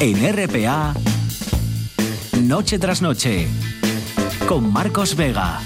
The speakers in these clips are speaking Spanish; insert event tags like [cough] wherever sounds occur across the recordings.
en RPA, Noche tras Noche, con Marcos Vega.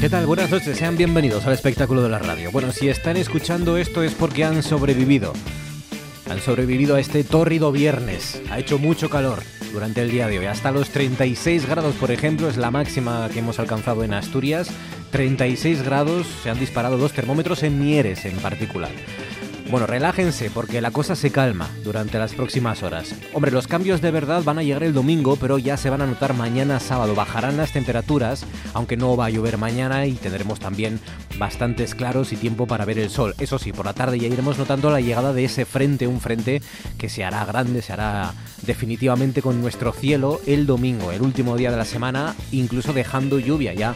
¿Qué tal? Buenas noches, sean bienvenidos al espectáculo de la radio. Bueno, si están escuchando esto es porque han sobrevivido. Han sobrevivido a este tórrido viernes. Ha hecho mucho calor durante el día de hoy. Hasta los 36 grados, por ejemplo, es la máxima que hemos alcanzado en Asturias. 36 grados, se han disparado dos termómetros en Mieres en particular. Bueno, relájense porque la cosa se calma durante las próximas horas. Hombre, los cambios de verdad van a llegar el domingo, pero ya se van a notar mañana sábado. Bajarán las temperaturas, aunque no va a llover mañana y tendremos también bastantes claros y tiempo para ver el sol. Eso sí, por la tarde ya iremos notando la llegada de ese frente, un frente que se hará grande, se hará definitivamente con nuestro cielo el domingo, el último día de la semana, incluso dejando lluvia ya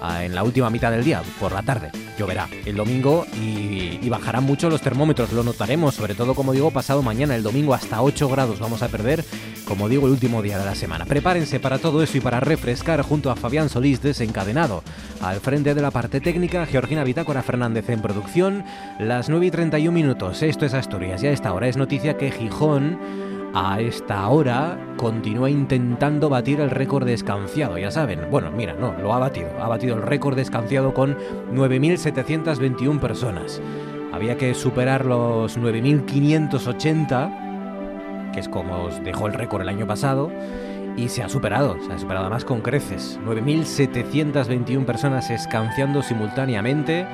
ah, en la última mitad del día, por la tarde. Lloverá el domingo y, y bajarán mucho los termómetros, lo notaremos, sobre todo como digo, pasado mañana, el domingo hasta 8 grados vamos a perder, como digo, el último día de la semana. Prepárense para todo eso y para refrescar junto a Fabián Solís desencadenado. Al frente de la parte técnica, Georgina Bitácora Fernández en producción, las 9 y 31 minutos, esto es Asturias y a esta hora es noticia que Gijón a esta hora continúa intentando batir el récord descanciado, ya saben. Bueno, mira, no, lo ha batido. Ha batido el récord descanciado con 9.721 personas. Había que superar los 9.580, que es como os dejó el récord el año pasado, y se ha superado, se ha superado además con creces. 9.721 personas escanciando simultáneamente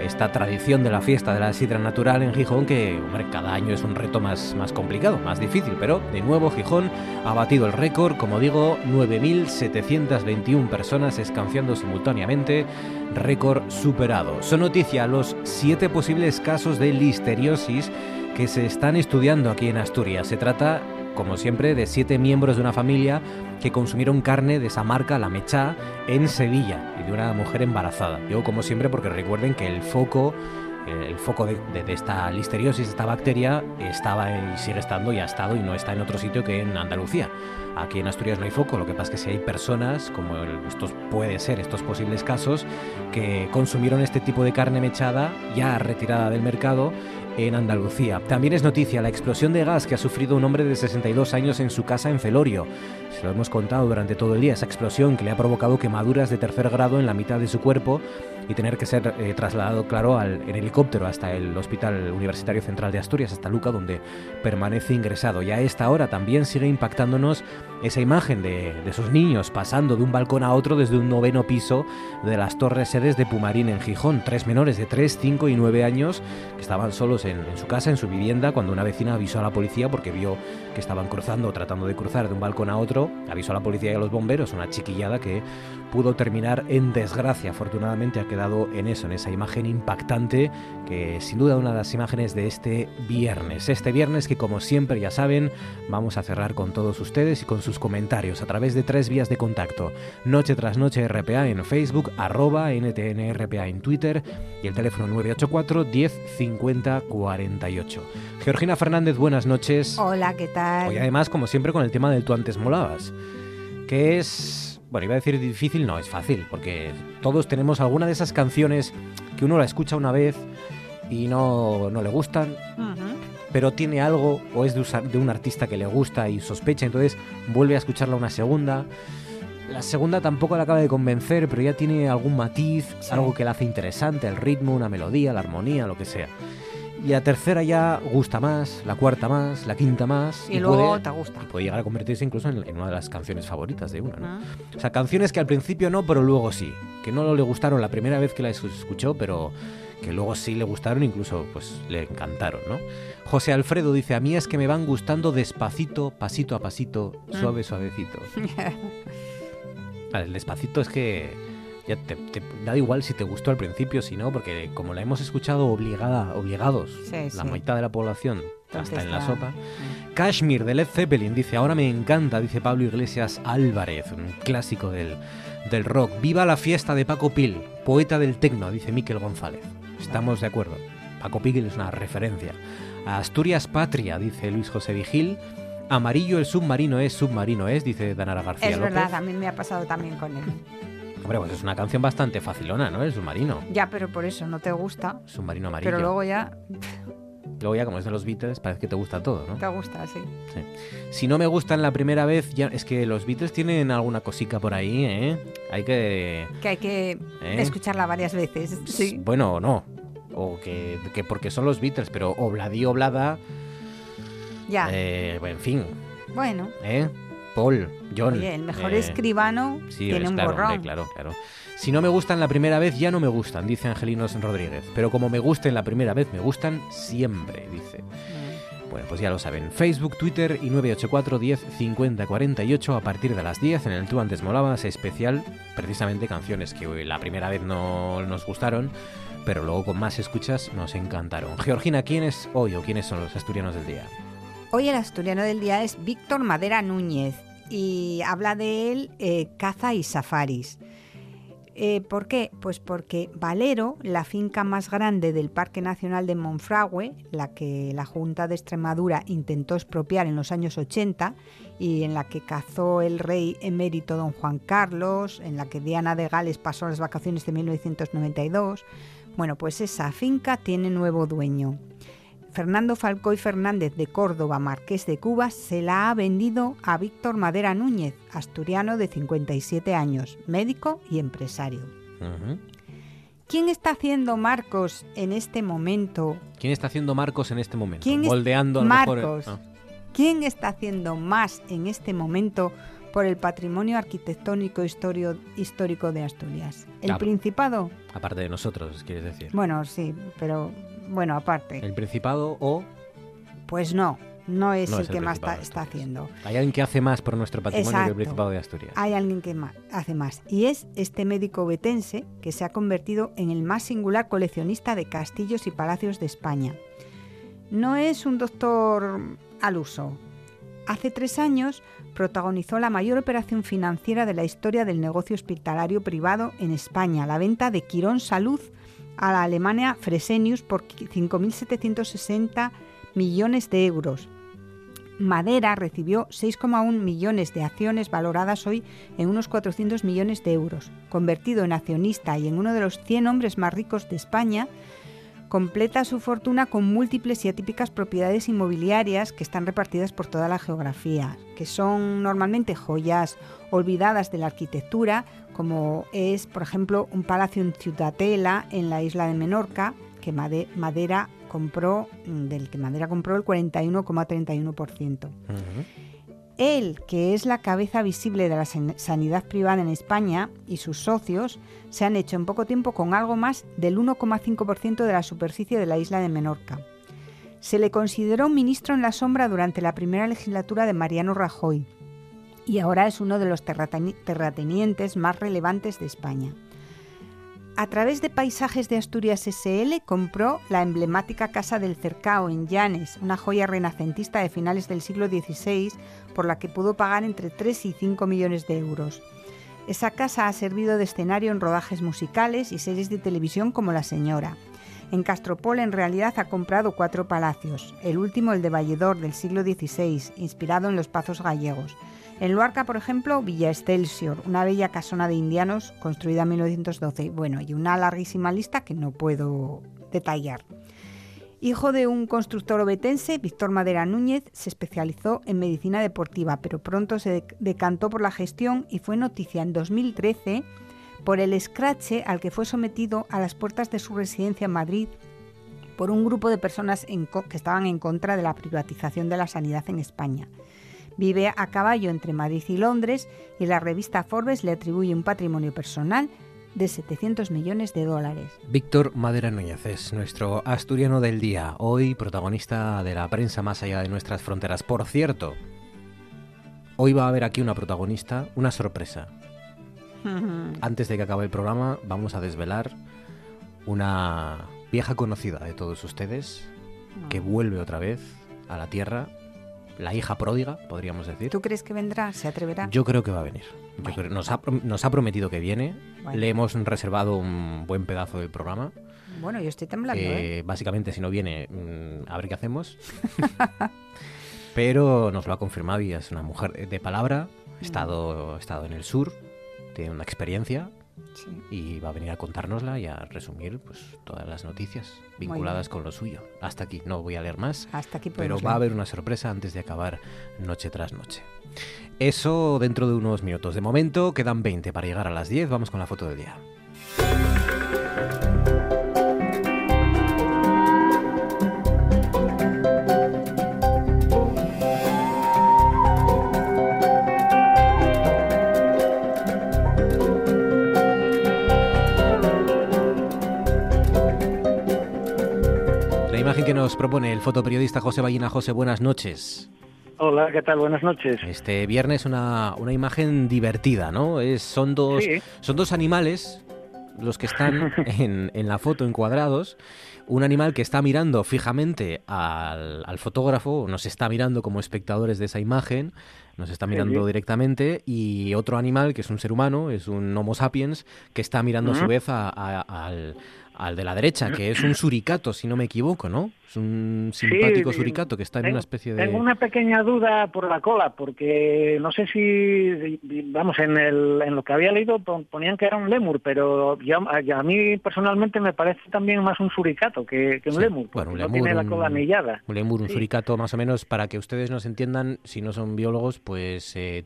esta tradición de la fiesta de la sidra natural en Gijón, que hombre, cada año es un reto más, más complicado, más difícil, pero de nuevo Gijón ha batido el récord, como digo, 9.721 personas escanciando simultáneamente, récord superado. Son noticia los siete posibles casos de listeriosis que se están estudiando aquí en Asturias. Se trata, como siempre, de siete miembros de una familia que consumieron carne de esa marca, la Mechá, en Sevilla y de una mujer embarazada. Digo como siempre porque recuerden que el foco, el foco de, de- de esta listeriosis, de esta bacteria, estaba y sigue estando y ha estado y no está en otro sitio que en Andalucía. Aquí en Asturias no hay foco, lo que pasa es que si hay personas, como el- estos puede ser, estos posibles casos, que consumieron este tipo de carne mechada ya retirada del mercado en Andalucía. También es noticia la explosión de gas que ha sufrido un hombre de 62 años en su casa en Celorio. Se lo hemos contado durante todo el día, esa explosión que le ha provocado quemaduras de tercer grado en la mitad de su cuerpo y tener que ser eh, trasladado, claro, al- en helicóptero hasta el Hospital Universitario Central de Asturias, hasta Luca, donde permanece ingresado. Y a esta hora también sigue impactándonos esa imagen de, de esos niños pasando de un balcón a otro desde un noveno piso de las torres sedes de Pumarín en Gijón. Tres menores de 3, 5 y 9 años que estaban solos en, en su casa, en su vivienda, cuando una vecina avisó a la policía porque vio que estaban cruzando, tratando de cruzar de un balcón a otro. Avisó a la policía y a los bomberos, una chiquillada que pudo terminar en desgracia. Afortunadamente ha quedado en eso, en esa imagen impactante que sin duda una de las imágenes de este viernes. Este viernes que como siempre ya saben vamos a cerrar con todos ustedes y con sus comentarios a través de tres vías de contacto. Noche tras noche RPA en Facebook, arroba NTNRPA en Twitter y el teléfono 984 10 50 48. Georgina Fernández, buenas noches. Hola, ¿qué tal? Hoy además, como siempre, con el tema del tú antes molabas, que es, bueno, iba a decir difícil, no, es fácil, porque todos tenemos alguna de esas canciones que uno la escucha una vez y no, no le gustan, Ujú. pero tiene algo o es de, usa- de un artista que le gusta y sospecha, entonces vuelve a escucharla una segunda. La segunda tampoco la acaba de convencer, pero ya tiene algún matiz, algo que la hace interesante, el ritmo, una melodía, la armonía, lo que sea. Y la tercera ya gusta más, la cuarta más, la quinta más. Y, luego puede- te gusta. y puede llegar a convertirse incluso en, en una de las canciones favoritas de uno, ¿no? ¿Mm? [laughs] O sea, canciones que al principio no, pero luego sí. Que no le gustaron la primera vez que las escuchó, pero que luego sí le gustaron, incluso pues le encantaron, ¿no? José Alfredo dice, a mí es que me van gustando despacito, pasito a pasito, Mm. suave, suavecito. Vale, el despacito es que ya te, te da igual si te gustó al principio, si no, porque como la hemos escuchado obligada, obligados, Sí, la sí. mitad de la población hasta Entonces en la está- Mm. sopa. Kashmir de Led Zeppelin dice, ahora me encanta, dice Pablo Iglesias Álvarez, un clásico del, del rock. Viva la fiesta de Paco Pil, poeta del tecno, dice Miquel González. Estamos de acuerdo. Paco Pil es una referencia. A Asturias Patria, dice Luis José Vigil. Amarillo el submarino es, submarino es, dice Danara García Es López. verdad, a mí me ha pasado también con él. Hombre, pues es una canción bastante facilona, ¿no? El submarino. Ya, pero por eso no te gusta. Submarino amarillo. Pero luego ya [laughs] Luego ya, como es de los Beatles, parece que te gusta todo, ¿no? te gusta, sí. Si no me gustan la primera vez, ya es que los Beatles tienen alguna cosica por ahí, ¿eh? Hay que... Que hay que ¿Eh? escucharla varias veces. Sí. Bueno, o no. O que, que porque son los Beatles, pero obladí, oblada... Ya. eh, en fin, Bueno. ¿eh? Paul, John... Oye, el mejor eh, escribano Sí, tiene es un claro, borrón. hombre, claro, claro. Si no me gustan la primera vez, ya no me gustan, dice Angelinos Rodríguez. Pero como me gusten la primera vez, me gustan siempre, dice. Bueno, pues ya lo saben. Facebook, Twitter y 984 10 50 48 a partir de las 10 en el Tú antes molabas especial, precisamente canciones que uy, la primera vez no nos gustaron, pero luego con más escuchas nos encantaron. Georgina, ¿quién es hoy o quiénes son los asturianos del día? Hoy el asturiano del día es Víctor Madera Núñez y habla de él eh, caza y safaris. Eh, ¿Por qué? Pues porque Valero, la finca más grande del Parque Nacional de Monfragüe, la que la Junta de Extremadura intentó expropiar en los años 80 y en la que cazó el rey emérito don Juan Carlos, en la que Diana de Gales pasó las vacaciones de 1992, bueno, pues esa finca tiene nuevo dueño. Fernando Falcoy Fernández de Córdoba, marqués de Cuba, se la ha vendido a Víctor Madera Núñez, asturiano de 57 años, médico y empresario. Ujú. ¿Quién está haciendo Marcos en este momento? ¿Quién está haciendo Marcos en este momento? ¿Quién es Moldeando a lo mejor- Marcos? Ah, ¿Quién está haciendo más en este momento por el patrimonio arquitectónico historio- histórico de Asturias? ¿El Claro. Principado? aparte de nosotros, quieres decir. Bueno, sí, pero bueno, aparte. El Principado o Pues no, no es No el es el que más está, Principado, está entonces. haciendo. hay alguien que hace más por nuestro patrimonio que Exacto. el Principado de Asturias. hay alguien que ma- hace más. Y es este médico betense que se ha convertido en el más singular coleccionista de castillos y palacios de España. No es un doctor al uso. Hace tres años protagonizó la mayor operación financiera de la historia del negocio hospitalario privado en España, la venta de Quirón Salud a la Alemania Fresenius por 5.760 millones de euros. Madera recibió 6,1 millones de acciones valoradas hoy en unos 400 millones de euros. Convertido en accionista y en uno de los 100 hombres más ricos de España, completa su fortuna con múltiples y atípicas propiedades inmobiliarias que están repartidas por toda la geografía, que son normalmente joyas olvidadas de la arquitectura, como es, por ejemplo, un palacio en Ciutadela, en la isla de Menorca, que Made- Madera compró, mm, del que Madera compró el 41,31%. Ujú. Él, que es la cabeza visible de la san- sanidad privada en España, y sus socios se han hecho en poco tiempo con algo más del 1,5% de la superficie de la isla de Menorca. Se le consideró ministro en la sombra durante la primera legislatura de Mariano Rajoy y ahora es uno de los terrateni- terratenientes más relevantes de España. A través de Paisajes de Asturias SL compró la emblemática Casa del Cercao en Llanes, una joya renacentista de finales del siglo XVI por la que pudo pagar entre 3 y 5 millones de euros. Esa casa ha servido de escenario en rodajes musicales y series de televisión como La Señora. En Castropol en realidad ha comprado cuatro palacios, el último el de Valledor del siglo XVI, inspirado en los pazos gallegos. En Luarca, por ejemplo, Villa Excelsior, una bella casona de indianos construida en 1912. Bueno, y una larguísima lista que no puedo detallar. Hijo de un constructor obetense, Víctor Madera Núñez se especializó en medicina deportiva, pero pronto se dec- decantó por la gestión y fue noticia en 2013 por el escrache al que fue sometido a las puertas de su residencia en Madrid por un grupo de personas en co- que estaban en contra de la privatización de la sanidad en España. Vive a caballo entre Madrid y Londres y la revista Forbes le atribuye un patrimonio personal de 700 millones de dólares. Víctor Madera Núñez es nuestro asturiano del día, hoy protagonista de la prensa más allá de nuestras fronteras. Por cierto, hoy va a haber aquí una protagonista, una sorpresa. Antes de que acabe el programa, vamos a desvelar Ah. una vieja conocida de todos ustedes que vuelve otra vez a la tierra, la hija pródiga, podríamos decir. ¿Tú crees que vendrá? ¿Se atreverá? Yo creo que va a venir. Yo Bueno. creo- nos, ha, prom- nos ha prometido que viene. Bueno. Le hemos reservado un buen pedazo del programa. Bueno, yo estoy temblando, ¿eh? Eh, Básicamente, si no viene, mm, a ver qué hacemos. [laughs] Pero nos lo ha confirmado y es una mujer de palabra. Ha estado, ha estado en el sur, tiene una experiencia Sí. y va a venir a contárnosla y a resumir pues, todas las noticias bien. vinculadas con lo suyo. Hasta aquí, no voy a leer más. Hasta aquí Pero podemos va a leer. haber una sorpresa antes de acabar noche tras noche. Eso dentro de unos minutos. De momento quedan 20 para llegar a las 10. Vamos con la foto del día. La imagen que nos propone el fotoperiodista José Ballina. José, buenas noches. Hola, ¿qué tal? Buenas noches. Este viernes una, una imagen divertida, ¿no? Es, son, dos, Sí. son dos animales los que [laughs] están en, en la foto encuadrados. Un animal que está mirando fijamente al, al fotógrafo, nos está mirando como espectadores de esa imagen, nos está mirando sí. directamente, y otro animal que es un ser humano, es un Homo sapiens, que está mirando a su Ujú. vez a- a- al, al de la derecha, que es un suricato, si no me equivoco, ¿no? Es un Sí, simpático eh, suricato que está en tengo- una especie de... Tengo una pequeña duda por la cola, porque no sé si, vamos, en, el, en lo que había leído pon- ponían que era un lemur, pero ya- a, a mí personalmente me parece también más un suricato que, que un Sí, lemur, porque bueno, un no lemur, tiene la un- cola anillada. Un lemur, un Sí. suricato, más o menos, para que ustedes nos entiendan, si no son biólogos, pues eh,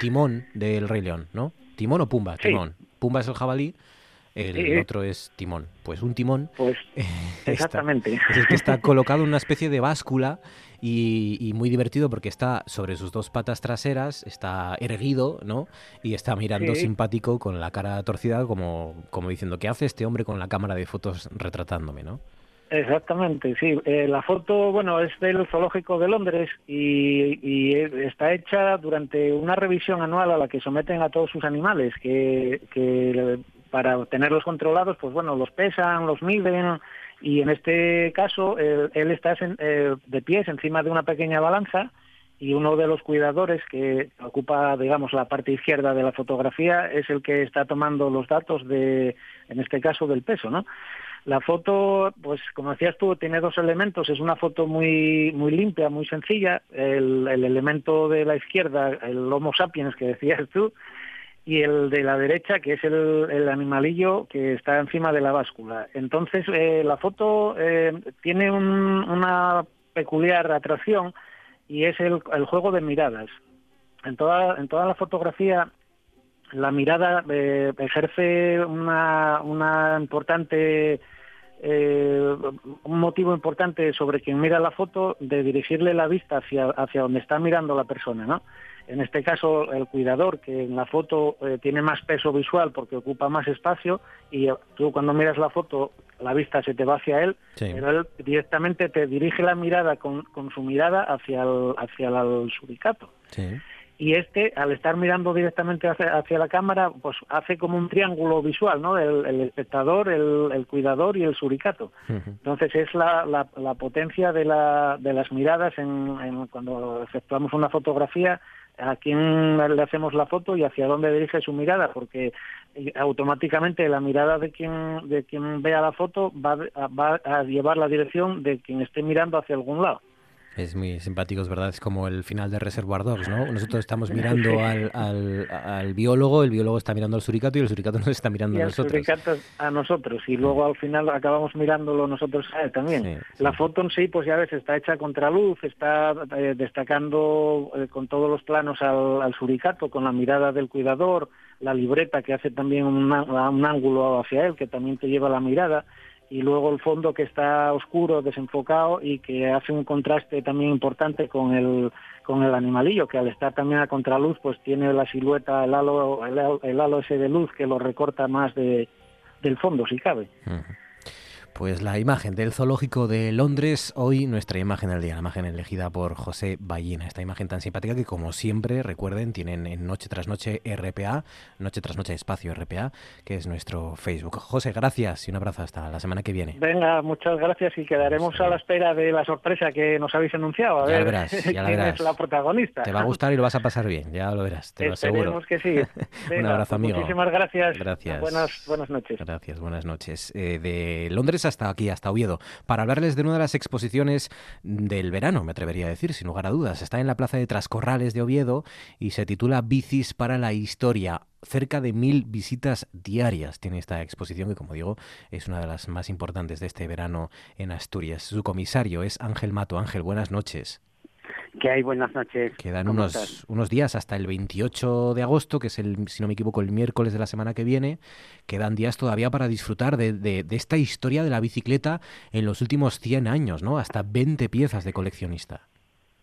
Timón del Rey León, ¿no? Timón o Pumba, Sí. Timón. Pumba es el jabalí, el Sí. otro es Timón. Pues un timón Pues [laughs] está- exactamente. es el que está [laughs] colocado en una especie de báscula y, y muy divertido porque está sobre sus dos patas traseras, está erguido, ¿no? Y está mirando Sí. simpático con la cara torcida como, como diciendo, ¿qué hace este hombre con la cámara de fotos retratándome, ¿no? Exactamente, sí. Eh, la foto, bueno, es del Zoológico de Londres y, y está hecha durante una revisión anual a la que someten a todos sus animales, que, que para tenerlos controlados, pues bueno, los pesan, los miden y en este caso eh, él está sen- eh, de pies encima de una pequeña balanza y uno de los cuidadores que ocupa, digamos, la parte izquierda de la fotografía es el que está tomando los datos de, en este caso, del peso, ¿no? La foto, pues como decías tú, tiene dos elementos. Es una foto muy, muy limpia, muy sencilla. El, el elemento de la izquierda, el Homo sapiens que decías tú, y el de la derecha, que es el, el animalillo que está encima de la báscula. Entonces, eh, la foto eh, tiene un- una peculiar atracción y es el, el juego de miradas. En toda, en toda la fotografía la mirada eh, ejerce una, una importante eh, un motivo importante sobre quien mira la foto de dirigirle la vista hacia, hacia donde está mirando la persona, ¿no? En este caso, el cuidador, que en la foto eh, tiene más peso visual porque ocupa más espacio y eh, tú cuando miras la foto, la vista se te va hacia él, Sí. pero él directamente te dirige la mirada con, con su mirada hacia el, hacia el suricato Sí. y este al estar mirando directamente hacia, hacia la cámara pues hace como un triángulo visual no el, el espectador el, el cuidador y el suricato Ujú. entonces es la, la- la potencia de, la- de las miradas en, en cuando efectuamos una fotografía a quién le hacemos la foto y hacia dónde dirige su mirada porque eh, automáticamente la mirada de quien de quien vea la foto va, a- va a llevar la dirección de quien esté mirando hacia algún lado Es muy simpático, es verdad, es como el final de Reservoir Dogs, ¿no? Nosotros estamos mirando al, al- al biólogo, el biólogo está mirando al suricato y el suricato nos está mirando y a al nosotros. suricato a nosotros y luego al final acabamos mirándolo nosotros a él también. Sí, La sí. foto en sí, pues ya ves, está hecha contra luz, está eh, destacando eh, con todos los planos al, al suricato, con la mirada del cuidador, la libreta que hace también un, a- un ángulo hacia él, que también te lleva la mirada, y luego el fondo que está oscuro, desenfocado y que hace un contraste también importante con el, con el animalillo, que al estar también a contraluz, pues tiene la silueta, el halo, el, halo- el halo ese de luz que lo recorta más de, del fondo, si cabe. Ujú. Pues la imagen del zoológico de Londres, hoy nuestra imagen del día, la imagen elegida por José Ballina. Esta imagen tan simpática que, como siempre, recuerden, tienen en Noche tras Noche RPA, Noche tras Noche Espacio RPA, que es nuestro Facebook. José, gracias y un abrazo hasta la semana que viene. Venga, muchas gracias y quedaremos sí. a la espera de la sorpresa que nos habéis anunciado. A ver ya la verás, ya [laughs] la quién verás. es la protagonista. Te [laughs] va a gustar y lo vas a pasar bien, ya lo verás, te lo aseguro. Esperemos que sí. [laughs] un Venga, abrazo, amigo. Muchísimas gracias. Gracias. Buenas, buenas noches. Gracias, buenas noches. Eh, de Londres hasta aquí, hasta Oviedo, para hablarles de una de las exposiciones del verano, me atrevería a decir, sin lugar a dudas. Está en la plaza de Trascorrales de Oviedo y se titula Bicis para la Historia cerca de mil visitas diarias tiene esta exposición que, como digo, es una de las más importantes de este verano en Asturias. Su comisario es Ángel Mato. Ángel, buenas noches. Que hay buenas noches. Quedan ¿Cómo unos, estás? unos días hasta el 28 de agosto, que es, el, si no me equivoco, el miércoles de la semana que viene. Quedan días todavía para disfrutar de, de- de esta historia de la bicicleta en los últimos 100 años, ¿no? Hasta 20 piezas de coleccionista.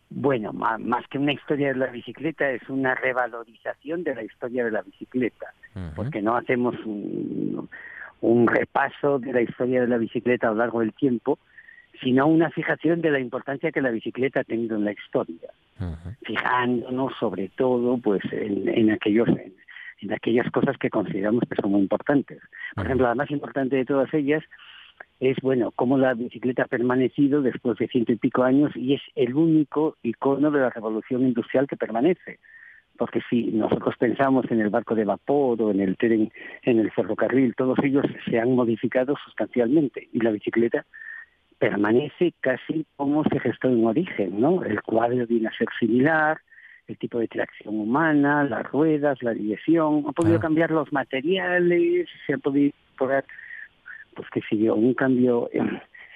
Bueno, ma- más que una historia de la bicicleta, es una revalorización de la historia de la bicicleta, Ujú. porque no hacemos un, un repaso de la historia de la bicicleta a lo largo del tiempo, sino una fijación de la importancia que la bicicleta ha tenido en la historia, Ujú. fijándonos sobre todo pues en, en aquellos en, en aquellas cosas que consideramos que son muy importantes. Por ejemplo, la más importante de todas ellas es, bueno, cómo la bicicleta ha permanecido después de ciento y pico años y es el único icono de la revolución industrial que permanece. Porque si nosotros pensamos en el barco de vapor o en el tren, en el ferrocarril, todos ellos se han modificado sustancialmente y la bicicleta permanece casi como se gestó en origen, ¿no? El cuadro viene a ser similar, el tipo de tracción humana, las ruedas, la dirección, han podido Ah. cambiar los materiales, se ha podido incorporar, pues qué sé yo, un cambio eh,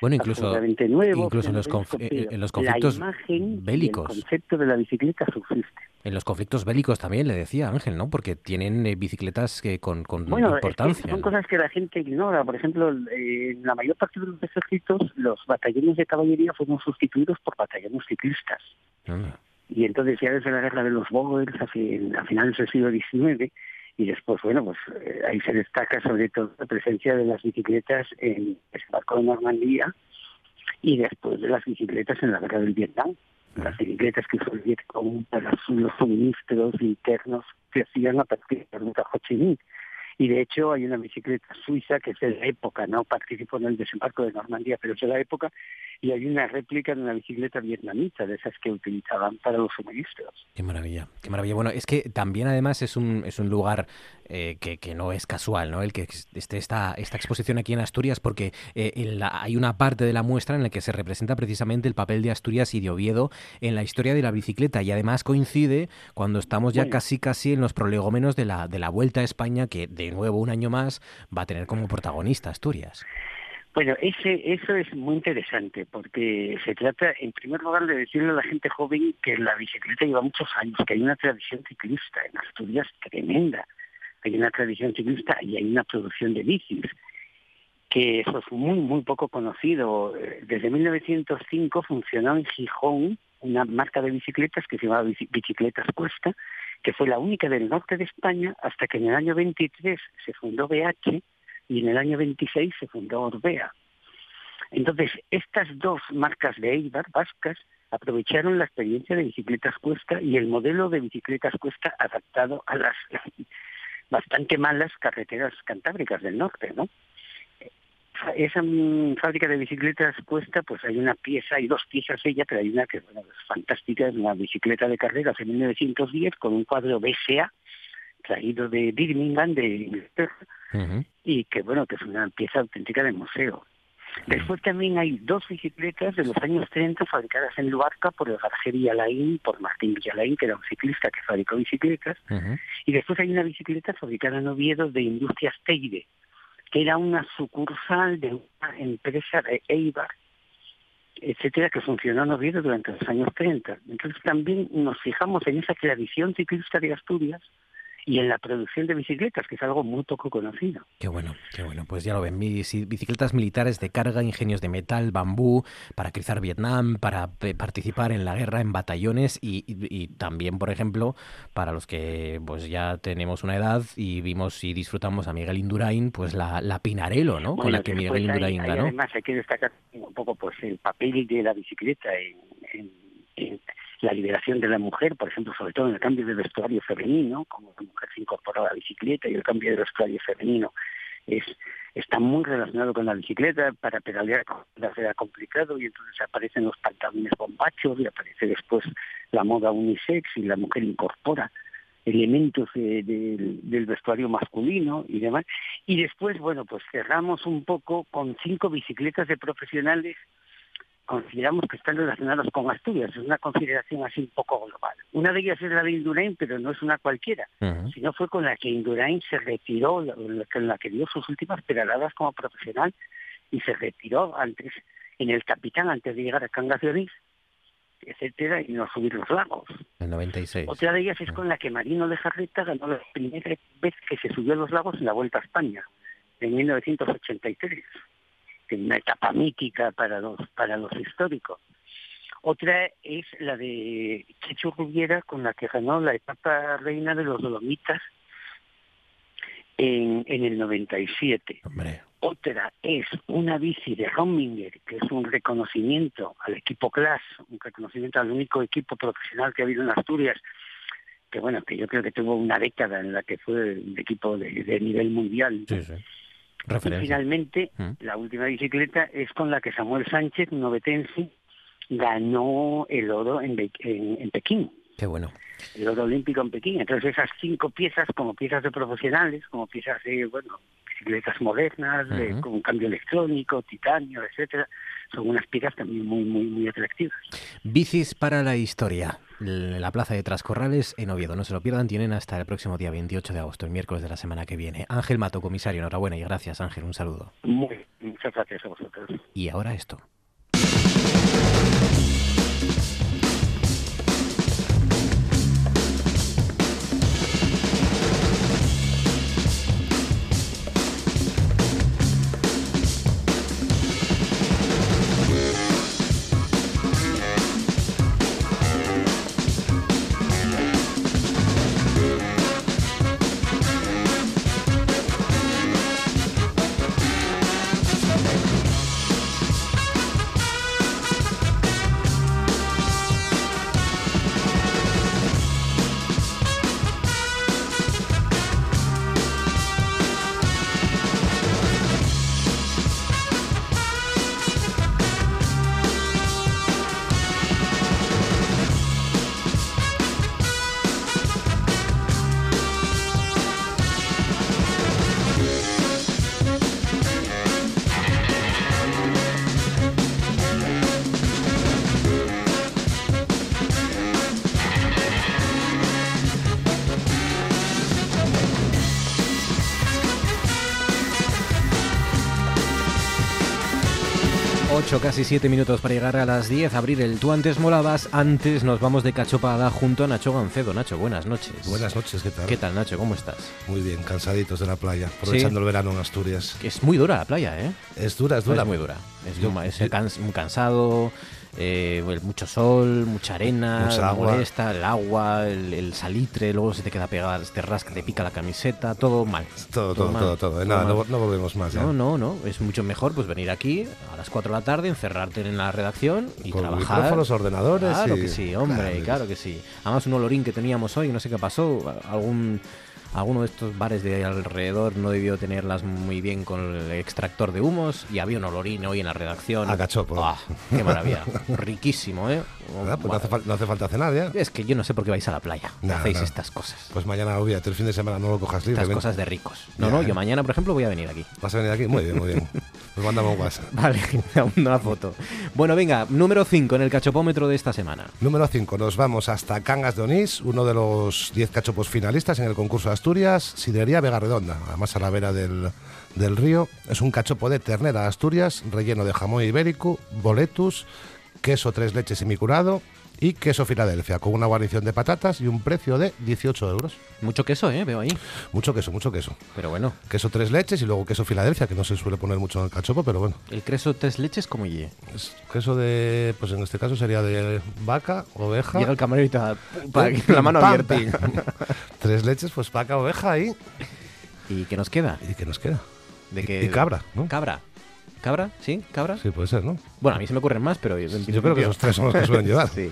Bueno, incluso absolutamente nuevo. incluso que en los no habéis conf- eh, cogido. en los conflictos la imagen y bélicos. el concepto de la bicicleta subsiste. en los conflictos bélicos también, le decía Ángel, ¿no? Porque tienen eh, bicicletas que con, con Bueno, es que importancia. son ¿no? cosas que la gente ignora. Por ejemplo, eh, en la mayor parte de los ejércitos, los batallones de caballería fueron sustituidos por batallones ciclistas. Anda. Y entonces ya desde la guerra de los Boers a, fi- a finales del siglo XIX y después, bueno, pues eh, ahí se destaca sobre todo la presencia de las bicicletas en el barco de Normandía y después de las bicicletas en la guerra del Vietnam. Las bicicletas que usó el Vietcong para sus- los suministros internos que hacían a partir de la ruta Ho Chi Minh. Y de hecho hay una bicicleta suiza que es de la época, no participó en el desembarco de Normandía, pero es de la época y hay una réplica de una bicicleta vietnamita, de esas que utilizaban para los suministros. Qué maravilla, qué maravilla. Bueno, es que también además es un, es un lugar eh, que, que no es casual, ¿no? El que ex- esté esta, esta exposición aquí en Asturias, porque eh, en la- hay una parte de la muestra en la que se representa precisamente el papel de Asturias y de Oviedo en la historia de la bicicleta. Y además coincide cuando estamos ya Bueno. casi casi en los prolegómenos de la, de la Vuelta a España, que de nuevo un año más va a tener como protagonista Asturias. Bueno, ese, eso es muy interesante porque se trata, en primer lugar, de decirle a la gente joven que la bicicleta lleva muchos años, que hay una tradición ciclista en Asturias tremenda. Hay una tradición ciclista y hay una producción de bicis, que eso es muy, muy poco conocido. Eh, Desde 1905 funcionó en Gijón una marca de bicicletas que se llamaba Bici- Bicicletas Cuesta, que fue la única del norte de España hasta que en el año 23 se fundó BH y en el año 26 se fundó Orbea. Entonces, estas dos marcas de Eibar, vascas, aprovecharon la experiencia de bicicletas cuesta y el modelo de bicicletas cuesta adaptado a las [laughs] bastante malas carreteras cantábricas del norte, ¿no? Esa mm, fábrica de bicicletas cuesta, pues hay una pieza, hay dos piezas de ella, pero hay una que bueno, es fantástica, es una bicicleta de carreras de 1910 con un cuadro BSA traído de Birmingham, de Inglaterra, Ujú. y que bueno, que es una pieza auténtica de museo. Después también hay dos bicicletas de los años 30 fabricadas en Luarca por el García Villalain, por Martín Villalain, que era un ciclista que fabricó bicicletas. Ujú. Y después hay una bicicleta fabricada en Oviedo de Industrias Teide, que era una sucursal de una empresa de Eibar, etcétera, que funcionó en Oviedo durante los años 30. Entonces también nos fijamos en esa tradición ciclista de Asturias y en la producción de bicicletas, que es algo muy poco conocido. Qué bueno, qué bueno. Pues ya lo ven, mis bicicletas militares de carga, ingenios de metal, bambú, para cruzar Vietnam, para eh, participar en la guerra en batallones y, y, y, también, por ejemplo, para los que pues ya tenemos una edad y vimos y disfrutamos a Miguel Indurain, pues la, la Pinarello, ¿no? Bueno, Con la que Miguel Indurain hay, ganó. Hay pues además, hay que destacar un poco pues el papel de la bicicleta en, en, en la liberación de la mujer, por ejemplo, sobre todo en el cambio de vestuario femenino, como la mujer se incorporó a la bicicleta y el cambio de vestuario femenino es está muy relacionado con la bicicleta, para pedalear era complicado y entonces aparecen los pantalones bombachos y aparece después la moda unisex y la mujer incorpora elementos de, de, del vestuario masculino y demás. Y después, bueno, pues cerramos un poco con cinco bicicletas de profesionales consideramos que están relacionados con Asturias. Es una consideración así un poco global. Una de ellas es la de Indurain, pero no es una cualquiera, uh -huh. sino fue con la que Indurain se retiró, con la que dio sus últimas pedaladas como profesional y se retiró antes en el Capitán, antes de llegar a Cangas de Orís, etcétera, y no subir los lagos. El 96. Otra de ellas es uh -huh. con la que Marino de Jarreta ganó la primera vez que se subió a los lagos en la Vuelta a España, en 1983 una etapa mítica para los para los históricos. Otra es la de Chechu Rubiera, con la que ganó la etapa reina de los Dolomitas en, en el 97. Hombre. Otra es una bici de Rominger, que es un reconocimiento al equipo Class, un reconocimiento al único equipo profesional que ha habido en Asturias, que bueno, que yo creo que tuvo una década en la que fue un equipo de, de nivel mundial. Sí, sí. Y finalmente, ¿Mm? la última bicicleta es con la que Samuel Sánchez, novetense, ganó el oro en, Be en, en, Pekín. Qué bueno. El oro olímpico en Pekín. Entonces esas cinco piezas, como piezas de profesionales, como piezas de, bueno, bicicletas modernas, uh -huh. de, con cambio electrónico, titanio, etcétera, son unas piezas también muy, muy, muy atractivas. Bicis para la historia. La plaza de Trascorrales en Oviedo. No se lo pierdan, tienen hasta el próximo día 28 de agosto, el miércoles de la semana que viene. Ángel Mato, comisario, enhorabuena y gracias, Ángel. Un saludo. Muy, muchas gracias a vosotros. Y ahora esto. casi 7 minutos para llegar a las 10, abrir el Tú antes molabas, antes nos vamos de cachopada junto a Nacho Gancedo. Nacho, buenas noches. Buenas noches, ¿qué tal? ¿Qué tal, Nacho? ¿Cómo estás? Muy bien, cansaditos de la playa, aprovechando sí. el verano en Asturias. Es muy dura la playa, ¿eh? Es dura, es dura. Es muy dura, es, yo, duma, es yo, can, muy cansado, eh, mucho sol, mucha arena, mucha agua. Molesta, el agua, el, el, salitre, luego se te queda pegada, te rasca, te pica la camiseta, todo mal. Todo, todo, todo, mal, todo. todo. todo Nada, no, no, volvemos más. ¿eh? No, no, no. Es mucho mejor pues venir aquí a las 4 de la tarde, encerrarte en la redacción y Con trabajar. los ordenadores. Claro y... que sí, hombre, claro, claro que sí. Además, un olorín que teníamos hoy, no sé qué pasó, algún alguno de estos bares de alrededor no debió tenerlas muy bien con el extractor de humos y había un olorín hoy en la redacción. A cachopo. ¡Oh, ¡Qué [laughs] maravilla! Riquísimo, ¿eh? Pues no, hace no, hace falta cenar ya. Es que yo no sé por qué vais a la playa. No, hacéis no. estas cosas. Pues mañana olvídate, el fin de semana no lo cojas libre. Estas ven. cosas de ricos. No, ya, no, yo mañana, por ejemplo, voy a venir aquí. ¿Vas a venir aquí? Muy bien, muy [laughs] bien. Nos mandamos un WhatsApp. Vale, [laughs] una foto. Bueno, venga, número 5 en el cachopómetro de esta semana. Número 5, nos vamos hasta Cangas de Onís, uno de los 10 cachopos finalistas en el concurso de Asturias, Sidrería Vega Redonda, además a la vera del, del, río. Es un cachopo de ternera de Asturias, relleno de jamón ibérico, boletus, queso tres leches semicurado, y queso Filadelfia, con una guarnición de patatas y un precio de 18 euros. Mucho queso, ¿eh? Veo ahí. Mucho queso, mucho queso. Pero bueno, Queso tres leches y luego queso Filadelfia, que no se suele poner mucho en el cachopo, pero bueno. el queso tres leches como llegue. Es queso de, pues en este caso sería de vaca, oveja. Llega el camarero y te da pum, pa- Pum, la mano pam, abierta. [laughs] pam. Tres leches, pues vaca, oveja ahí. ¿Y qué nos queda? ¿Y qué nos queda? De Y- que- y cabra, ¿no? Cabra. ¿Cabra? ¿Sí? ¿Cabra? Sí, puede ser, ¿no? Bueno, a mí se me ocurren más, pero... en Yo creo principio- que esos tres son [laughs] los que suelen llevar. Sí,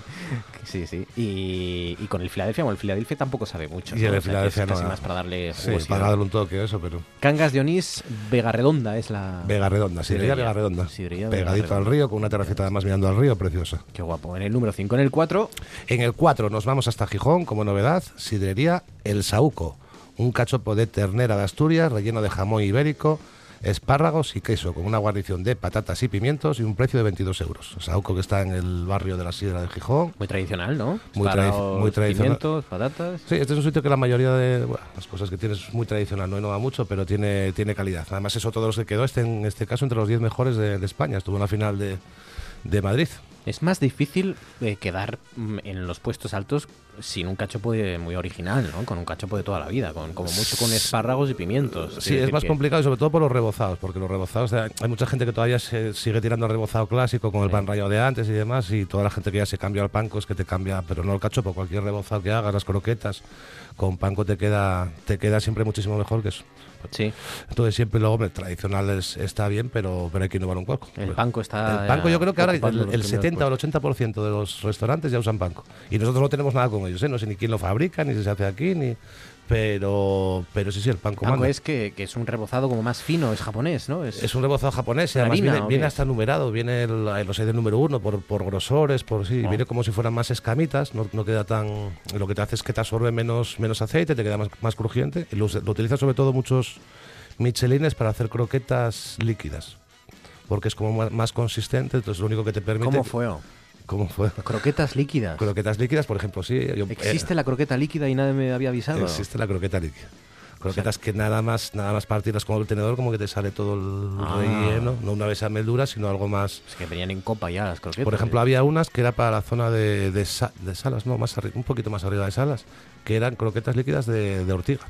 sí, sí. Y, y con el Filadelfia, bueno, el Filadelfia tampoco sabe mucho. Y ¿no? el O sea, que es Filadelfia no, casi no. más para darle Sí, jugosidad. para darle un toque a eso, pero... Cangas de Onís, Vega Redonda es la... Vega Redonda, Sidrería Sidrería. Vega Redonda. Sidrería Vega Pegadito al Redonda. río, con una terracita además mirando al río, preciosa. Qué guapo. En el número 5, en el 4, En el 4 nos vamos hasta Gijón, como novedad, Sidrería El Sauco. Un cachopo de ternera de Asturias, relleno de jamón ibérico, espárragos y queso, con una guarnición de patatas y pimientos y un precio de 22 euros. Sauco que está en el barrio de la Sidra de Gijón. muy tradicional, ¿no? Muy tradi- Espárragos, muy tradicional. Pimientos, patatas. Sí, este es un sitio que la mayoría de bueno, las cosas que tiene es muy tradicional, no innova mucho, pero tiene, tiene calidad. Además, eso todos los que quedó, este, en este caso, entre los 10 mejores de, de España. Estuvo en la final de, de Madrid. Es más difícil eh, quedar mm, en los puestos altos sin un cachopo de- muy original, ¿no? Con un cachopo de toda la vida, con como mucho con espárragos y pimientos. Sí, Quiero es decir más que- complicado, y sobre todo por los rebozados, porque los rebozados, eh, hay mucha gente que todavía se sigue tirando al rebozado clásico con el pan rallado de antes y demás, y toda la gente que ya se cambia al panco es que te cambia, pero no el cachopo, cualquier rebozado que hagas, las croquetas, con panco te queda, te queda siempre muchísimo mejor que eso. Sí, Entonces siempre lo, hombre, tradicional es- está bien, pero, pero hay que innovar un poco. el panco está. eh, El panco yo creo que ahora ocupando el, los el primeros 70 o el 80% de los restaurantes ya usan panco. Y nosotros no tenemos nada con ellos, ¿eh? no sé ni quién lo fabrica, ni si se hace aquí, ni... Pero, pero sí, sí, el panco, Panko manda. es que, que es un rebozado como más fino, es japonés, ¿no? Es, Es un rebozado japonés ¿Con y además harina viene, o viene qué? hasta numerado, viene el, el- los hay del número uno por, por grosores, por sí, viene como si fueran más escamitas, no, no queda tan... Lo que te hace es que te absorbe menos, menos aceite, te queda más, más crujiente. Y lo, us- lo utilizan sobre todo muchos michelines para hacer croquetas líquidas, porque es como más, más consistente, entonces lo único que te permite... ¿Cómo fue? oh? ¿Cómo fue? Croquetas líquidas. Croquetas líquidas, por ejemplo, sí. yo- ¿Existe eh, la croqueta líquida y nadie me había avisado? existe la croqueta líquida. Croquetas que nada más, nada más partirlas con el tenedor, como que te sale todo el Ah. relleno, no una vez a meldura, sino algo más. Es que venían en copa ya las croquetas. ¿eh? Por ejemplo, había unas que era para la zona de, de, Sa- de Salas, no, más arri- un poquito más arriba de Salas, que eran croquetas líquidas de, de ortiga.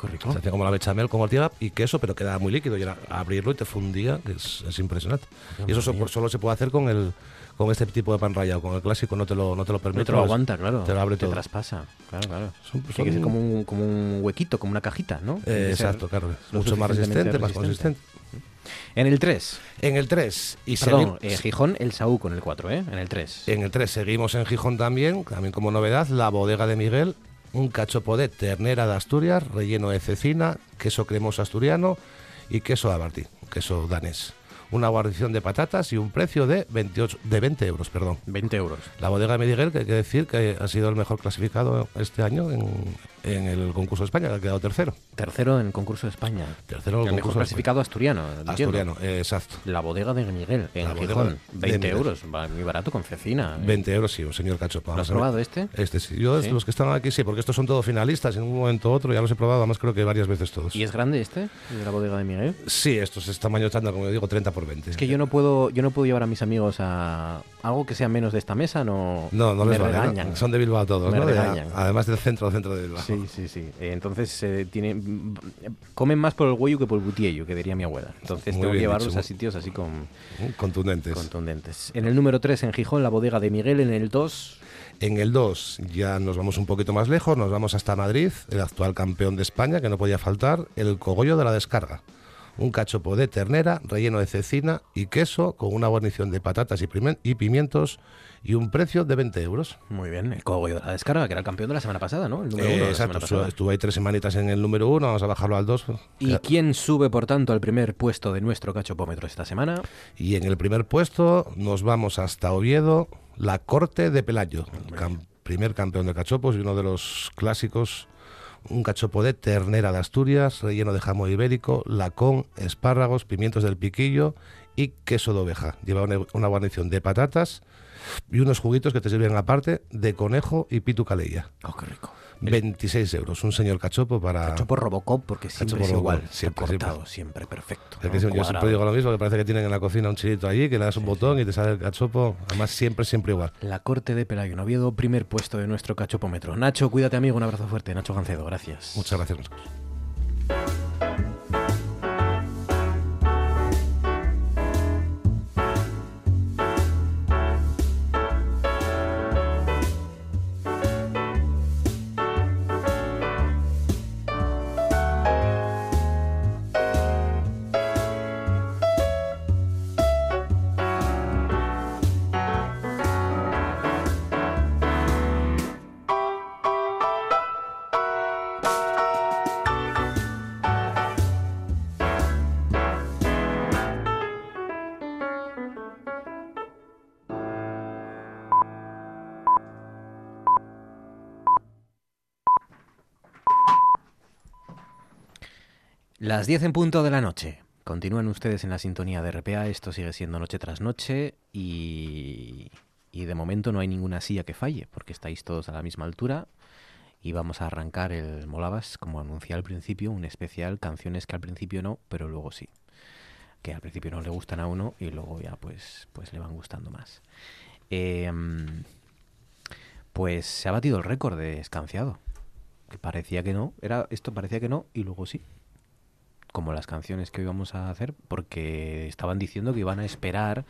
Qué rico. Se hacía como la bechamel con ortiga y queso, pero quedaba muy líquido. Y era abrirlo y te fundía, que es, es impresionante. Y eso so- solo se puede hacer con el con este tipo de pan rallado, con el clásico no te lo, no te lo permite. No te lo aguanta, claro. Te lo abre todo. traspasa. Claro, claro. Son- Tiene que ser son- como un, como un huequito, como una cajita, ¿no? Tiene Eh, que ser exacto, claro. lo Mucho más suficientemente resistente, más consistente. En el 3. En el 3, y Perdón, segui- eh, Gijón, el Saú con el 4, ¿eh? En el 3. en el 3 seguimos en Gijón también, también como novedad, la bodega de Miguel, un cachopo de ternera de Asturias, relleno de cecina, queso cremoso asturiano y queso abartí, queso danés. Una guarnición de patatas y un precio de 28 de 20 euros, perdón. 20 euros. La bodega de Miguel, que hay que decir que ha sido el mejor clasificado este año en, en el concurso de España, que ha quedado tercero. Tercero en el concurso de España. Tercero en el el mejor concurso de clasificado asturiano. entiendo. pues. Asturiano, eh, exacto. La bodega de Miguel, en La bodega Gijón. de 20 Miguel. euros. Va muy barato con cecina. eh. 20 euros, sí, un señor cachopo. ¿Lo has Vamos a ver. probado este? Este sí. Yo, de ¿Sí? los que están aquí sí, porque estos son todos finalistas. En un momento u otro ya los he probado, además creo que varias veces todos. ¿Y es grande este? el de la bodega de Miguel? Sí, estos es tamaño estándar, como yo digo, 30 por 20. Es que yo no puedo, yo no puedo llevar a mis amigos a algo que sea menos de esta mesa, no. No, no me les vale. ¿no? regañan. Son de Bilbao todos, Me ¿no? De- regañan. además del centro, centro de Bilbao. Sí, sí, sí. Eh, Entonces eh, tienen, comen más por el huello que por el butiello, que diría mi abuela. Entonces Muy tengo que bien llevarlos dicho. a sitios así con, Mm, Contundentes. contundentes. En el número 3, en Gijón, la bodega de Miguel. En el 2, En el 2 ya nos vamos un poquito más lejos, nos vamos hasta Madrid, el actual campeón de España, que no podía faltar, el cogollo de la descarga. Un cachopo de ternera, relleno de cecina y queso, con una guarnición de patatas y primen- y pimientos y un precio de 20 euros. muy bien, el cogollo de la descarga, que era el campeón de la semana pasada, ¿no? El número Eh, uno de la semana exacto, pasada. estuve ahí tres semanitas en el número uno, vamos a bajarlo al dos. ¿Y quién sube, por tanto, al primer puesto de nuestro cachopómetro esta semana? Y en el primer puesto nos vamos hasta Oviedo, la corte de Pelayo, cam- primer campeón de cachopos y uno de los clásicos. Un cachopo de ternera de Asturias, relleno de jamón ibérico, lacón, espárragos, pimientos del piquillo y queso de oveja. Lleva una, una guarnición de patatas y unos juguitos que te sirven aparte de conejo y pitu calella. Oh, qué rico. 26 euros. Un señor cachopo para. Cachopo Robocop, porque siempre Cachopo es Robocop, igual. Siempre, siempre, cortado, siempre, perfecto. Es que ¿no? siempre- yo Cuadrado. siempre digo lo mismo, que parece que tienen en la cocina un chilito allí, que le das un botón y te sale el cachopo. Además, siempre, siempre igual. La corte de Pelayo Noviedo, primer puesto de nuestro cachopómetro. Nacho, cuídate, amigo. Un abrazo fuerte. Nacho Gancedo, gracias. Muchas gracias, Marcos. Las 10 en punto de la noche. Continúan ustedes en la sintonía de RPA. Esto sigue siendo noche tras noche y, y de momento no hay ninguna silla que falle porque estáis todos a la misma altura y vamos a arrancar el Molabas, como anuncié al principio, un especial canciones que al principio no, pero luego sí. Que al principio no le gustan a uno y luego ya pues, pues le van gustando más. Eh, mm, pues se ha batido el récord de escanciado. Que parecía que no, era esto parecía que no y luego sí como las canciones que hoy vamos a hacer, porque estaban diciendo que iban a esperar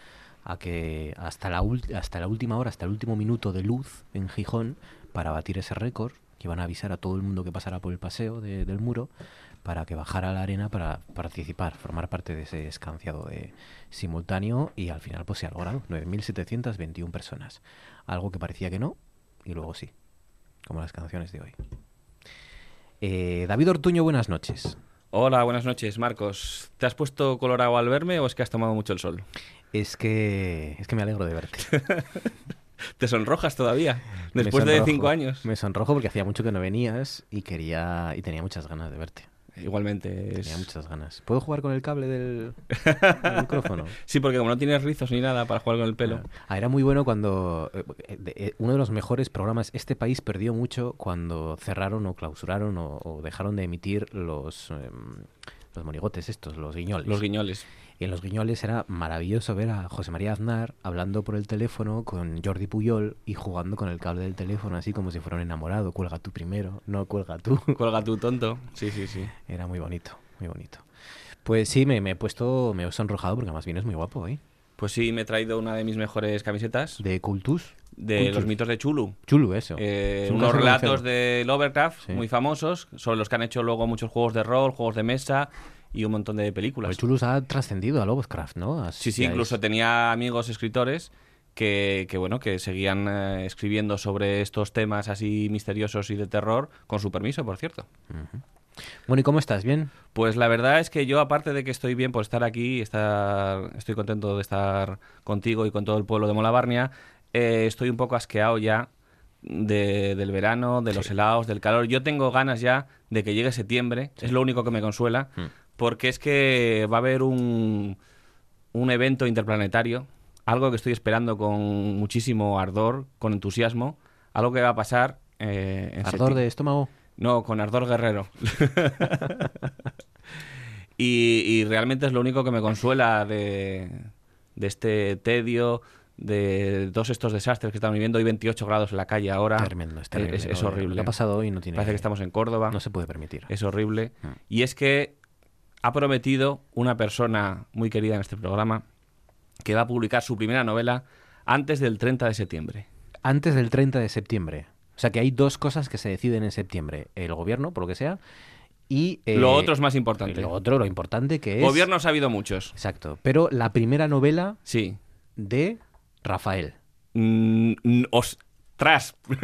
a que hasta la, ul- hasta la última hora, hasta el último minuto de luz en Gijón, para batir ese récord, que iban a avisar a todo el mundo que pasara por el paseo de- del muro, para que bajara a la arena para participar, formar parte de ese escanciado de simultáneo, y al final pues se ha logrado, 9.721 personas. Algo que parecía que no, y luego sí, como las canciones de hoy. Eh, David Ortuño, buenas noches. Hola, buenas noches, Marcos. ¿Te has puesto colorado al verme o es que has tomado mucho el sol? Es que, es que me alegro de verte. ¿Te sonrojas todavía? [laughs] Me Después de sonrojo. cinco años. Me sonrojo porque hacía mucho que no venías y quería y tenía muchas ganas de verte. Igualmente. es- Tenía muchas ganas. ¿Puedo jugar con el cable [laughs] del, del [laughs] micrófono? Sí, porque como no tienes rizos ni nada para jugar con el pelo. Ah, era muy bueno cuando eh, de- eh, uno de los mejores programas. Este país perdió mucho cuando cerraron o clausuraron o, o dejaron de emitir los em, los monigotes estos, los guiñoles. Los guiñoles. Y en los guiñoles era maravilloso ver a José María Aznar hablando por el teléfono con Jordi Puyol y jugando con el cable del teléfono, así como si fuera un enamorado. Cuelga tú primero, no cuelga tú. [laughs] Cuelga tú, tonto. Sí, sí, sí. Era muy bonito, muy bonito. Pues sí, me, me he puesto, me he sonrojado porque más bien es muy guapo, ¿eh? Pues sí, me he traído una de mis mejores camisetas De Cultus. de Cultus. los mitos de Chulu. Chulu eso. Eh, Es un unos caso relatos conocido. de Lovecraft Sí. muy famosos, sobre los que han hecho luego muchos juegos de rol, juegos de mesa y un montón de películas. Pues Chulus ha trascendido a Lovecraft, ¿no? Así Sí, sí, ya es- incluso tenía amigos escritores que, que, bueno, que seguían eh, escribiendo sobre estos temas así misteriosos y de terror, con su permiso, por cierto. Bueno, ¿y cómo estás? ¿Bien? Pues la verdad es que yo, aparte de que estoy bien por estar aquí, estar, estoy contento de estar contigo y con todo el pueblo de Molabarnia, eh, estoy un poco asqueado ya de- del verano, de los helados, del calor. Yo tengo ganas ya de que llegue septiembre, es lo único que me consuela, porque es que va a haber un, un evento interplanetario, algo que estoy esperando con muchísimo ardor, con entusiasmo, algo que va a pasar... eh, en ¿Ardor septiembre. de estómago? No, con Ardor Guerrero. [laughs] y, y realmente es lo único que me consuela de, de este tedio, de todos estos desastres que estamos viviendo. Hoy 28 grados en la calle ahora. Tremendo, es terrible. Es, es ¿no? horrible. Lo que ha pasado hoy no tiene Parece que estamos en Córdoba. No se puede permitir. Es horrible. Mm. Y es que ha prometido una persona muy querida en este programa que va a publicar su primera novela antes del 30 de septiembre. antes del 30 de septiembre. O sea que hay dos cosas que se deciden en septiembre. El gobierno, por lo que sea, y... eh, lo otro es más importante. y Lo otro, lo importante que es... Gobiernos ha habido muchos. Exacto. Pero la primera novela Sí. de Rafael. Mm, mm, os- tras. [laughs]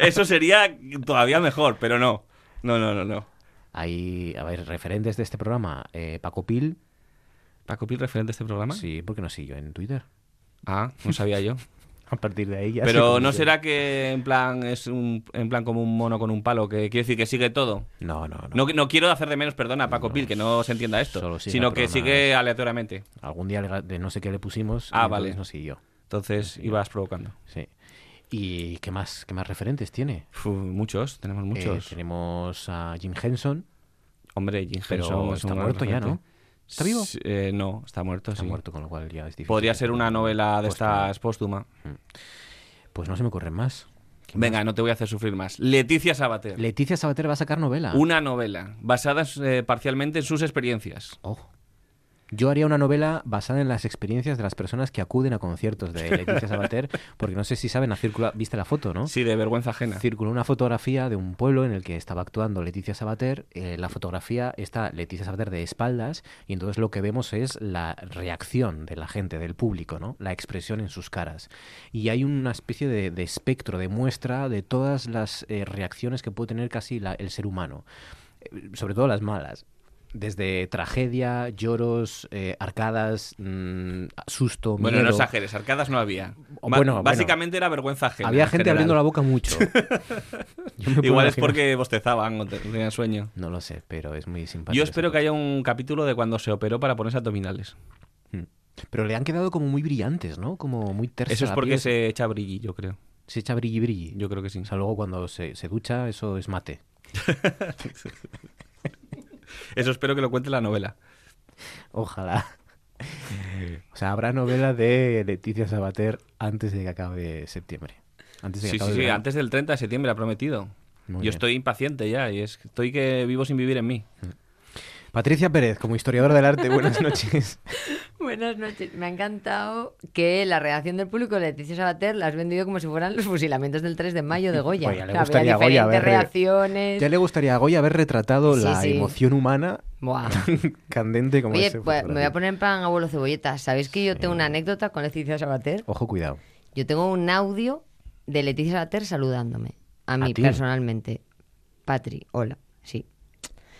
Eso sería todavía mejor, pero no. No, no, no, no. Hay, a ver, referentes de este programa. eh, Paco Pil. ¿Paco Pil referente a este programa? Sí, porque no sigo en Twitter. Ah, no sabía yo. [laughs] A partir de ahí ya... sé pero cómo no se- será que en plan es un, en plan como un mono con un palo, que quiere decir que sigue todo. No, no, no. No, no quiero hacer de menos, perdona, a Paco Pil, que no se entienda solo esto, sigue ¿eh? sino a que programas. sigue aleatoriamente. Algún día le- de no sé qué le pusimos. Ah, y entonces vale. No siguió. Entonces ibas provocando. Sí. ¿Y qué más, qué más referentes tiene? Fu, muchos, tenemos Eh, muchos. tenemos a Jim Henson. Hombre, Jim Pero Henson es está un gran muerto ya, referente. ¿no? ¿Está vivo? Sí, eh, no, está muerto, Está sí. muerto, con lo cual ya es difícil. Podría ser una novela de Póstuma. estas póstuma. Pues no se me ocurren más. ¿Qué Venga, no te voy a hacer sufrir más. Leticia Sabater. Leticia Sabater va a sacar novela. Una novela basada eh, parcialmente en sus experiencias. Ojo. Yo haría una novela basada en las experiencias de las personas que acuden a conciertos de Leticia Sabater, porque no sé si saben, a circula, viste la foto, ¿no? Sí, de vergüenza ajena. Circuló una fotografía de un pueblo en el que estaba actuando Leticia Sabater. Eh, la fotografía está Leticia Sabater de espaldas y entonces lo que vemos es la reacción de la gente, del público, ¿no? La expresión en sus caras. Y hay una especie de, de espectro, de muestra de todas las eh, reacciones que puede tener casi la- el ser humano, Eh, sobre todo las malas. Desde tragedia, lloros, eh, arcadas, mm, susto, Bueno, no miedo. exageres, arcadas no había. O Ba- bueno, bueno. básicamente era vergüenza ajena. Había en gente general. abriendo la boca mucho. [laughs] Yo me puedo Igual es imaginar. porque bostezaban o te- tenían sueño. No lo sé, pero es muy simpático. Yo esa espero que cosa. haya un capítulo de cuando se operó para ponerse abdominales. Pero le han quedado como muy brillantes, ¿no? Como muy tersa Eso es la porque piel. se echa brilli, yo creo. se echa brilli brilli. Yo creo que sí. O sea, luego cuando se, se ducha, eso es [laughs] mate. Eso espero que lo cuente la novela. [laughs] Ojalá. O sea, habrá novela de Leticia Sabater antes de que acabe septiembre. Antes de que Sí, acabe sí, el sí, verano. antes del 30 de septiembre ha prometido. Muy Yo bien. estoy impaciente ya y es- estoy que vivo sin vivir en mí. Patricia Pérez, como historiadora del arte, [laughs] buenas noches. Buenas noches. Me ha encantado que la reacción del público, Leticia Sabater, la has vendido como si fueran los fusilamientos del 3 de mayo de Goya. Oye, Pues le O sea, gustaría a había Goya diferentes haber- reacciones. Ya le gustaría a Goya haber retratado Sí, la sí. emoción humana Buah. [laughs] candente como Oye, ese pues, me voy a fotografía. poner en plan abuelo cebolleta. ¿Sabéis que yo tengo una anécdota con Leticia Sabater? Ojo, cuidado. Yo tengo un audio de Leticia Sabater saludándome. A mí, ti? personalmente. Patri, hola. Sí.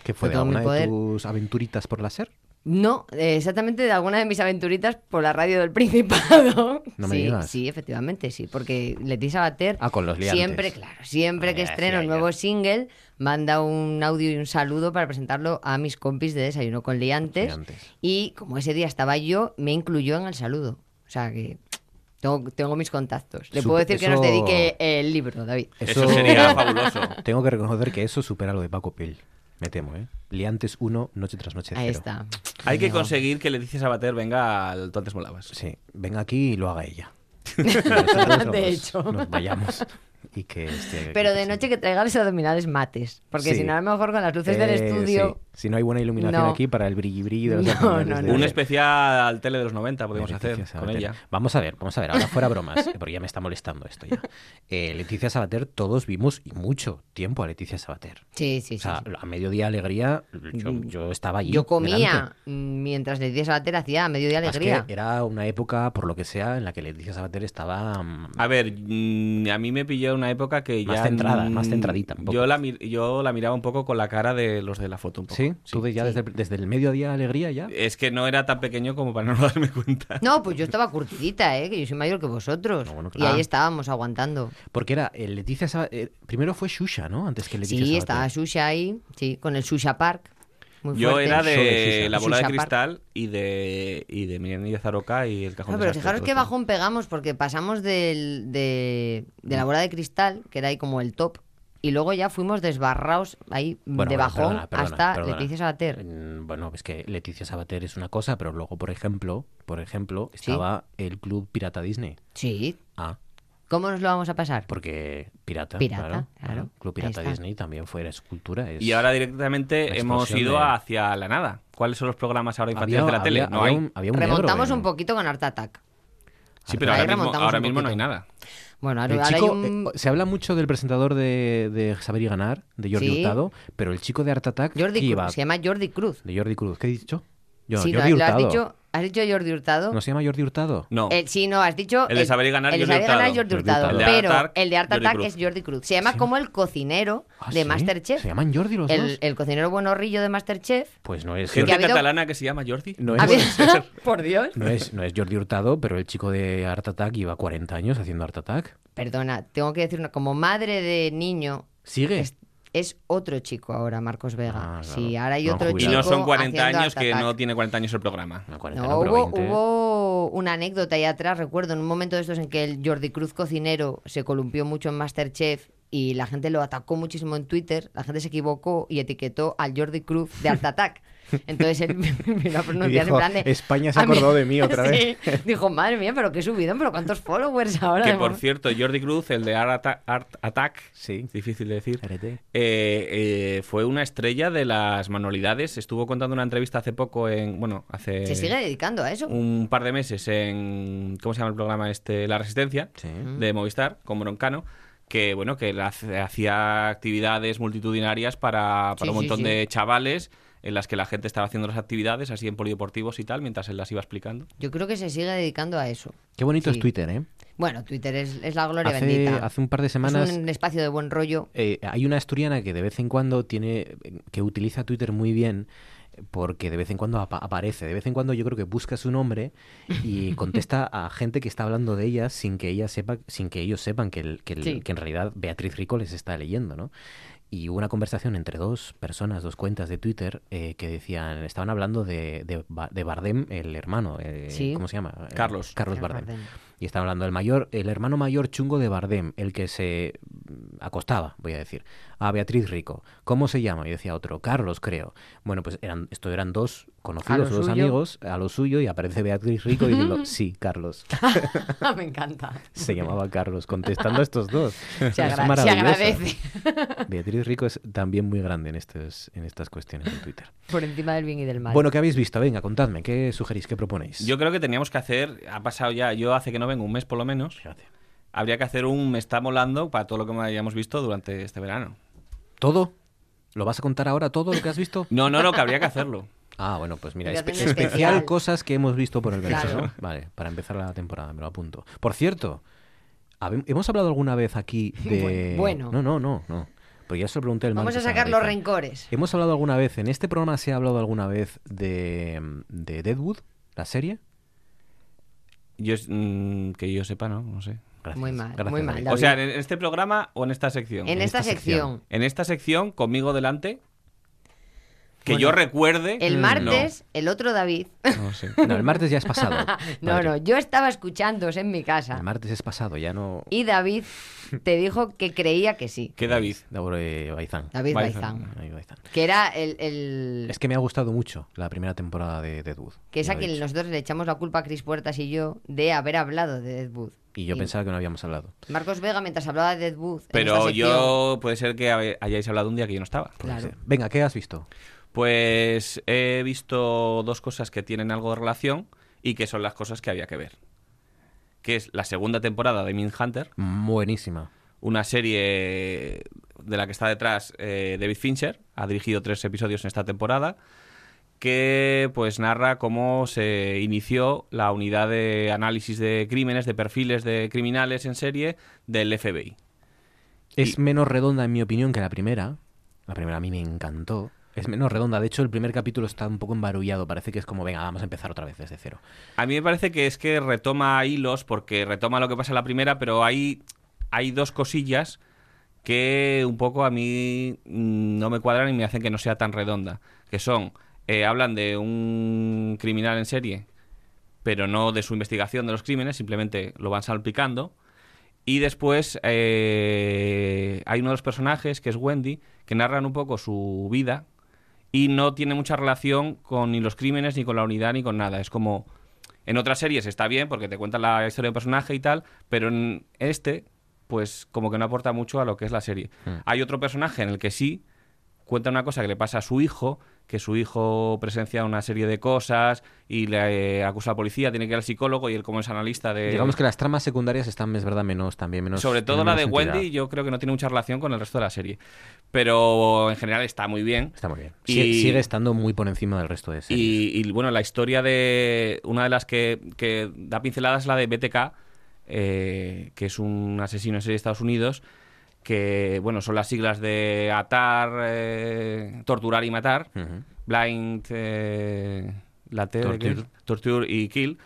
¿Qué fue? Fue de todo mi ¿Alguna de poder. tus aventuritas por la SER? No, eh, exactamente de alguna de mis aventuritas por la radio del Principado. No me sí, digas. sí, efectivamente, sí, porque Leticia Bater Ah, con los liantes. siempre, claro, siempre Ah, que ya estrena decía un yo. nuevo single, manda un audio y un saludo para presentarlo a mis compis de Desayuno con Liantes. Liantes. Y como ese día estaba yo, me incluyó en el saludo. O sea que tengo, tengo mis contactos. Le Supe- puedo decir que nos eso- dedique Eh, el libro, David. [laughs] Eso sería fabuloso. Tengo que reconocer que eso supera lo de Paco Pil. Me temo, ¿eh? Liantes 1, noche tras noche. Ahí cero. está. Hay que Amigo. conseguir que Leticia Sabater venga al Tú antes molabas. Sí, venga aquí y lo haga [laughs] ella. Y [laughs] nosotros nos- De hecho. Nos vayamos. Y que esté aquí Pero de presente. noche que traiga los abdominales mates, porque Sí. si no, a lo mejor con las luces del Eh, estudio... sí. Si no hay buena iluminación No. aquí para el brilli brilli de los No, abdominales no, de- no. Un de- especial al tele de los 90 podemos de hacer Leticia con Sabater. ella. Vamos a ver, vamos a ver, ahora fuera bromas, [laughs] eh, porque ya me está molestando esto ya. Eh, Leticia Sabater, todos vimos y mucho tiempo a Leticia Sabater. Sí, sí, sí, O sea, sí. Mm. a mediodía alegría, yo, yo estaba allí. Yo comía delante. mm, mientras Leticia Sabater hacía a mediodía Pasa alegría. Es que era una época, por lo que sea, en la que Leticia Sabater estaba. mm, A ver, mm, a mí me pilló una época que Más ya... centrada, mm, más centradita un poco. Yo la, mir- yo la miraba un poco con la cara de los de la foto un poco. ¿Sí? ¿Tú de- ya Desde, desde el mediodía alegría ya? Es que no era tan pequeño como para no [laughs] darme cuenta. No, pues yo estaba curtidita, ¿eh? que yo soy mayor que vosotros. No, bueno, y claro. ahí estábamos aguantando. Porque era eh, Leticia Sabater. Primero fue Shusha, ¿no? Antes que Leticia sí, Sabater. estaba Susha ahí, sí, con el Susha Park. Muy Yo fuerte. era Show de de Shisha. La Bola de Shisha Park. Cristal y de, y de Mireia Zaroca y El Cajón No, Ah, pero Desastre, fijaros todo qué esto. bajón pegamos, porque pasamos del, de, de la bola de cristal, que era ahí como el top, y luego ya fuimos desbarraos ahí Bueno, de bueno, bajón perdona, perdona, hasta perdona. Leticia Sabater. Mm, Bueno, es que Leticia Sabater es una cosa, pero luego, por ejemplo, por ejemplo, estaba el club Pirata Disney. Sí. Ah, ¿Cómo nos lo vamos a pasar? porque Pirata. Pirata, claro. claro. Club Ahí Pirata está. Disney también fue era escultura. es- Y ahora Una directamente hemos explosión ido de- hacia la nada. ¿Cuáles son los programas ahora infantiles de la tele? no había hay. Un, había un negro ¿eh? Remontamos ¿eh? en- un poquito con Art Attack. Sí, pero Ahí ahora, mismo, remontamos ahora un mismo no hay poquito. nada. Bueno, ahora, El ahora chico, hay un... eh, se habla mucho del presentador de, de Saber y Ganar, de Jordi Sí. Hurtado, pero el chico de Art Attack Jordi que Cruz, iba- se llama Jordi Cruz. de Jordi Cruz, ¿qué he dicho? Yo, Sí, lo- Jordi lo has Hurtado. dicho, has dicho Jordi Hurtado. ¿No se llama Jordi Hurtado? No. El- sí, no, has dicho... El de Saber y Ganar, el de Jordi Saber y Ganar, Hurtado. Jordi Jordi Hurtado, Hurtado. El de Pero Art Attack, el de Art Jordi Attack Cruz. es Jordi Cruz. Se llama como el cocinero Ah, de ¿sí? Masterchef. ¿Se llaman Jordi los el, dos? el cocinero buenorrillo de Masterchef. Pues no es, Gente ha habido- catalana que se llama Jordi. no, Ha [laughs] es, habido- Por Dios. no, es, no es Jordi Hurtado, pero el chico de Art Attack iba 40 años haciendo Art Attack. Perdona, tengo que decir una, como madre de niño, ¿Sigue? es- es otro chico ahora, Marcos Vega. Ah, claro. Sí, ahora hay No han otro jubilado. Y chico. no son 40 haciendo años, que Art no Attack. tiene 40 años el programa. No, 40 No, no, pero hubo, 20. hubo una anécdota ahí atrás, recuerdo, en un momento de estos en que el Jordi Cruz cocinero se columpió mucho en Masterchef y la gente lo atacó muchísimo en Twitter, la gente se equivocó y etiquetó al Jordi Cruz de Art Attack. Entonces él [laughs] vino a pronunciar dijo, en plan de... "España se "A mí-". acordó de mí otra [laughs] Sí. Dijo, madre mía, pero qué subidón, pero cuántos followers ahora. Que de por mo-". cierto, Jordi Cruz, el de Art, Atta- Art Attack, Sí. difícil de decir, Arete. eh, eh, fue una estrella de las manualidades. Estuvo contando una entrevista hace poco en. Bueno, hace. ¿Se sigue dedicando a eso? un par de meses en cómo se llama el programa este La Resistencia Sí. de Movistar con Broncano que bueno que él hace- hacía actividades multitudinarias para, para Sí, un sí, montón sí. de chavales en las que la gente estaba haciendo las actividades así en polideportivos y tal mientras él las iba explicando Yo creo que se sigue dedicando a eso. Qué bonito Sí. es Twitter, ¿eh? Bueno, Twitter es, es la gloria Hace, bendita. hace un par de semanas Es un espacio de buen rollo. [laughs] eh, hay una asturiana que de vez en cuando tiene que utiliza Twitter muy bien eh, porque de vez en cuando apa- aparece, de vez en cuando yo creo que busca su nombre [laughs] y contesta a gente que está hablando de ella sin que ella sepa, sin que ellos sepan que, el- que, el- Sí. que en realidad Beatriz Rico les está leyendo, ¿no? Y hubo una conversación entre dos personas, dos cuentas de Twitter, eh, que decían, estaban hablando de, de, Ba- de Bardem, el hermano, eh, Sí. ¿cómo se llama? Eh, Carlos. Carlos Carlos Bardem. Bardem. Y estaba hablando del mayor, el hermano mayor chungo de Bardem, el que se mm, acostaba, voy a decir, a Beatriz Rico. ¿Cómo se llama? Y decía otro, Carlos, creo. Bueno, pues eran, esto eran dos conocidos, A lo dos suyo. amigos, a lo suyo, y aparece Beatriz Rico diciendo, sí, [laughs] Carlos. Me encanta. Se llamaba Carlos, contestando a estos dos. Se, Es agra- se maravilloso. agradece Beatriz Rico es también muy grande en, estos, en estas cuestiones de Twitter. por encima del bien y del mal. Bueno, ¿qué habéis visto? Venga, contadme, ¿qué sugerís? ¿Qué proponéis? yo creo que teníamos que hacer ha pasado ya yo hace que no vengo un mes por lo menos Fíjate. habría que hacer un me está molando para todo lo que hayamos visto durante este verano ¿Todo? ¿Lo vas a contar ahora todo lo que has visto? no no no que habría que hacerlo Ah, bueno, pues mira, Pero espe- tiene especial, especial. cosas que hemos visto por el verano, Claro. ¿no? Vale, para empezar la temporada, me lo apunto. Por cierto, habe- hemos hablado alguna [laughs] vez aquí de... Bueno. No, no, no, no. Pero ya se lo pregunté el Vamos a martes sacar los Garita. rencores. Hemos hablado alguna vez, en este programa se ha hablado alguna vez de, de Deadwood, la serie. yo es- mm, que yo sepa no no sé Gracias, Muy mal, gracias, muy mal, David. David. o sea en este programa o en esta sección En esta sección. En esta sección, conmigo delante, que Bueno, yo recuerde. El no. martes, el otro David. No sé. [laughs] No, Mm, el martes ya es pasado. [laughs] No, padre. no, yo estaba escuchándos en mi El casa martes es pasado, ya no... y David te dijo que creía que sí. Que David. David Baizán. David Baizán. Baizán. David Baizán. Que era el. el- Es que me ha gustado mucho la primera temporada de Deadwood. que es ya a lo he quien dicho. nosotros le echamos la culpa a Chris Puertas y yo de haber hablado de Deadwood. Y yo pensaba que no habíamos hablado. Marcos Vega, mientras hablaba de Deadwood. en esta Pero sección, yo puede ser que habe- hayáis hablado un día que yo no estaba. Claro. Sí. Venga, ¿qué has visto? Pues he visto dos cosas que tienen algo de relación y que son las cosas que había que ver. Que es la segunda temporada de Min Hunter, Buenísima. una serie de la que está detrás eh, David Fincher, ha dirigido tres episodios en esta temporada, que pues narra cómo se inició la unidad de análisis de crímenes, de perfiles de criminales en serie del FBI. Es Y- menos redonda, en mi opinión, que la primera. La primera a mí me encantó. Es menos redonda. De hecho, el primer capítulo está un poco embarullado. Parece que es como, venga, vamos a empezar otra vez desde cero. A mí me parece que es que retoma hilos, porque retoma lo que pasa en la primera, pero hay, hay dos cosillas que un poco a mí mm, no me cuadran y me hacen que no sea tan redonda. Que son, eh, hablan de un criminal en serie, pero no de su investigación de los crímenes, simplemente lo van salpicando. Y después eh, hay uno de los personajes, que es Wendy, que narran un poco su vida y no tiene mucha relación con ni los crímenes, ni con la unidad, ni con nada. Es como, en otras series está bien porque te cuentan la historia del personaje y tal, pero en este, pues como que no aporta mucho a lo que es la serie. Hay otro personaje en el que sí cuenta una cosa que le pasa a su hijo, que su hijo presencia una serie de cosas y le eh, acusa a la policía, tiene que ir al psicólogo y él como es analista de... Digamos que las tramas secundarias están, es verdad, menos también. menos Eh, Sobre todo tienen la de menos entidad. Wendy, yo creo que no tiene mucha relación con el resto de la serie. Pero en general está muy bien. Está muy bien. Y- Sigue- Sigue estando muy por encima del resto de series. Y, y, bueno, la historia de. Una de las que, que da pinceladas es la de BTK, eh, que es un asesino en serie de Estados Unidos, que, bueno, son las siglas de atar, eh, torturar y matar. Ujú. Blind, eh, la T de Torture. Kill, Torture y Kill.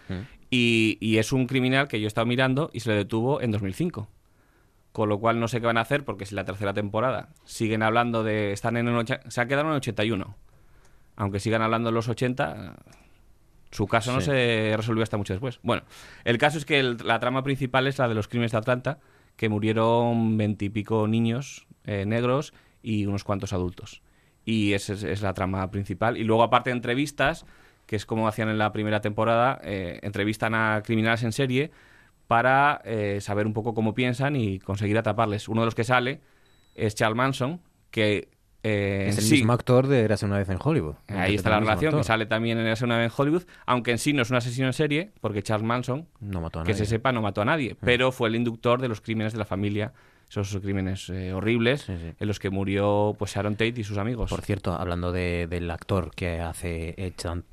Y, y es un criminal que yo he estado mirando y se le detuvo en 2005. Con lo cual no sé qué van a hacer porque si la tercera temporada siguen hablando de... están en el ocha- Se ha quedado en el 81. Aunque sigan hablando de los 80, su caso no Sí. se resolvió hasta mucho después. Bueno, el caso es que el- la trama principal es la de los crímenes de Atlanta, que murieron veintipico niños eh, negros y unos cuantos adultos. Y esa es, es la trama principal. Y luego, aparte, entrevistas, que es como hacían en la primera temporada, eh, entrevistan a criminales en serie para eh, saber un poco cómo piensan y conseguir atraparles. Uno de los que sale es Charles Manson, que... eh, Es en el sí- mismo actor de Érase una vez en Hollywood. Ahí Es está la el mismo relación, que actor. sale también en Érase una vez en Hollywood, aunque en sí no es un asesino en serie, porque Charles Manson, No mató a que nadie. Mm. se sepa, no mató a nadie, pero fue el inductor de los crímenes de la familia, esos crímenes eh, horribles Sí, sí. en los que murió pues Sharon Tate y sus amigos. Por cierto, hablando de- del actor que hace eh, Chan-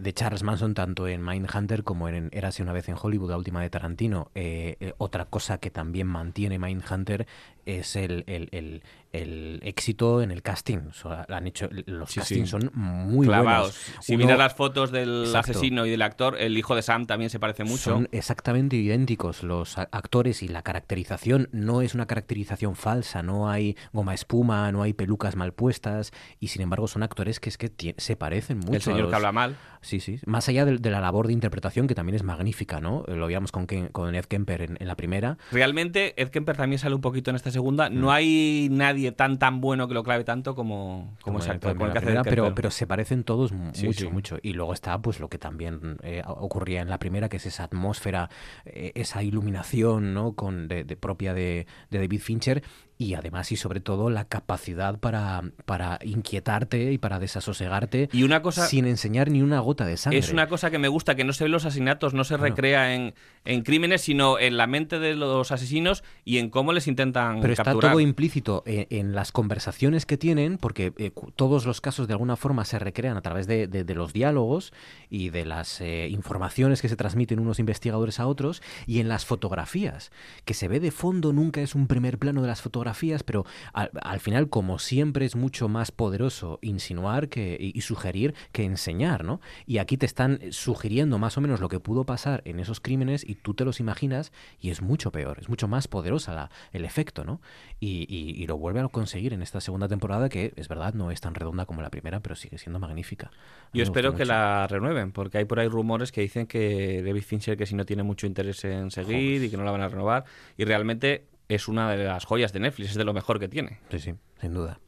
de Charles Manson tanto en Mindhunter como en Érase una vez en Hollywood, la última de Tarantino. eh, eh, otra cosa que también mantiene Mindhunter es el, el- el- el éxito en el casting. O sea, han hecho, los Sí, sí. castings son muy Clavados. buenos. Si Uno- miras las fotos del Exacto. asesino y del actor, el hijo de Sam también se parece mucho. Son eh, exactamente idénticos los a- actores y la caracterización no es una caracterización falsa, no hay goma espuma, no hay pelucas mal puestas y sin embargo son actores que es que tie- se parecen mucho. el señor a los- que habla mal. Sí, sí. Más allá del- de, la labor de interpretación que también es magnífica, ¿no? Lo veíamos con, Ken- con Ed Kemper en, en la primera. Realmente Ed Kemper también sale un poquito en esta segunda. Mm. No hay nadie tan tan bueno que lo clave tanto como, como, como ese en- actor, como en como la el que hace primera, Ed pero, Kemper. pero se parecen todos mu- Sí, mucho, sí. mucho. Y luego está pues lo que también eh, ocurría en la primera, que es esa atmósfera, eh, esa iluminación ¿no? Con, de, de- propia de, de David Fincher y además y sobre todo la capacidad para, para inquietarte y para desasosegarte Y una cosa... sin enseñar ni una gota de sangre. Es una cosa que me gusta, que no se ven los asesinatos, no se Claro. recrea en, en crímenes, sino en la mente de los asesinos y en cómo les intentan Pero capturar. está todo implícito en, en las conversaciones que tienen, porque eh, cu- todos los casos de alguna forma se recrean a través de, de- de los diálogos y de las eh, informaciones que se transmiten unos investigadores a otros, y en las fotografías, que se ve de fondo, nunca es un primer plano de las fotografías, pero al, al final, como siempre, es mucho más poderoso insinuar que, y, y sugerir que enseñar, ¿no? Y aquí te están eh, sugiriendo más o menos lo que pudo pasar en esos crímenes y tú te los imaginas y es mucho peor, es mucho más poderosa la- el efecto, ¿no? Y, y- y lo vuelve a conseguir en esta segunda temporada que, es verdad, no es tan redonda como la primera, pero sigue siendo magnífica. A mí me Yo espero gustó que mucho. la renueven, porque hay por ahí rumores que dicen que David Fincher que si no tiene mucho interés en seguir y que no la van a renovar. Y realmente es una de las joyas de Netflix, es de lo mejor que tiene. Sí, sí, sin duda.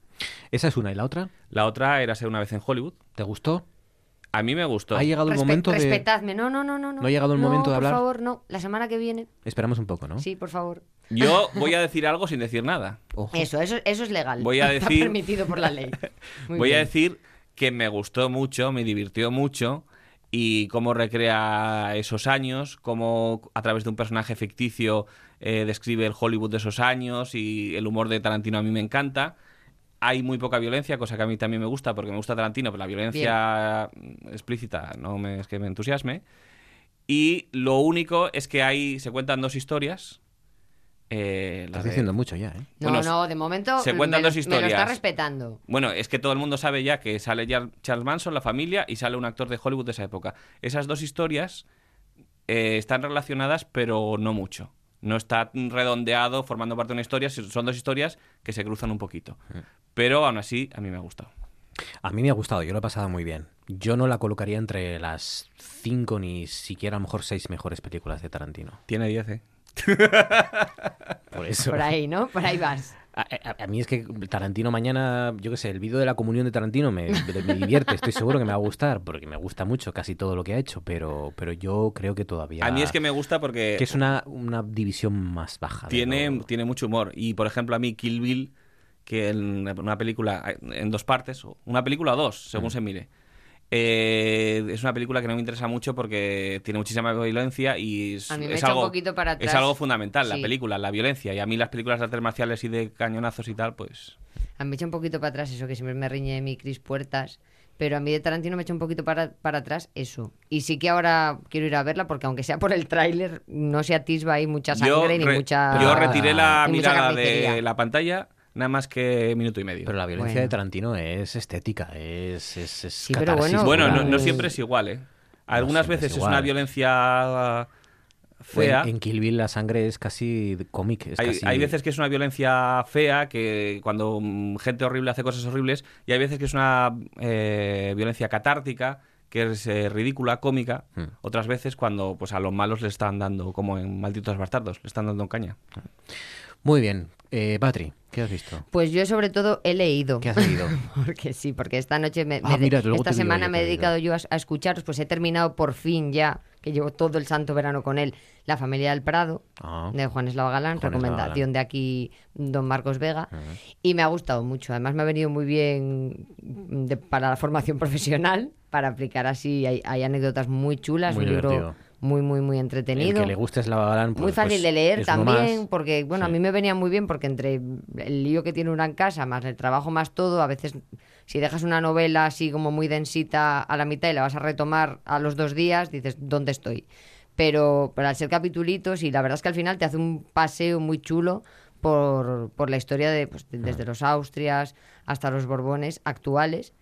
Esa es una. ¿Y la otra? La otra era ser una vez en Hollywood. ¿Te gustó? A mí me gustó. Ha llegado el Respe- momento de... Respetadme. No, no, no, no. ¿No ha llegado el momento de hablar? Por favor, no. La semana que viene. Esperamos un poco, ¿no? Sí, por favor. Yo voy a decir algo sin decir nada. Ojo. Eso, eso, eso es legal. Voy a decir- Está permitido por [laughs] la ley. Muy Voy a bien. decir que me gustó mucho, me divirtió mucho y cómo recrea esos años, cómo a través de un personaje ficticio eh, describe el Hollywood de esos años y el humor de Tarantino a mí me encanta. Hay muy poca violencia, cosa que a mí también me gusta porque me gusta Tarantino, pero la violencia explícita no me- es que me entusiasme. Y lo único es que ahí se cuentan dos historias. eh, la Estás de- diciendo mucho ya, ¿eh? No, Bueno, no, de momento. se me cuentan lo- dos Me lo está historias. respetando. bueno, es que todo el mundo sabe ya que sale ya Charles Manson, la familia, y sale un actor de Hollywood de esa época. Esas dos historias eh, están relacionadas, pero no mucho. No está redondeado formando parte de una historia, si- son dos historias que se cruzan un poquito. Pero aún así, a mí me ha gustado. A mí me ha gustado, yo lo he pasado muy bien. Yo no la colocaría entre las cinco ni siquiera a lo mejor seis mejores películas de Tarantino. Tiene 10, ¿eh? [laughs] Por eso. Por ahí, ¿no? Por ahí [laughs] vas. Ah, A, eh, a- a mí es que Tarantino mañana, yo qué sé, el vídeo de la comunión de Tarantino me, me- me divierte, estoy seguro que me va a gustar, porque me gusta mucho casi todo lo que ha hecho, pero, pero yo creo que todavía... A mí es que me gusta porque que es una, una división más baja. de tiene, lo- tiene mucho humor. Y, por ejemplo, a mí Kill Bill, que en una película, en dos partes, o una película o dos, según se mire, eh, es una película que no me interesa mucho porque tiene muchísima violencia y es, A mí me es echa un algo, poquito para es atrás. algo fundamental, la Sí. película, la violencia. Y a mí las películas de artes marciales y de cañonazos y tal, pues... A mí me echa un poquito para atrás eso, que siempre me riñe de mi Cris Puertas. Pero a mí de Tarantino me echa un poquito para, para atrás eso. Y sí que ahora quiero ir a verla porque aunque sea por el tráiler, no se atisba ahí mucha sangre ni re- mucha... yo retiré la ni mucha mirada de carnicería. la pantalla nada más que minuto y medio. Pero la violencia Bueno. de Tarantino es estética, es... es, es Sí, pero catarsis bueno, pues, Bueno, no, pura. no siempre es igual, ¿eh? Algunas siempre es veces es, igual. una violencia O en- fea. En, Kill Bill la sangre es casi cómic. es hay, casi- hay veces que es una violencia fea, que cuando mm, gente horrible hace cosas horribles, y hay veces que es una eh, violencia catártica, que es eh, ridícula, cómica. Otras veces cuando pues a los malos le están dando, como en Malditos Bastardos, le están dando caña. Muy bien. Eh, Patri, ¿qué has visto? Pues yo sobre todo he leído. ¿Qué has leído? [laughs] Porque sí, porque esta noche, me, Ah, me de- mira, luego esta te digo semana yo me qué he he dedicado yo a, a escucharos, pues he terminado por fin ya, que llevo todo el santo verano con él, La familia del Prado, Ah. de Juan Eslava Galán, Juan Eslava recomendación Galán. Ah. de aquí don Marcos Vega, y me ha gustado mucho, además me ha venido muy bien de- para la formación [laughs] profesional, para aplicar así, hay, hay anécdotas muy chulas, Muy un libro divertido. muy, muy, muy El entretenido. que le guste es la Galán, pues, Muy fácil pues, de leer es uno más. también, porque bueno, Sí. a mí me venía muy bien porque entre el lío que tiene una en casa, más el trabajo, más todo, a veces si dejas una novela así como muy densita a la mitad y la vas a retomar a los dos días, dices, ¿dónde estoy? Pero, pero al ser capitulitos y la verdad es que al final te hace un paseo muy chulo por, por la historia de, pues, de- desde los Austrias hasta los Borbones actuales.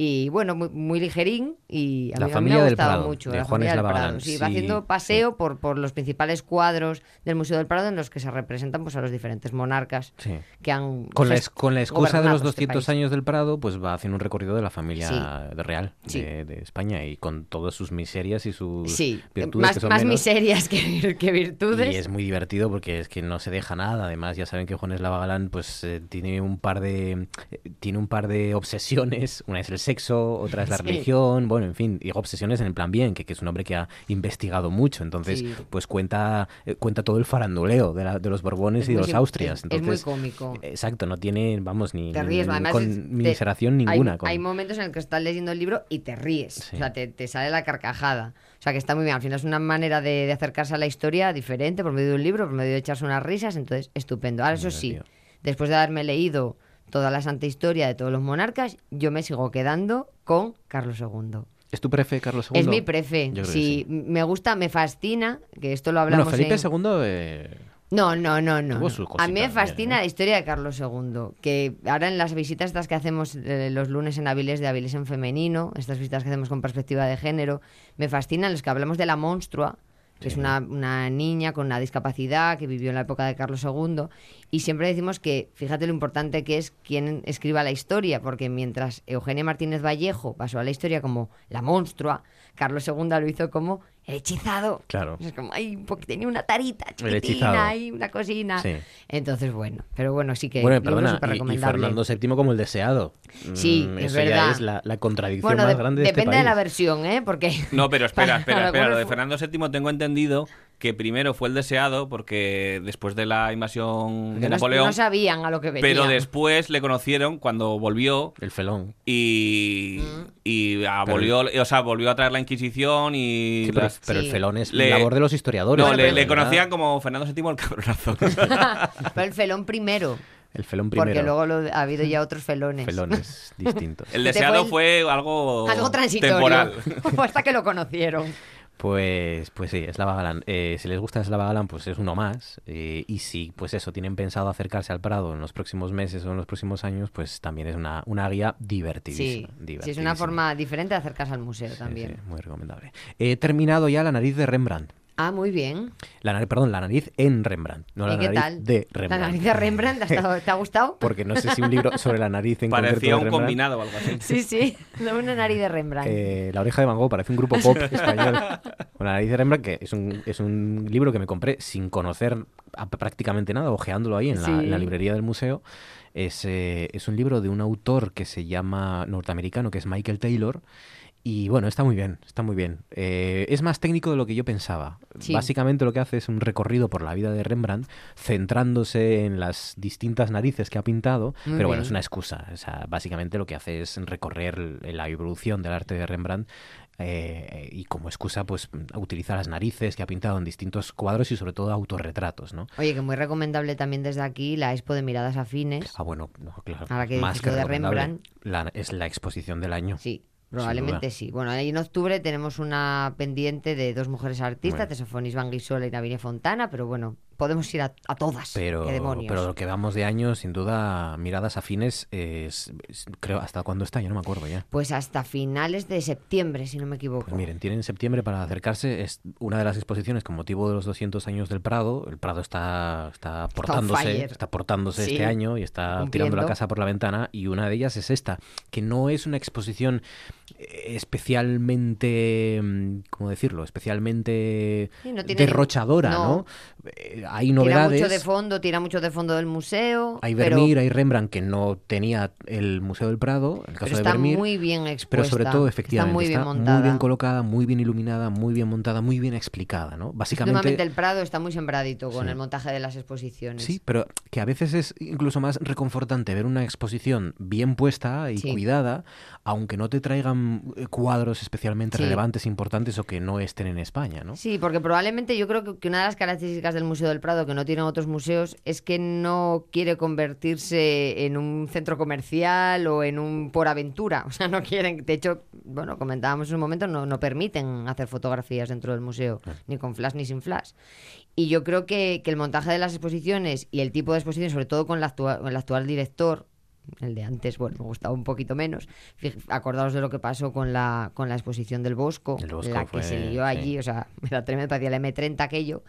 Y bueno, muy, muy ligerín y a mí, a La mí familia me ha del gustado Prado, mucho. de la Juan familia del Eslava Prado. Galán. Sí, va Sí, haciendo paseo por, por los principales cuadros del Museo del Prado en los que se representan pues, a los diferentes monarcas Sí. que han... Con la, pues, ex- con la excusa de gobernado los este 200 país. años del Prado, pues va haciendo un recorrido de la familia Sí. de real Sí. de, de España y con todas sus miserias y sus Sí, virtudes que más, son más menos. miserias que, que virtudes. Y es muy divertido porque es que no se deja nada. Además, ya saben que Juan Eslava Galán pues eh, tiene un par de eh, tiene un par de obsesiones. Una es el sexo, otra es la Sí. religión, bueno, en fin, digo obsesiones en el plan bien, que, que es un hombre que ha investigado mucho. Entonces, Sí. pues cuenta eh, cuenta todo el faranduleo de, la- de los Borbones Es y de muy los sim- Austrias. es- es muy Entonces, cómico. Exacto, no tiene, vamos, ni, te ni- ríes, ni además con es- te- miseración hay- ninguna. Hay, con- momentos en los que estás leyendo el libro y te ríes, Sí. o sea, te, te sale la carcajada. O sea, que está muy bien. Al final es una manera de, de acercarse a la historia diferente por medio de un libro, por medio de echarse unas risas, entonces estupendo. Ahora, eso sí, Divertido. después de haberme leído toda la santa historia de todos los monarcas, yo me sigo quedando con Carlos II. ¿Es tu prefe, Carlos II? Es mi prefe. Yo creo que Sí, sí. m- me gusta, me fascina, que esto lo Bueno, hablamos Felipe en- II... eh, no, no, no, no. Tuvo no. su cosita A mí me también, fascina ¿eh? la historia de Carlos II, que ahora en las visitas estas que hacemos eh, los lunes en Avilés de Avilés en femenino, estas visitas que hacemos con perspectiva de género, me fascinan los que hablamos de la monstrua, que es una, una niña con una discapacidad que vivió en la época de Carlos II, y siempre decimos que fíjate lo importante que es quien escriba la historia, porque mientras Eugenia Martínez Vallejo pasó a la historia como la monstrua, Carlos II lo hizo como el hechizado. Claro. Es como, ay, porque tenía una tarita hechizado. chiquitina ahí, una cosina. Sí. Entonces, bueno, pero bueno, sí que Bueno, y libro perdona, súper y- y, recomendable. Fernando VII como el deseado. Sí, Mm, es eso ya verdad. es la, la contradicción bueno, más de- grande de este depende de la país. versión, ¿eh? Porque [laughs] No, pero espera, [laughs] para espera, espera. Lo de algunos- Fernando VII tengo entendido que primero fue el deseado porque después de la invasión [laughs] de no- Napoleón, no sabían a lo que venían. pero después le conocieron cuando volvió El felón. y, Mm. y abolió, o sea, volvió a traer la Inquisición y... Sí, pero, la- pero el Sí. felón es Le- labor de los historiadores. no, le, ¿verdad? le conocían como Fernando VII [laughs] el cabronazo. [laughs] Pero el felón primero, El felón primero. porque luego lo- ha habido ya otros felones. [laughs] Felones distintos. El Te deseado fue fue algo, Algo transitorio. [laughs] temporal. Fue hasta que lo conocieron. Pues, pues sí, Slava Galán. Eh, si les gusta Slava Galán, pues es uno más. Eh, y si, pues eso, tienen pensado acercarse al Prado en los próximos meses o en los próximos años, pues también es una, una guía Sí, divertidísima. sí, es una divertidísima. forma diferente de acercarse al museo Sí, también. sí, muy recomendable. He terminado ya La nariz de Rembrandt. Ah, muy bien. La nariz, perdón, la nariz en Rembrandt, no la ¿Y qué nariz tal? de Rembrandt. La nariz de Rembrandt, ¿te ha estado- te ha gustado? Porque no sé si un libro sobre la nariz en [laughs] Parecía concreto de un Rembrandt, combinado o algo [laughs] así. [laughs] Sí, sí, [laughs] de una nariz de Rembrandt. eh, la oreja de Van Gogh parece [laughs] un grupo pop español. Con la nariz de Rembrandt, que es un, es un libro que me compré sin conocer a- prácticamente nada, ojeándolo ahí en, la, en la Sí. librería del museo. Es, eh, es un libro de un autor que se llama norteamericano, que es Michael Taylor. Y bueno, está muy bien, está muy bien. Eh, es más técnico de lo que yo pensaba. Sí. Básicamente lo que hace es un recorrido por la vida de Rembrandt, centrándose en las distintas narices que ha pintado, Muy pero bueno, bien. es una excusa. O sea, básicamente lo que hace es recorrer l- la evolución del arte de Rembrandt eh, y como excusa pues utiliza las narices que ha pintado en distintos cuadros y sobre todo autorretratos, ¿no? Oye, que muy recomendable también desde aquí la expo de miradas afines. Ah, bueno, no, claro. Ahora que más dices que lo de recomendable. Rembrandt. La- es la exposición del año. Sí, probablemente duda. sí. Bueno, ahí en octubre tenemos una pendiente de dos mujeres artistas, Bueno. de Sofonis Van Guisola y Navinia Fontana, pero bueno, podemos ir a, a todas. Pero, Qué demonios. pero lo que vamos de años, sin duda, miradas afines, es, es- creo, ¿hasta cuándo está? Yo no me acuerdo ya. Pues hasta finales de septiembre, si no me equivoco. Pues miren, tienen septiembre para acercarse. Es una de las exposiciones con motivo de los 200 años del Prado. El Prado está, está portándose, fire. está portándose Sí. este año y está tirando Cumpliendo. la casa por la ventana. Y una de ellas es esta, que no es una exposición eh, especialmente, mm, ¿cómo decirlo? Especialmente Sí, no tiene- derrochadora, no. ¿no? Eh, Hay tira novedades. mucho de fondo, tira mucho de fondo del museo. Hay pero- Vermeer, hay Rembrandt que no tenía el Museo del Prado, en el caso pero de está Vermeer. muy bien expuesta. Pero sobre todo, efectivamente, Está muy bien montada. colocada, muy bien iluminada, muy bien montada, muy bien explicada, ¿no? Últimamente el Básicamente, Prado está muy sembradito con Sí. el montaje de las exposiciones. sí, pero que a veces es incluso más reconfortante ver una exposición bien puesta y Sí. cuidada, aunque no te traigan eh, cuadros especialmente Sí. relevantes, importantes o que no estén en España, ¿no? Sí, porque probablemente yo creo que- que una de las características del Museo del Prado que no tienen otros museos es que no quiere convertirse en un centro comercial o en un por aventura. [laughs] O sea, no quieren. De hecho, bueno, comentábamos en un momento, no, no permiten hacer fotografías dentro del museo, ni con flash ni sin flash. Y yo creo que, que el montaje de las exposiciones y el tipo de exposiciones, sobre todo con la actua- con el actual director, el de antes, bueno, me gustaba un poquito menos. Fij- Acordaos de lo que pasó con la, con la exposición del Bosco, El Bosco la que fue- se lió allí, sí. o sea, [laughs] era tremendo, parecía la M30 aquello.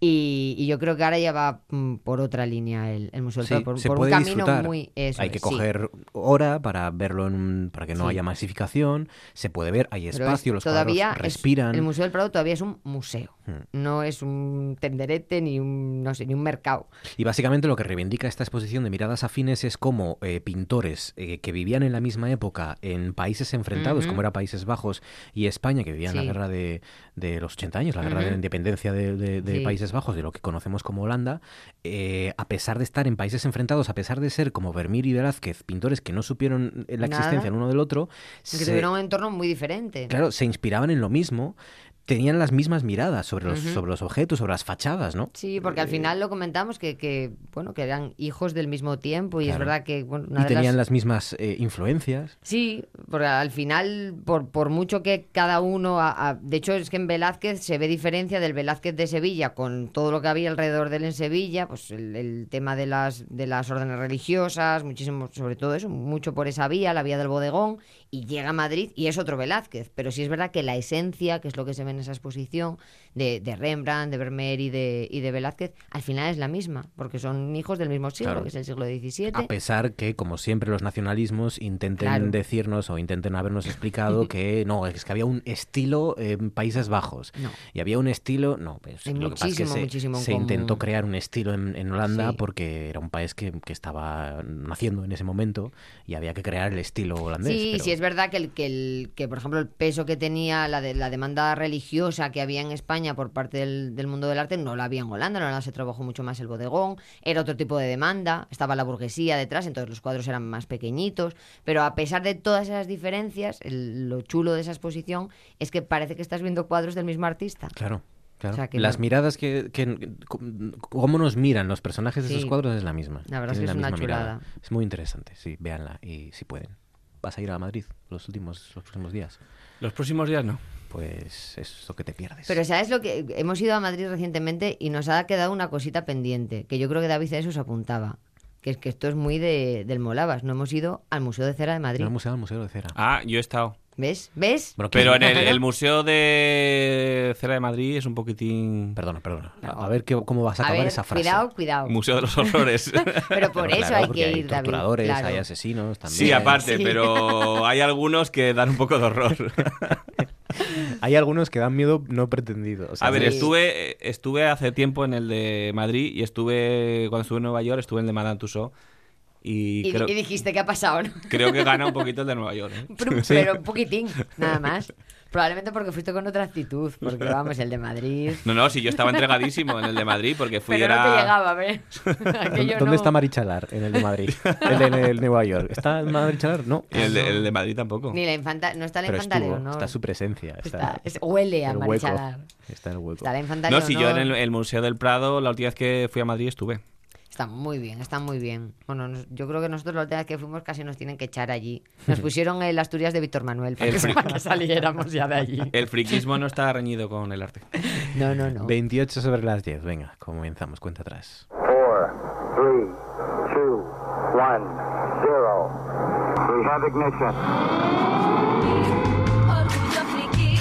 Y, y yo creo que ahora ya va mm, por otra línea el, el Museo del Sí, Prado, por, se por un puede camino disfrutar. muy... eso hay que es, sí. coger hora para verlo en un- para que no Sí. haya masificación, se puede ver, hay Pero espacio, es- los todavía cuadros es- respiran. Hmm. el Museo del Prado todavía es un museo, no es un tenderete ni un, no sé, ni un mercado. Y básicamente lo que reivindica esta exposición de miradas afines es cómo eh, pintores eh, que vivían en la misma época en países enfrentados, Ujú. como era Países Bajos y España, que vivían la Sí. guerra de, de los 80 años, la guerra de Ujú. la independencia de, de- de Sí. Países Bajos, de lo que conocemos como Holanda, eh, a pesar de estar en países enfrentados, a pesar de ser como Vermeer y Velázquez, pintores que no supieron eh, la Nada. existencia el uno del otro, Que se- tuvieron un entorno muy diferente. claro, se inspiraban en lo mismo, tenían las mismas miradas sobre los, Ujú. sobre los objetos, sobre las fachadas, ¿no? Sí, porque al final lo comentamos que, que bueno, que eran hijos del mismo tiempo y es Claro. verdad que bueno, una Y de tenían las- las mismas eh, influencias. Sí, porque al final, por, por mucho que cada uno... ha- ha- De hecho, es que en Velázquez se ve diferencia del Velázquez de Sevilla con todo lo que había alrededor de él en Sevilla, pues el, el tema de las, de las órdenes religiosas, muchísimo, sobre todo eso, mucho por esa vía, la vía del bodegón, y llega a Madrid y es otro Velázquez. Pero sí es verdad que la esencia, que es lo que se ve en esa exposición de, de Rembrandt, de Vermeer y de, y de Velázquez, al final es la misma, porque son hijos del mismo siglo, Claro. que es el siglo XVII. A pesar que, como siempre, los nacionalismos intenten Claro. decirnos o intenten habernos [laughs] explicado que no, es que había un estilo en Países Bajos. No. Y había un estilo, no, pues, Hay lo que pasa es que muchísimo, se, muchísimo en se intentó común. crear un estilo en, en Holanda Sí. porque era un país que, que estaba naciendo en ese momento y había que crear el estilo holandés. Sí, pero- sí, es verdad que, el, que, el, que, por ejemplo, el peso que tenía la, de, la demanda religiosa que había en España por parte del, del mundo del arte no la había en Holanda. En Holanda se trabajó mucho más el bodegón, era otro tipo de demanda, estaba la burguesía detrás, entonces los cuadros eran más pequeñitos. Pero a pesar de todas esas diferencias, el- lo chulo de esa exposición es que parece que estás viendo cuadros del mismo artista. Claro. Claro. O sea, que Las no- miradas que, que- com- cómo nos miran los personajes de esos Sí. cuadros es la misma. La verdad es Tienen que es una misma mirada. chulada. Es muy interesante, sí, véanla y si pueden. Vas a ir a Madrid los últimos los próximos días. Los próximos días no. Pues es lo que te pierdes. Pero ¿sabes lo que? Hemos ido a Madrid recientemente y nos ha quedado una cosita pendiente, que yo creo que David a eso se apuntaba, que es que esto es muy de, del Molavas. No hemos ido al Museo de Cera de Madrid. No, al museo, al museo de cera. Ah, yo he estado. ¿Ves? ¿Ves? Bueno, Pero en ¿quién? [laughs] el, el Museo de Cera de Madrid es un poquitín... Perdona, perdona. A a ver qué- cómo vas a, A acabar ver, esa frase. cuidado, cuidado. Museo de los Horrores. [laughs] Pero por Pero eso claro, hay porque que ir, David. torturadores, claro. hay asesinos también. Sí, aparte, Sí. [laughs] pero hay algunos que dan un poco de horror. [laughs] Hay algunos que dan miedo no pretendido. A ver, Sí. estuve, eh, estuve hace tiempo en el de Madrid y estuve, cuando estuve en Nueva York, estuve en el de Madame Tussauds. Y, Y, creo, y dijiste que ha pasado, ¿no? [laughs] creo que gana un poquito el de Nueva York. ¿eh? Pero, pero un poquitín, nada más. Probablemente porque fuiste con otra actitud, porque vamos, el de Madrid. No, no, sí, yo estaba entregadísimo en el de Madrid porque fui Pero era... no te llegaba, a ver. [laughs] [laughs] Aquello no. Marichalar en el de Madrid? el de Nueva York. ¿Está en Marichalar? No. Y Ah, el de, el de Madrid tampoco. Ni la infanta, no está la infanta Leonor. presencia. Está- es- huele a Marichalar. Está el hueco. Está la infanta No, sí, yo Leonor, en el, el Museo del Prado, la última vez que fui a Madrid estuve. está Está muy bien, está muy bien. Bueno, nos- yo creo que nosotros la última vez que fuimos casi nos tienen que echar allí. [laughs] Nos pusieron el Asturias de Víctor Manuel para [laughs] El que, fri- para que saliéramos ya de [laughs] allí. El friquismo no está reñido con el arte. No, no, no. 28 sobre las 10, venga, comenzamos, cuenta atrás. Four, three, two, one, zero. We have ignition. Orgullo friki,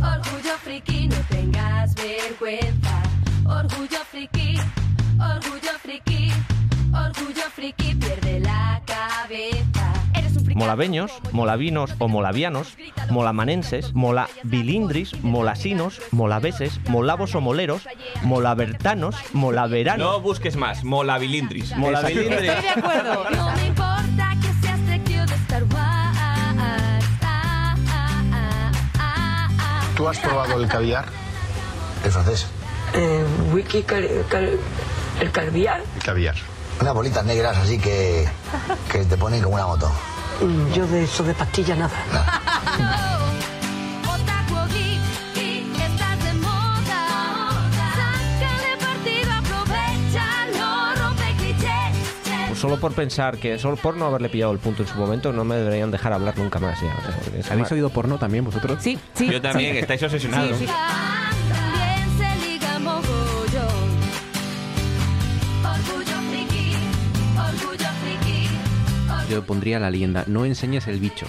orgullo friki, no tengas vergüenza. Orgullo friki, orgullo friki, orgullo friki, pierde la cabeza. Eres un friki. Molaveños, molavinos o molavianos, molamanenses, molavilindris, molasinos, molaveses, molavos o moleros, molabertanos, molaveranos. No busques más, Mola Vilindris. Molavilindris. Estoy de acuerdo. No me importa que seas trekio de Star Wars. Ah, ah, ah, ah, ah. ¿Tú has probado el caviar? El francés. wiki el calviar. El caviar. Unas bolitas negras así que, que te ponen como una moto. Yo de eso de pastilla nada. Otaku geek, geek, estás de moda. Sácale partido, aprovechalo, rompe clichés. Solo por pensar que, solo por no haberle pillado el punto en su momento, no me deberían dejar hablar nunca más. Ya. O sea, es ¿Habéis mal. oído porno también vosotros? Sí, sí. Yo también, estáis obsesionados. También se liga mogollón. Orgullo friki, orgullo friki. Yo pondría la leyenda, no enseñes el bicho.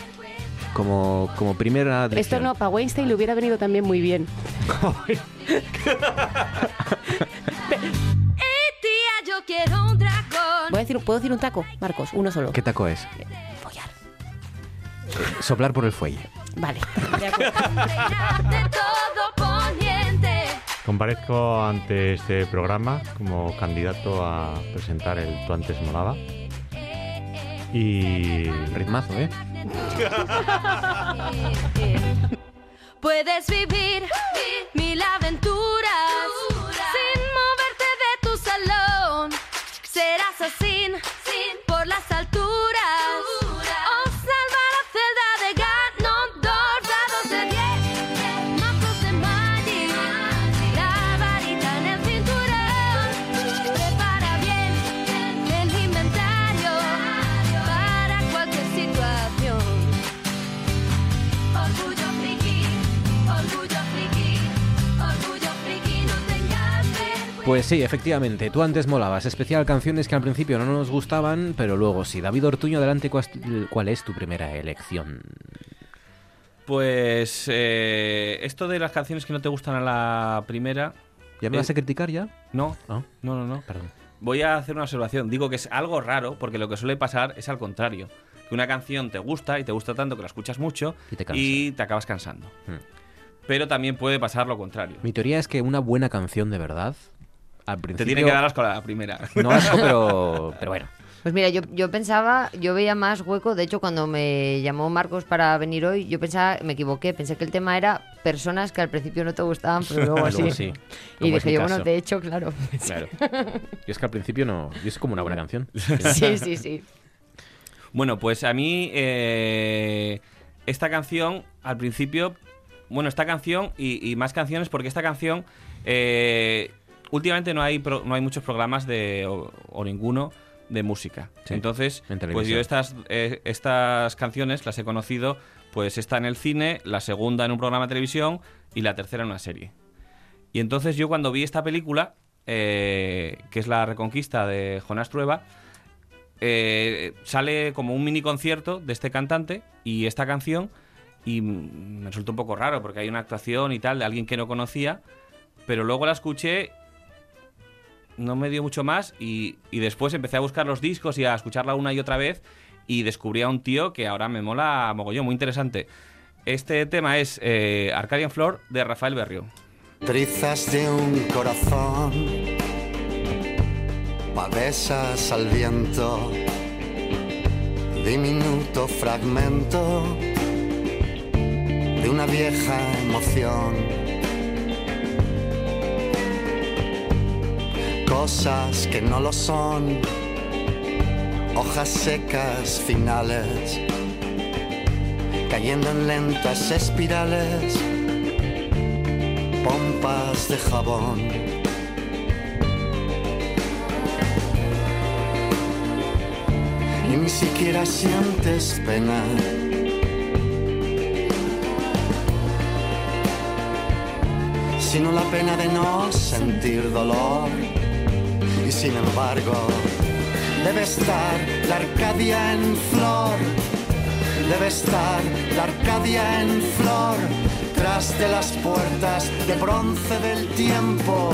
Como, como primera... Esto dirección. no, para Weinstein le hubiera venido también muy bien. Eh, tía, yo quiero un dragón. Voy a decir, ¿Puedo decir un taco, Marcos? Uno solo. ¿Qué taco es? Follar. Eh, Soplar por el fuelle. [laughs] Vale. De todo poniente. Comparezco ante este programa como candidato a presentar el Tú antes molaba. Y. Ritmazo, ¿eh? [laughs] Puedes vivir mil aventuras sin moverte de tu salón. Serás así por las alturas o salvar la celda de Ganondorf. Dados de 10, mazos de Magic, la varita en el cinturón. Prepara bien el inventario para cualquier situación. Orgullo friki, orgullo friki, orgullo friki, no tengas vergüenza. Pues sí, efectivamente, tú antes molabas, especial canciones que al principio no nos gustaban, pero luego sí. David Ortuño, adelante, ¿cuál es- ¿cuál es tu primera elección? Pues eh, esto de las canciones que no te gustan a la primera. ¿Ya me eh, vas a criticar ya? No, Ah. no, no, no. Perdón. Voy a hacer una observación. Digo que es algo raro porque lo que suele pasar es al contrario. Que una canción te gusta y te gusta tanto que la escuchas mucho Y te cansa. y te acabas cansando. Hmm. Pero también puede pasar lo contrario. Mi teoría es que una buena canción de verdad, al principio... Te tiene que dar asco la primera. No asco, [laughs] [laughs] pero, pero bueno. Pues mira, yo, yo pensaba, yo veía más hueco. De hecho, cuando me llamó Marcos para venir hoy, yo pensaba, me equivoqué, pensé que el tema era personas que al principio no te gustaban, [laughs] pero luego sí. Luego sí, Y como es dije mi yo, caso. bueno, de hecho, claro. [laughs] [laughs] Claro. Yo es que al principio no... Yo es como una buena canción. Sí, sí, [laughs] sí. Bueno, pues a mí eh, esta canción al principio, bueno, esta canción y, y más canciones porque esta canción eh, últimamente no hay pro- no hay muchos programas de o, o ninguno de música. Sí, Entonces, en pues televisión. yo estas eh, estas canciones las he conocido, pues esta en el cine, la segunda en un programa de televisión y la tercera en una serie. Y entonces yo cuando vi esta película, eh, que es La Reconquista de Jonás Trueba, eh, sale como un mini concierto de este cantante y esta canción y mm, me resultó un poco raro porque hay una actuación y tal de alguien que no conocía, pero luego la escuché, no me dio mucho más y, y después empecé a buscar los discos y a escucharla una y otra vez y descubrí a un tío que ahora me mola mogollón, muy interesante. Este tema es eh, Arcadian Flor de Rafael Berrio. Trizas de un corazón, pavesas al viento, diminuto fragmento de una vieja emoción. Cosas que no lo son, hojas secas finales, cayendo en lentas espirales pompas de jabón. y ni siquiera sientes pena. Sino la pena de no sentir dolor. Y sin embargo, debe estar la Arcadia en flor. Debe estar la Arcadia en flor. Tras de las puertas de bronce del tiempo,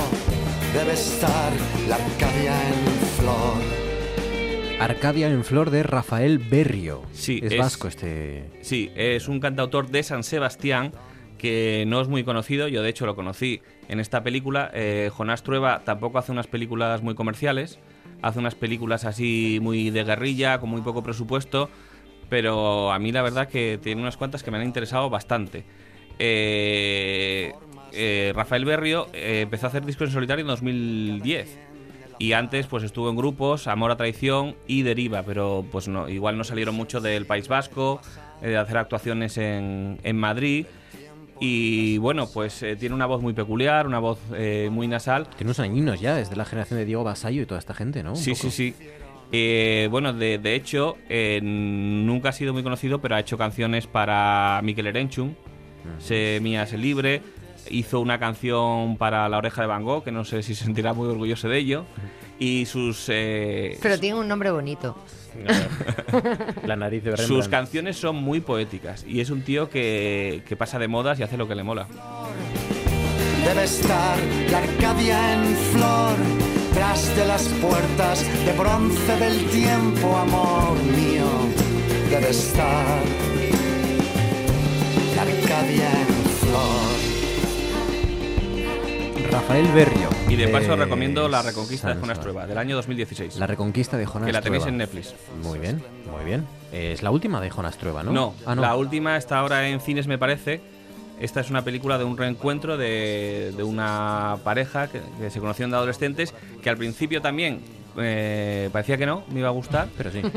debe estar la Arcadia en flor. Arcadia en flor de Rafael Berrio. Sí, es, vasco este. Sí, es un cantautor de San Sebastián que no es muy conocido. Yo, de hecho, lo conocí en esta película. Eh, Jonás Trueba tampoco hace unas películas muy comerciales. Hace unas películas así muy de guerrilla, con muy poco presupuesto. Pero a mí, la verdad, que tiene unas cuantas que me han interesado bastante. Eh, eh, Rafael Berrio eh, empezó a hacer discos en solitario en 2010. Y antes pues estuvo en grupos, Amor a Traición y Deriva, pero pues no, igual no salieron mucho del País Vasco, eh, de hacer actuaciones en, en Madrid. Y bueno, pues eh, tiene una voz muy peculiar, una voz eh, muy nasal. Tiene unos añinos ya, desde la generación de Diego Basayo y toda esta gente, ¿no? Un Sí, poco. sí, sí. Eh, bueno, de, de hecho, eh, nunca ha sido muy conocido, pero ha hecho canciones para Mikel Erenchun, Se Mía Se Libre, hizo una canción para La Oreja de Van Gogh, que no sé si [laughs] se sentirá muy orgulloso de ello, y sus... eh, Pero tiene un nombre bonito. La nariz de sus canciones son muy poéticas, y es un tío que, que pasa de modas y hace lo que le mola. Debe estar la Arcadia en flor, tras de las puertas de bronce del tiempo, amor mío. Debe estar la Arcadia en flor. Rafael Berrio. Y de paso recomiendo La Reconquista de Jonas Trueba, del año 2016. La Reconquista de Jonas Que la tenéis Trueba. en Netflix. Muy bien, muy bien. Eh, es la última de Jonas Trueba, ¿no? No, Ah, no. la última está ahora en cines, me parece. Esta es una película de un reencuentro de, de una pareja que, que se conocieron de adolescentes, que al principio también eh, parecía que no, me iba a gustar. Pero sí. [laughs]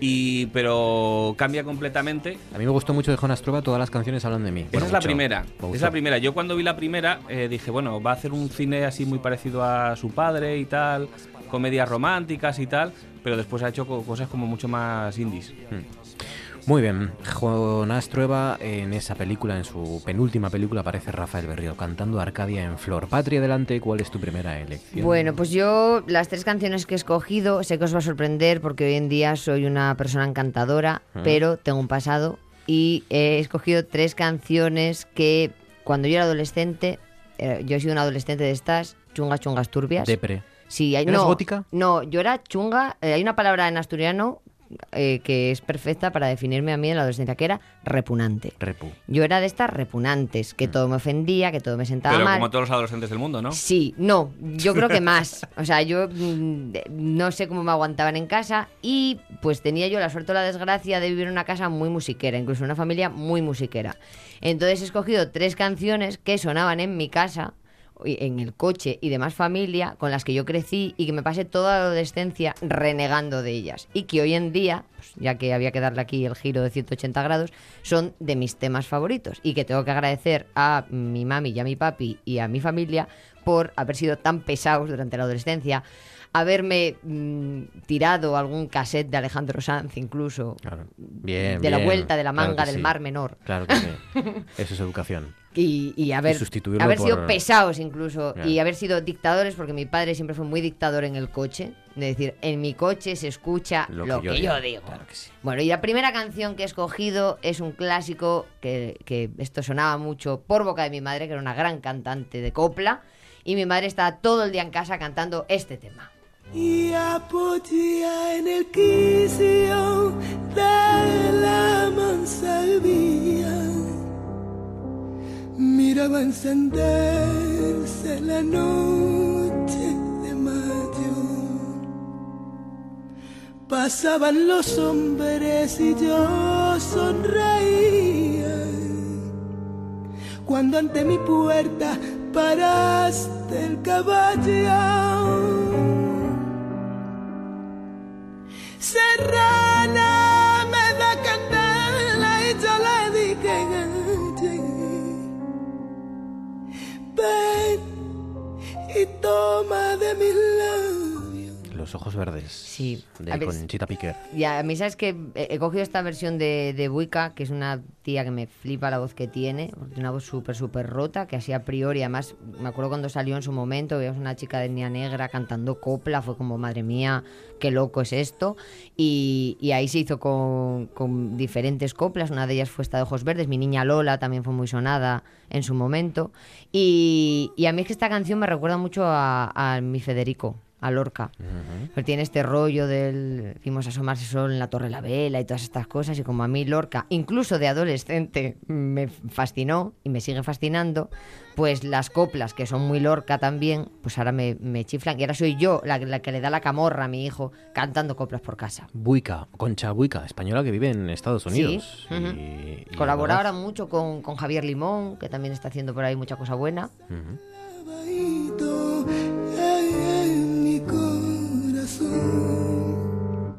Y, pero cambia completamente A mí me gustó mucho de Jonas Trueba, todas las canciones hablan de mí. esa Bueno, es la mucho. primera. Me gustó. Es la primera. Yo cuando vi la primera eh, dije, bueno, va a hacer un cine así muy parecido a su padre y tal, comedias románticas y tal, pero después ha hecho co- cosas como mucho más indies. Hmm. Muy bien, Jonás Trueba en esa película, en su penúltima película, aparece Rafael Berrio cantando Arcadia en Flor. Patria, adelante, ¿cuál es tu primera elección? Bueno, pues yo las tres canciones que he escogido sé que os va a sorprender porque hoy en día soy una persona encantadora, Ajá. pero tengo un pasado y he escogido tres canciones que cuando yo era adolescente, eh, yo he sido una adolescente de estas chungas, chungas turbias. Depre. Sí, hay, ¿Eras no, gótica? No, yo era chunga. eh, hay una palabra en asturiano eh, que es perfecta para definirme a mí en la adolescencia, que era repugnante. Repu. Yo era de estas repugnantes, que todo me ofendía, que todo me sentaba Pero mal. como todos los adolescentes del mundo, ¿no? Sí, no, yo creo que más. O sea, yo mm, de- no sé cómo me aguantaban en casa y pues tenía yo la suerte o la desgracia de vivir en una casa muy musiquera, incluso una familia muy musiquera. Entonces he escogido tres canciones que sonaban en mi casa, y- en el coche y demás familia, con las que yo crecí y que me pasé toda la adolescencia renegando de ellas. Y que hoy en día, pues, ya que había que darle aquí el giro de 180 grados, son de mis temas favoritos y que tengo que agradecer a mi mami y a mi papi y a mi familia por haber sido tan pesados durante la adolescencia, haberme mm, tirado algún cassette de Alejandro Sanz incluso, Bien, de la bien, vuelta, de la claro manga, que del sí. mar menor. Claro que [laughs] sí. Eso es educación. Y, y haber, Y sustituirlo haber sido por- pesados incluso Ya. y haber sido dictadores, porque mi padre siempre fue muy dictador en el coche. De decir, en mi coche se escucha lo, que, yo, digo. Claro que sí. Bueno, y la primera canción que he escogido es un clásico que, que esto sonaba mucho por boca de mi madre, que era una gran cantante de copla. Y mi madre estaba todo el día en casa cantando este tema. y apoya en el quicio de la mansardía. Miraba encenderse la noche de mayo. Pasaban los hombres y yo sonreía. Cuando ante mi puerta paraste el caballo. Serrana me da candela y yo le dije "Oye, Ven y toma de mis labios Los ojos verdes. Sí. De A ver, Conchita Piquer. Y a mí, ¿sabes que He cogido esta versión de, de Buica, que es una tía que me flipa la voz que tiene, porque tiene una voz súper, súper rota, que así a priori, además, me acuerdo cuando salió en su momento, veíamos una chica de etnia negra cantando copla, fue como, madre mía, qué loco es esto. Y, y ahí se hizo con, con diferentes coplas, una de ellas fue esta de Ojos Verdes, mi niña Lola también fue muy sonada en su momento. Y, y a mí es que esta canción me recuerda mucho a, a mi Federico, a Lorca. Pero tiene este rollo del. Vimos asomarse sol en la Torre la Vela y todas estas cosas. Y como a mí Lorca, incluso de adolescente, me fascinó y me sigue fascinando, pues las coplas, que son muy Lorca también, pues ahora me, me chiflan. Y ahora soy yo la, la que le da la camorra a mi hijo cantando coplas por casa. Buica, Concha Buica, española que vive en Estados Sí, Unidos. ujú. Y- y Colabora además- ahora mucho con, con Javier Limón, que también está haciendo por ahí mucha cosa buena. Ujú. Ay, ay, mi corazón.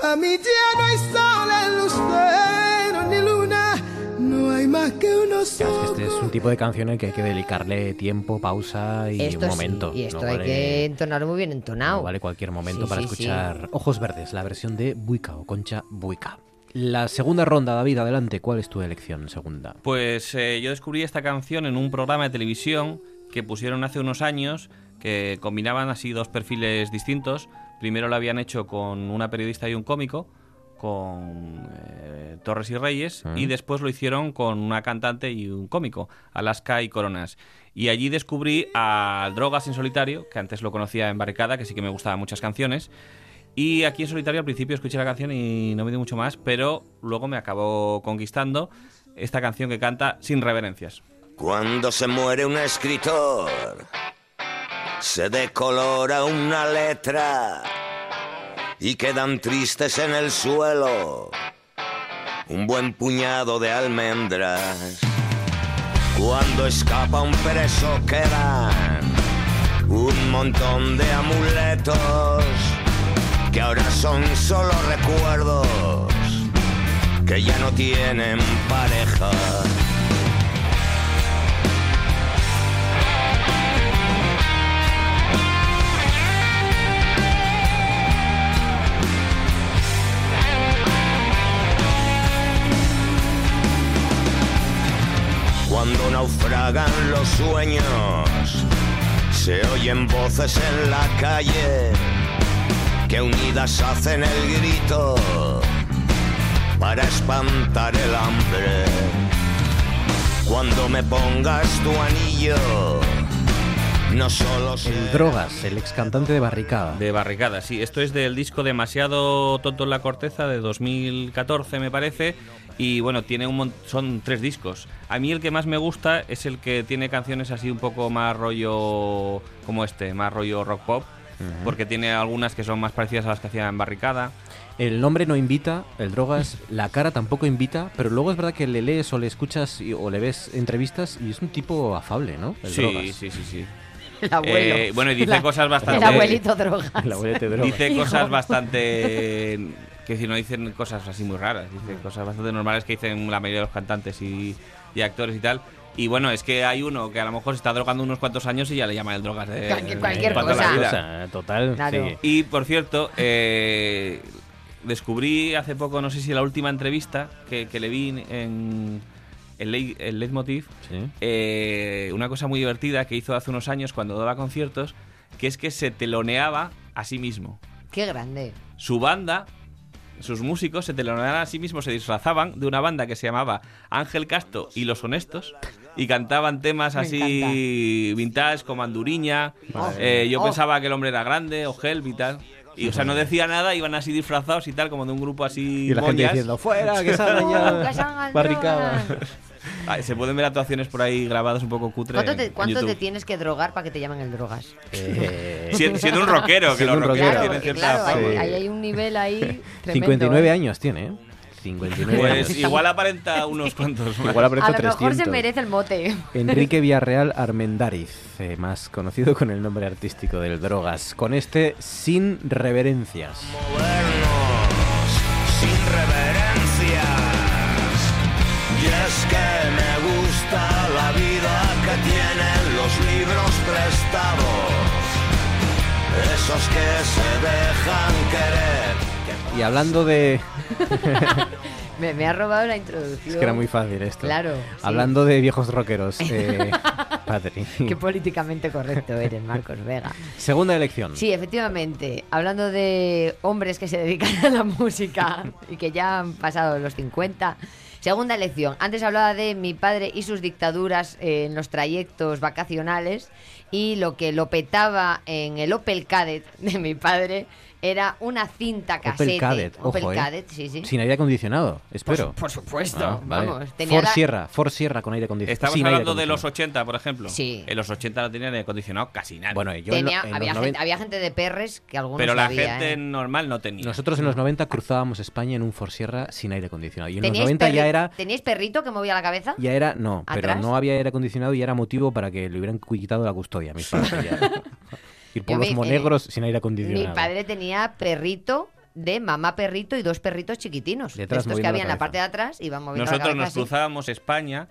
Pa' mí ya no hay sol en lucero ni luna, no hay más que unos Claro, es que este es un tipo de canción en el que hay que dedicarle tiempo, pausa y esto un sí, momento. y esto No hay vale- que entonar muy bien entonado. no vale cualquier momento Sí, para sí, sí. escuchar Ojos Verdes, la versión de Buica o Concha Buica. La segunda ronda, David, adelante. ¿Cuál es tu elección segunda? Pues eh, yo descubrí esta canción en un programa de televisión que pusieron hace unos años, que combinaban así dos perfiles distintos. Primero lo habían hecho con una periodista y un cómico, con eh, Torres y Reyes, Ah. y después lo hicieron con una cantante y un cómico, Alaska y Coronas. Y allí descubrí a Drogas en Solitario, que antes lo conocía en Barricada, que sí que me gustaban muchas canciones. Y aquí en solitario al principio escuché la canción y no me dio mucho más, pero luego me acabó conquistando esta canción que canta Sin Reverencias. Cuando se muere un escritor, se decolora una letra y quedan tristes en el suelo un buen puñado de almendras. Cuando escapa un preso quedan un montón de amuletos que ahora son solo recuerdos que ya no tienen pareja. Cuando naufragan los sueños, se oyen voces en la calle que unidas hacen el grito para espantar el hambre. Cuando me pongas tu anillo, no solo El Drogas, el ex cantante de Barricada. De Barricada, sí. Esto es del disco Demasiado Tonto en la Corteza de 2014, me parece. Y bueno, tiene un mon- son tres discos. A mí el que más me gusta es el que tiene canciones así un poco más rollo como este, más rollo rock pop, Ujú. porque tiene algunas que son más parecidas a las que hacía en Barricada. El nombre no invita, el drogas, la cara tampoco invita, pero luego es verdad que le lees o le escuchas y- o le ves entrevistas y es un tipo afable, ¿no? El sí, drogas. sí, sí, sí. [laughs] El abuelo. Eh, bueno, y dice La- cosas bastante. el abuelito drogas. El abuelete drogas. [laughs] Dice Hijo. cosas bastante. Que si no dicen cosas así muy raras, dice cosas bastante normales que dicen la mayoría de los cantantes y, y actores y tal. Y bueno, es que hay uno que a lo mejor se está drogando unos cuantos años y ya le llaman el drogas de. Cualquier- cualquier toda la cosa. vida. Cosa, total, Claro. sí. Y por cierto, eh, descubrí hace poco, no sé si la última entrevista que, que le vi en el, lei- el Leitmotiv, eh, una cosa muy divertida que hizo hace unos años cuando daba conciertos, que es que se teloneaba a sí mismo. Qué grande. Su banda, sus músicos se teloneaban a sí mismos, se disfrazaban de una banda que se llamaba Ángel Casto y Los Honestos. Y cantaban temas Me así vintage, como Anduriña. Madre eh, yo mía. pensaba que el hombre era grande, o Help y tal. Y, o sea, no decía nada, iban así disfrazados y tal, como de un grupo así. Y la gente moñas. diciendo, "Fuera, que [laughs] salgan ya". Que salgan Barricada. Ah, Se pueden ver actuaciones por ahí grabadas un poco cutre. ¿Cuánto, en- te, en cuánto te YouTube. tienes que drogar para que te llamen el drogas? [laughs] Si- [laughs] siendo un rockero, que Siendo los un rockeros rockero. Claro, tienen cierta claro, fama. Sí. Ahí hay un nivel [laughs] [laughs] ahí tremendo. 59 ¿eh? años tiene, ¿eh? 59 años. Pues igual aparenta unos [laughs] cuantos. más. Igual aparenta A lo mejor 300. se merece el mote. [laughs] Enrique Villarreal Armendáriz, eh, más conocido con el nombre artístico del Drogas, con este Sin Reverencias. sin reverencias. Y es que me gusta la vida que tienen los libros prestados. esos que se dejan querer. Y [laughs] hablando de. Me, me ha robado la introducción. es que era muy fácil esto. Claro, sí. Hablando de viejos rockeros, [laughs] eh, Patri. Qué políticamente correcto eres, Marcos Vega. Segunda elección. Sí, efectivamente. Hablando de hombres que se [laughs] dedican a la música y que ya han pasado los 50. Segunda lección. Antes hablaba de mi padre y sus dictaduras eh, en los trayectos vacacionales y lo que lo petaba en el Opel Cadet de mi padre era una cinta casete. Opel Cadet, ojo, Opel eh. Cadet, sí, sí. Sin aire acondicionado, espero. Por, por supuesto, Ah, vale. vamos. Tenía Ford la- Sierra, Ford Sierra con aire acondicionado. Estamos sin aire hablando de los acondicionado. 80, por ejemplo. Sí. En los 80 no tenían aire acondicionado casi nada. Bueno, tenía- había, gente, había gente de perres que algunos Pero la había, gente ¿eh? normal no tenía. Nosotros en los 90 cruzábamos España en un Ford Sierra sin aire acondicionado. Y en los ¿Teníais 90 ya perri- era. ¿Teníais perrito que movía la cabeza? Ya era, no, pero ¿Atrás? no había aire acondicionado y era motivo para que le hubieran quitado la custodia a mis padres. ya. [laughs] Ir por Yo los me- eh, monegros sin aire Mi acondicionado. padre tenía perrito de mamá perrito y dos perritos chiquitinos. Detrás estos que moviendo la había en la cabeza. parte de atrás iban moviendo Nosotros la nos cabeza así. cruzábamos España,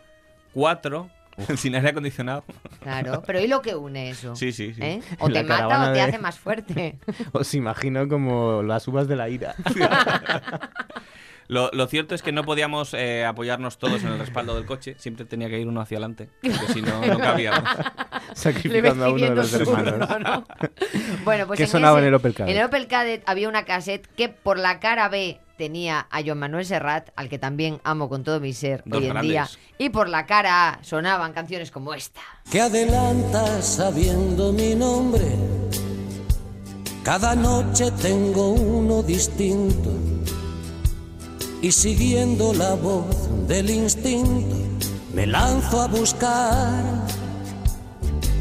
cuatro, [laughs] sin aire acondicionado. [laughs] Claro, pero ¿y lo que une eso? Sí, sí, sí. ¿Eh? [laughs] O La te mata caravana o te de- hace más [laughs] fuerte. Os imagino como las uvas de la ira. Lo, lo cierto es que no podíamos eh, apoyarnos todos en el respaldo del coche. Siempre tenía que ir uno hacia adelante, porque [laughs] si no, no cabíamos. Sacrificando a uno de los Le ves pidiendo hermanos. su turno, ¿no? Bueno, pues ¿Qué sonaba en el Opel En Kadett? el Opel Kadett había una cassette que por la cara B tenía a Joan Manuel Serrat, al que también amo con todo mi ser Dos hoy en día, grandes. y por la cara A sonaban canciones como esta. que adelantas sabiendo mi nombre. Cada noche tengo uno distinto y siguiendo la voz del instinto me lanzo a buscar.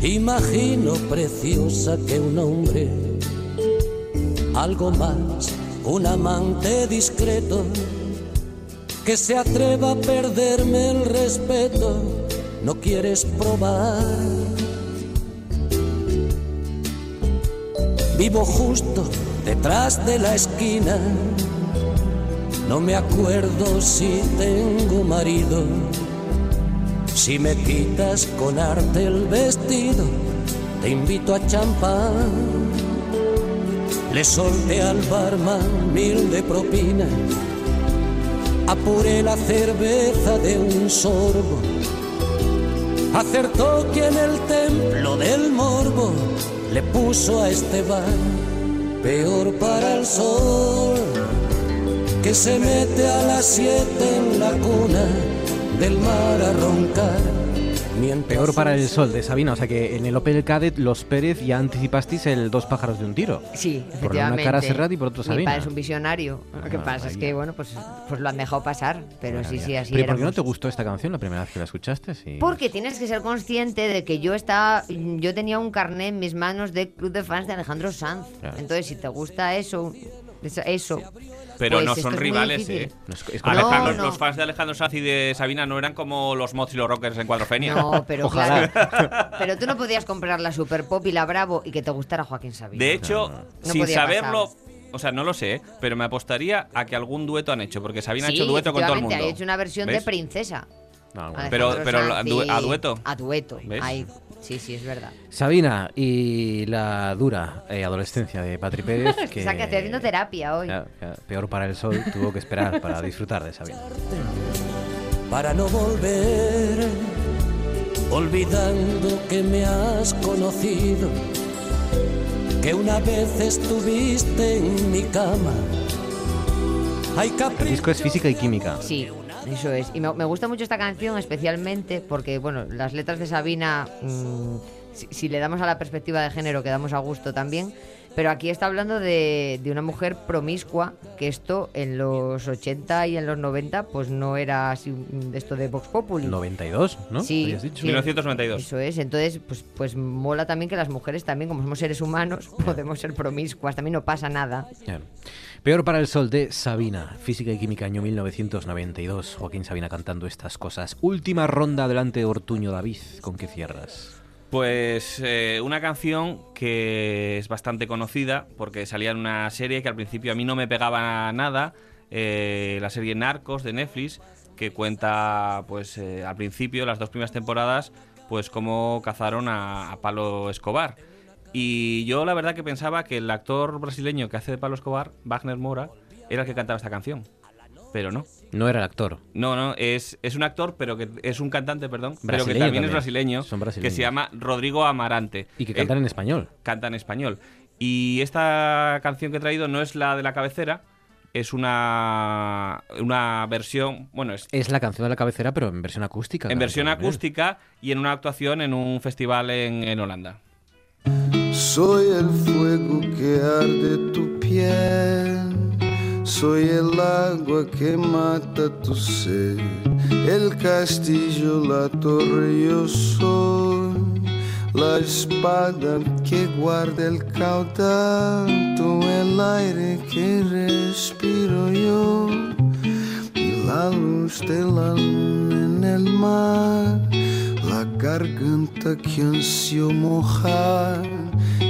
Imagino preciosa que un hombre, algo más, un amante discreto, que se atreva a perderme el respeto no quieres probar. Vivo justo detrás de la esquina, no me acuerdo si tengo marido, si me quitas con arte el vestido, te invito a champán. Le solté al barman mil de propina, apuré la cerveza de un sorbo acertó quien el templo del morbo le puso a Esteban. Peor para el sol que se mete a las siete en la cuna del mar a roncar. Peor para el sol de Sabina, o sea que en el Opel Cadet los Pérez ya anticipasteis el dos pájaros de un tiro. Sí, Por una Efectivamente. cara Serrat y por otro Mi Sabina. padre es un visionario. Lo que Ah, pasa es vaya. que, bueno, pues, pues lo han dejado pasar, pero sí, Maravilla. sí, así Pero ¿y era. ¿Por qué no te gustó esta canción la primera vez que la escuchaste? Sí. Porque tienes que ser consciente de que yo estaba, yo tenía un carnet en mis manos de Club de Fans de Alejandro Sanz. Claro. Entonces, si te gusta eso, eso, eso, Pero pues no esto son es muy rivales, difícil. ¿eh? No, es- es como- Alejandro- No, no. Los fans de Alejandro Sanz y de Sabina no eran como los Mods y los Rockers en Cuadrofenia. No, pero Ojalá. [laughs] claro. Pero tú no podías comprar la Super Pop y la Bravo y que te gustara Joaquín Sabina. De hecho, No sin podía saberlo, o sea, no lo sé, ¿eh? pero me apostaría a que algún dueto han hecho, porque Sabina Sí, ha hecho dueto con todo el mundo. efectivamente, ha hecho una versión de ¿Ves? Princesa. Ah, Pero, Alejandro pero a, Sanz du- a y- dueto. A dueto. ¿Ves? ahí. Sí, sí, es verdad. Sabina y la dura eh, adolescencia [laughs] de Patri Pérez. Que, O sea, que estoy haciendo terapia hoy. Ya, ya, peor para el sol, tuvo que esperar para disfrutar de Sabina. para no volver, olvidando que me has conocido, que una vez estuviste en mi cama. Hay El disco es física y química. Sí, eso es. Y me, me gusta mucho esta canción especialmente porque, bueno, las letras de Sabina, mm, si, si le damos a la perspectiva de género, quedamos a gusto también. Pero aquí está hablando de, de una mujer promiscua, que esto en los 80 y en los 90, pues no era así, mm, esto de Vox Populi. 92, ¿no? Sí, Habías dicho. sí. 1992. Eso es, entonces pues, pues mola también que las mujeres también, como somos seres humanos, [laughs] podemos ser promiscuas, también no pasa nada. Claro. Peor para el sol de Sabina, física y química año 1992. Joaquín Sabina cantando estas cosas. Última ronda delante de Ortuño David, ¿con qué cierras? Pues eh, una canción que es bastante conocida porque salía en una serie que al principio a mí no me pegaba nada, eh, la serie Narcos de Netflix que cuenta pues eh, al principio las dos primeras temporadas pues cómo cazaron a, a Pablo Escobar Y yo la verdad que pensaba que el actor brasileño que hace de Pablo Escobar, Wagner Mora, era el que cantaba esta canción. Pero no. No era el actor. No, no, es, es un actor, pero que es un cantante, perdón, pero que Brasileño también, también. es brasileño, Son que brasileños. se llama Rodrigo Amarante. Y que cantan en español. Canta en español. Y esta canción que he traído no es la de la cabecera, es una, una versión, bueno, es Es la canción de la cabecera, pero en versión acústica. en claro, versión también. acústica y en una actuación en un festival en, en Holanda. Soy el fuego que arde tu piel, soy el agua que mata tu sed, el castillo, la torre yo soy, la espada que guarda el caudal, tú el aire que respiro yo y la luz de la luna en el mar, la garganta que ansio mojar,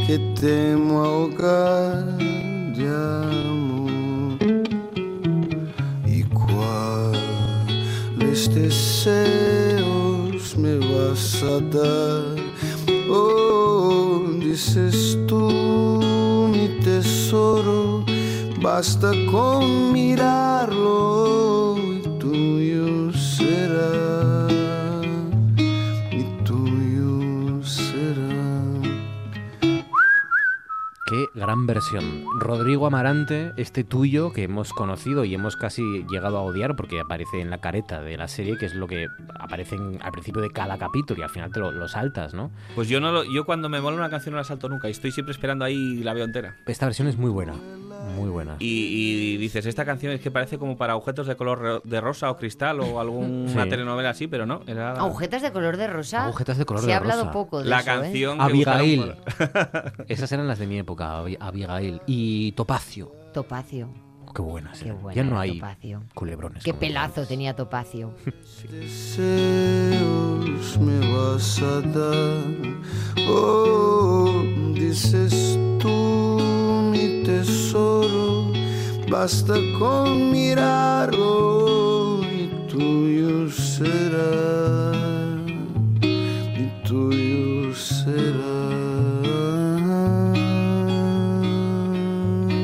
que temo ahogar de amor. Y cuáles deseos me vas a dar, oh, dices tú mi tesoro. Basta con mirarlo y tuyo será. Y tuyo será. Qué gran versión. Rodrigo Amarante, este tuyo que hemos conocido y hemos casi llegado a odiar porque aparece en la careta de la serie, que es lo que aparece en- al principio de cada capítulo y al final te lo, lo saltas, ¿no? Pues yo no lo- yo cuando me mola una canción no la salto nunca y estoy siempre esperando ahí y la veo entera. Esta versión es muy buena. Muy buena. Y, y dices, esta canción es que parece como para objetos de color ro- de rosa o cristal o [laughs] alguna Sí. telenovela así, pero no. Era Agujetas de color de rosa. Ah. Agujetas de color Se de ha hablado rosa. poco de La eso, ¿eh? canción que Abigail. [laughs] Esas eran las de mi época, Abi- Abigail. Y Topacio. Topacio. Oh, Qué buenas. Qué eran. buena ya no era hay Topacio. culebrones. Qué como- pelazo tenía [laughs] Topacio. deseos me vas a dar. Oh, dices tú mi tesoro, basta oh, con mirarlo y tuyo será. Y tuyo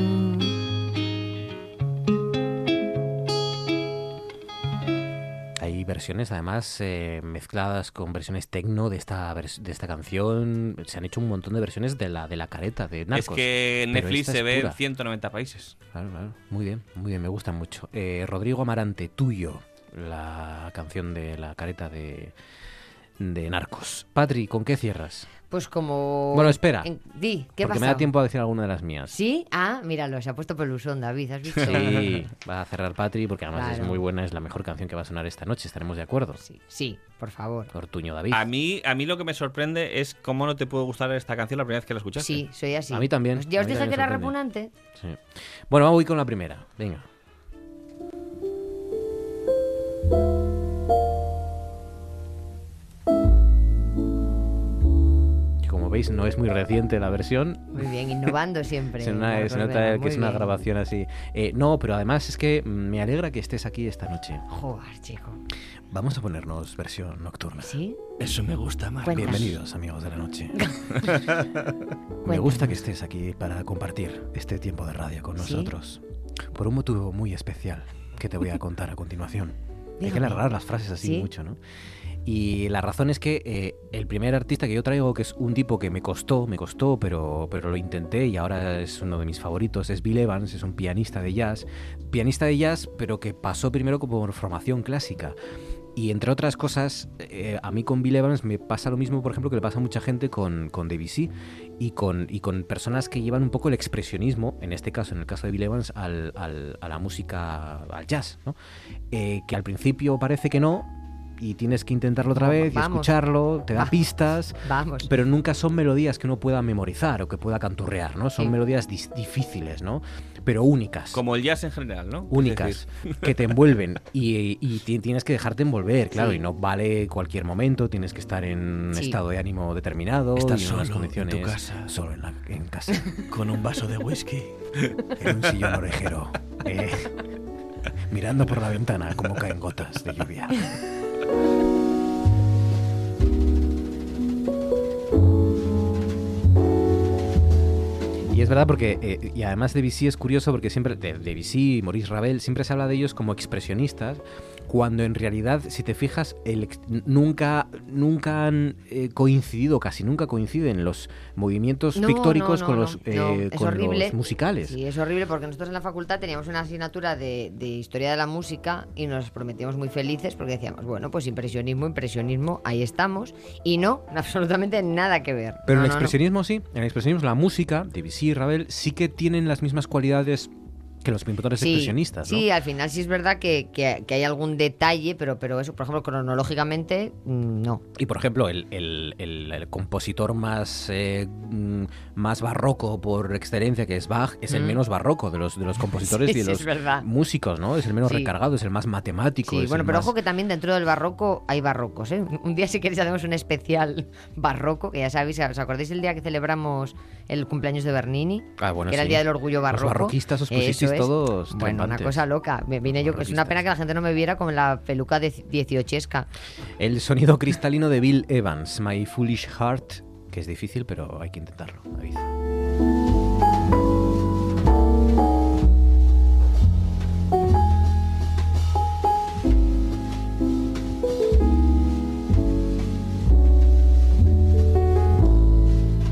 será. Hay versiones, además, eh, mezcladas con versiones tecno de esta, vers- de esta canción. Se han hecho un montón de versiones de la, de la careta, de Narcos. es que Pero Netflix esta se es ve en pura. 190 países. Claro, claro. Muy bien, muy bien, me gusta mucho. Eh, Rodrigo Amarante, tuyo, la canción de la careta de, de Narcos. Patri, ¿con qué cierras? Pues como. Bueno, espera. En- Di, ¿qué Porque pasa? me da tiempo a decir alguna de las mías. ¿Sí? Ah, míralo, se ha puesto pelusón, David, ¿has visto? [laughs] Sí, va a cerrar Patri porque además es Claro. muy buena, es la mejor canción que va a sonar esta noche, estaremos de acuerdo. Sí, sí, por favor. Ortuño David. A mí, a mí lo que me sorprende es cómo no te puede gustar esta canción la primera vez que la escuchaste. Sí, soy así. Pues A mí también. Ya os a mí dije también que era sorprende. repugnante. Sí. Bueno, vamos con la primera. Venga. Que Como veis, no es muy reciente la versión. Muy bien, innovando siempre. Se, na- Marcos se nota Vega, que muy es una bien. grabación así. Eh, no, pero además es que mm, me alegra que estés aquí esta noche. Joder, chico. Vamos a ponernos versión nocturna. ¿Sí? Eso me gusta más. Cuéntanos. Bienvenidos, amigos de [laughs] la noche. me gusta que estés aquí para compartir este tiempo de radio con ¿Sí? nosotros. Por un motivo muy especial que te voy a contar a [laughs] continuación. Hay que Dígame. alargar las frases así ¿Sí? mucho, ¿no? Y la razón es que eh, el primer artista que yo traigo, que es un tipo que me costó, me costó, pero, pero lo intenté y ahora es uno de mis favoritos, es Bill Evans, es un pianista de jazz. Pianista de jazz, pero que pasó primero como formación clásica. Y entre otras cosas, eh, a mí con Bill Evans me pasa lo mismo, por ejemplo, que le pasa a mucha gente con, con Debussy y con, y con personas que llevan un poco el expresionismo, en este caso, en el caso de Bill Evans, al- al- a la música, al jazz, ¿no? Eh, que al principio parece que no y tienes que intentarlo otra vez y Vamos. escucharlo, te da Ah. Vamos. pistas, Vamos. pero nunca son melodías que uno pueda memorizar o que pueda canturrear, ¿no? Son Sí. melodías dis- difíciles, ¿no? Pero únicas Como el jazz en general, ¿no? únicas Es decir, que te [laughs] envuelven y, y ti- tienes que dejarte envolver, claro, Sí. y no vale cualquier momento, tienes que estar en un Sí. estado de ánimo determinado, Estás y en unas solo en tu condiciones casa. solo en, la- en casa, [laughs] Con un vaso de whisky. en un sillón orejero, [laughs] eh, mirando por la ventana como caen gotas de lluvia. es verdad porque, eh, y además Debussy es curioso porque siempre, de, Debussy y Maurice Ravel, siempre se habla de ellos como expresionistas, cuando en realidad, si te fijas, el ex- nunca, nunca han eh, coincidido, casi nunca coinciden los movimientos No, pictóricos no, con, no, los, no, no. eh, Es con horrible. los musicales. Sí, es horrible porque nosotros en la facultad teníamos una asignatura de, de historia de la música y nos prometíamos muy felices porque decíamos, bueno, pues impresionismo, impresionismo, ahí estamos. Y no, [laughs] absolutamente nada que ver. Pero No, en no, el no. expresionismo sí, en el expresionismo la música, Debussy y Ravel, sí que tienen las mismas cualidades que los pintores Sí, expresionistas, ¿no? Sí, al final sí es verdad que, que- que hay algún detalle, pero, pero eso, por ejemplo, cronológicamente, mm, no. Y por ejemplo, el, el- el- el compositor más, eh, mm, más barroco por excelencia, que es Bach, es el Mm. menos barroco de los, de los [laughs] compositores Sí, y de sí, los es verdad. músicos, ¿no? Es el menos Sí. recargado, es el más matemático. Sí, es bueno, el pero más- ojo que también dentro del barroco hay barrocos, ¿eh? Un día si queréis hacemos un especial [laughs] barroco, que ya sabéis, ¿os acordáis el día que celebramos el cumpleaños de Bernini? Ah, bueno, que era el sí. Día del Orgullo Los Barroco. barroquistas os Eso pusisteis es. todos Bueno, una trepantes. cosa loca. Me vine yo, es una pena que la gente no me viera con la peluca de dieciochesca. El sonido cristalino de Bill Evans, My Foolish Heart, que es difícil, pero hay que intentarlo, David.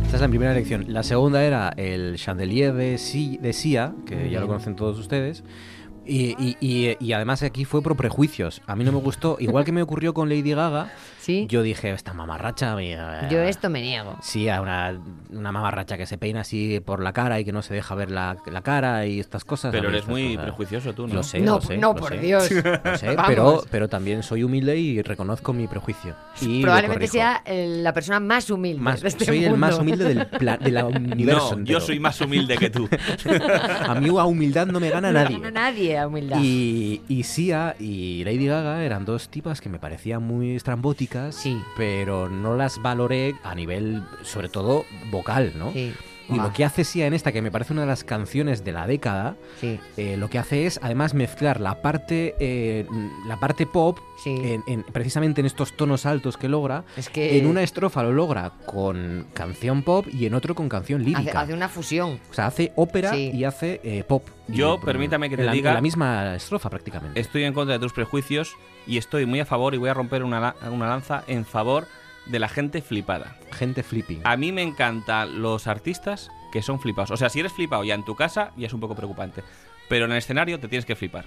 Esta es la primera elección. La segunda era el Chandelier de, Si- de Sia, que ya lo conocen todos ustedes. Y, y- y- y además aquí fue por prejuicios. A mí no me gustó. Igual que me ocurrió con Lady Gaga, yo dije, esta mamarracha... mi- eh, Yo esto me niego. Sí, a una, una mamarracha que se peina así por la cara y que no se deja ver la, la cara y estas cosas. [laughs] Pero A mí eres estas muy cosas- prejuicioso tú, ¿no? Lo sé, No, lo sé, lo no, por sé. Dios. Lo sé, Vamos. pero, pero también soy humilde y reconozco mi prejuicio. Y lo Probablemente corrijo. sea eh, la persona más humilde Más- de este soy el más mundo. humilde del, [laughs] pla- del universo. No, yo soy más humilde [laughs] que tú. A mí a humildad no me [laughs] gana No nadie. gana nadie a humildad. Y, y Sia y Lady Gaga eran dos tipas que me parecían muy estrambóticas, pero no las valoré a nivel, sobre todo, vocal, ¿no? Y lo que hace Sia en esta, que me parece una de las canciones de la década, eh, lo que hace es además mezclar la parte, eh, la parte pop, en- en- precisamente en estos tonos altos que logra, que- en una estrofa lo logra con canción pop y en otro con canción lírica. Hace, hace una fusión. O sea, hace ópera Sí. y hace eh, pop. Y, Yo, mm, permítame que te en la, diga- en la misma estrofa prácticamente. Estoy en contra de tus prejuicios y estoy muy a favor y voy a romper una, la- una lanza en favor de la gente flipada. Gente flipping. A mí me encantan los artistas que son flipados. O sea, si eres flipado ya en tu casa, ya es un poco preocupante. Pero en el escenario te tienes que flipar.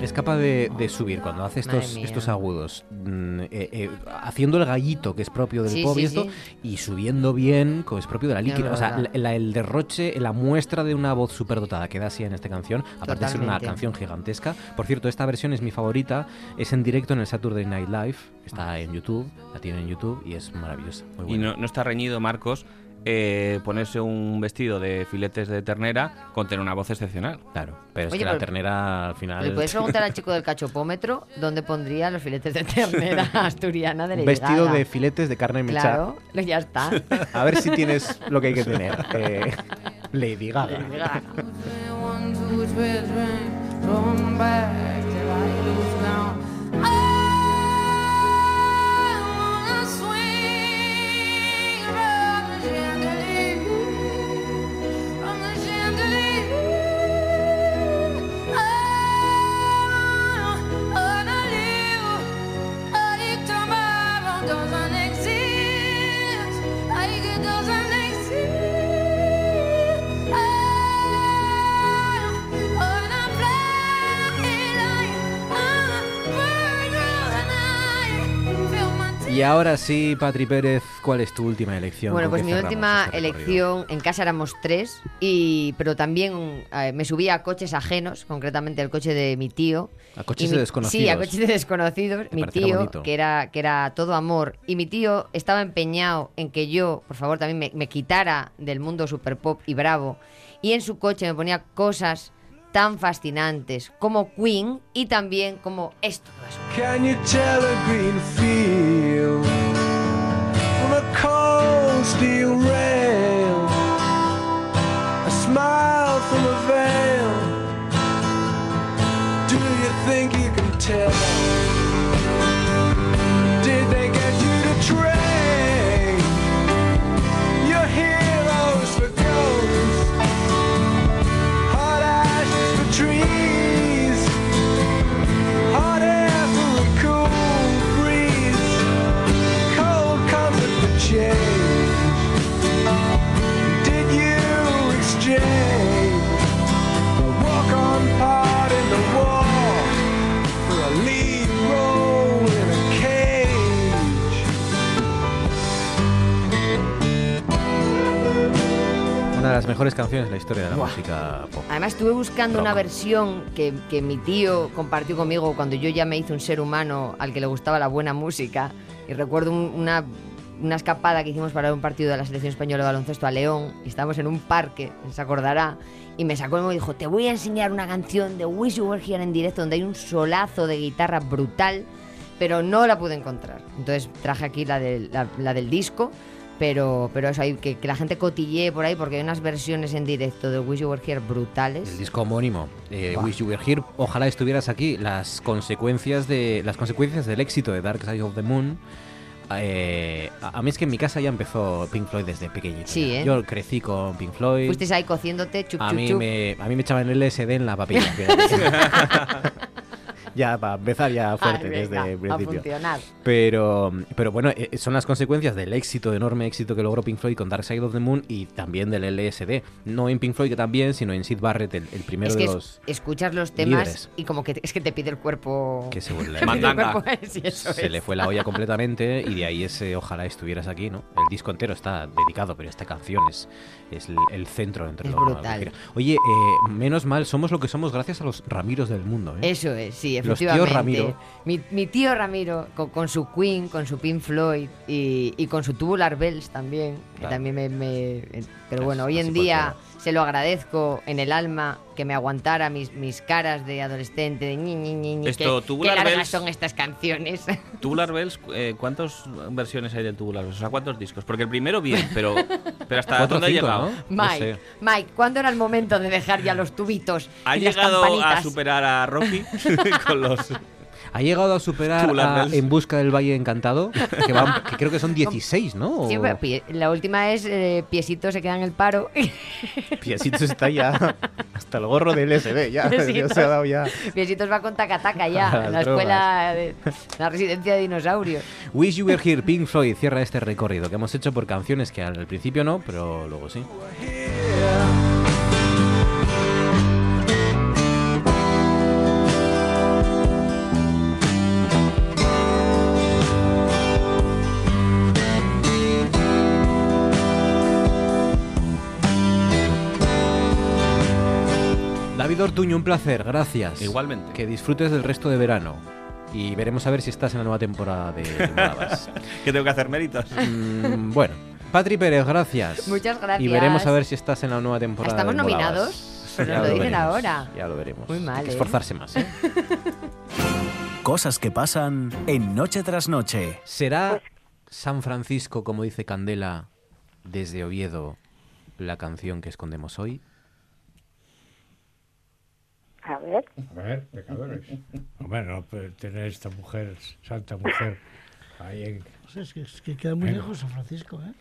Es capaz de, de subir cuando hace estos, Madre mía. estos agudos, mm, eh, eh, haciendo el gallito que es propio del Sí, pop sí, y esto, sí. y subiendo bien, como es propio de la Es líquida. O sea, verdad. la- la- el derroche, la muestra de una voz superdotada que da así en esta canción, aparte de ser una Totalmente. canción gigantesca. Por cierto, esta versión es mi favorita, es en directo en el Saturday Night Live, está en YouTube, la tiene en YouTube y es maravillosa. Muy Y buena. no, no está reñido, Marcos, eh, ponerse un vestido de filetes de ternera con tener una voz excepcional. Claro, pero es Oye, que la pero- ternera al final... Le puedes preguntar al chico del cachopómetro dónde pondría los filetes de ternera [laughs] asturiana de Un Lady vestido Gaga. de filetes de carne mechada. Claro, ya está. [laughs] A ver si tienes lo que hay que tener. [laughs] Eh, Lady Gaga. Lady Gaga. One, two, three, drink, going back till I lose now. I wanna swing from the chandelier, from the chandelier. I wanna live like tomorrow doesn't exist, like it doesn't exist. Y ahora sí, Patri Pérez, ¿cuál es tu última elección? Bueno, ¿Con pues qué mi cerramos última este recorrido? elección, en casa éramos tres, y, pero también eh, me subía a coches ajenos, concretamente al coche de mi tío. A coches Y de mi- desconocidos. Sí, a coches de desconocidos. mi parecerá tío, bonito. que era, que era todo amor, y mi tío estaba empeñado en que yo, por favor, también me, me quitara del mundo super pop y bravo, y en su coche me ponía cosas tan fascinantes como Queen y también como esto. Can you tell a green field from a cold steel rail? A smile from a veil. Do you think you can tell? mejores canciones de la historia de la Buah. música pop. Además, estuve buscando una versión que, que mi tío compartió conmigo cuando yo ya me hice un ser humano al que le gustaba la buena música. Y recuerdo un- una, una escapada que hicimos para un partido de la selección española de baloncesto a León. Y estábamos en un parque, se acordará. Y me sacó y me dijo: Te voy a enseñar una canción de Wish You Were Here en directo, donde hay un solazo de guitarra brutal, pero no la pude encontrar. Entonces traje aquí la, del- la- la del disco. Pero, pero eso, hay que, que la gente cotillee por ahí porque hay unas versiones en directo de Wish You Were Here brutales. El disco homónimo, eh, Wish You Were Here, ojalá estuvieras aquí. Las consecuencias de las consecuencias del éxito de Dark Side of the Moon. eh, a, a mí es que en mi casa ya empezó Pink Floyd desde pequeñito. Sí, ya. ¿eh? Yo crecí con Pink Floyd. Fuisteis ahí cociéndote, chup, A chup, mí, chup. me, a mí me echaban el LSD en la papilla. [laughs] ya, para empezar ya fuerte Ay, venga, desde el a principio. funcionar. Pero, pero bueno, eh, son las consecuencias del éxito, enorme éxito que logró Pink Floyd con Dark Side of the Moon y también del LSD. No en Pink Floyd que también, sino en Sid Barrett, el, el primero Es que de es- los... escuchas los temas líderes. y como que te- es que te pide el cuerpo. Que se [laughs] vuelve- [laughs] te pide el Mandanga. cuerpo, sí, eso Se es. le fue la olla completamente y de ahí ese ojalá estuvieras aquí, ¿no? El disco entero está dedicado, pero esta canción es, es el, el centro entre Es lo- lo que brutal. gira. Oye, eh, menos mal, somos lo que somos gracias a los Ramiros del mundo, ¿eh? Eso es, sí, Los tíos efectivamente. Ramiro. Mi, mi tío Ramiro, con, con su Queen, con su Pink Floyd y, y con su Tubular Bells también. que Claro. también me, me- eh, pero Es bueno, hoy en así día se lo agradezco en el alma que me aguantara mis, mis caras de adolescente, de ñi, ñi, ñi, ñi, Esto, que, Tubular qué largas Bells- son estas canciones. [laughs] Tubular Bells, eh, ¿cuántas versiones hay del Tubular Bells? O sea, ¿cuántos discos? Porque el primero bien, pero, pero ¿hasta Cuatro, dónde ha cinco, llegado? Mike, Mike, ¿cuándo era el momento de dejar ya los tubitos? ¿Ha y las llegado a campanitas? superar [laughs] a Rocky con los... Ha llegado a superar Tubular a Bells. En Busca del Valle Encantado, que, van- que creo [laughs] que son 16, ¿no? O- Sí, Oh. pero pie- la última es eh, Piesito se queda en el paro. [laughs] Piecitos está ya hasta el gorro del SD, [laughs] ya. ya Piecitos. se ha dado ya. Piesitos va con tacataca [laughs] ya, A las a la escuela, de, la residencia de dinosaurios. Wish You Were Here, Pink Floyd, cierra este recorrido que hemos hecho por canciones que al principio no, pero luego sí. David Ortuño, un placer, gracias. Igualmente. Que disfrutes del resto de verano. Y veremos a ver si estás en la nueva temporada de Moravas. que tengo que hacer méritos. Mm, bueno, Patri Pérez, gracias. Muchas gracias. Y veremos a ver si estás en la nueva temporada. ¿Estamos de Moravas. [laughs] nominados? Pero Ya nos lo dicen veremos, ahora. Ya lo veremos. Muy mal, Hay que ¿eh? esforzarse más. ¿eh? [laughs] Cosas que pasan en Noche tras Noche. ¿Será San Francisco, como dice Candela, desde Oviedo, la canción que escondemos hoy? A ver. A ver, pecadores. Hombre, no puede pues, tener esta mujer, santa mujer, ahí en... No sé, es que, es que queda muy Venga. lejos San Francisco, ¿eh?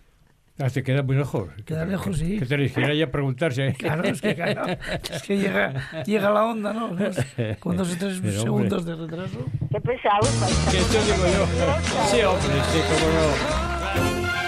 Ah, se queda muy lejos. Queda lejos, sí. Que tenéis que ir ahí a preguntarse. Claro, es que, claro, es [laughs] que llega, llega la onda, ¿no? Con dos o Pero, tres hombre. segundos de retraso. Qué pesado. Que esto digo yo. Sí, hombre, sí, cómo no.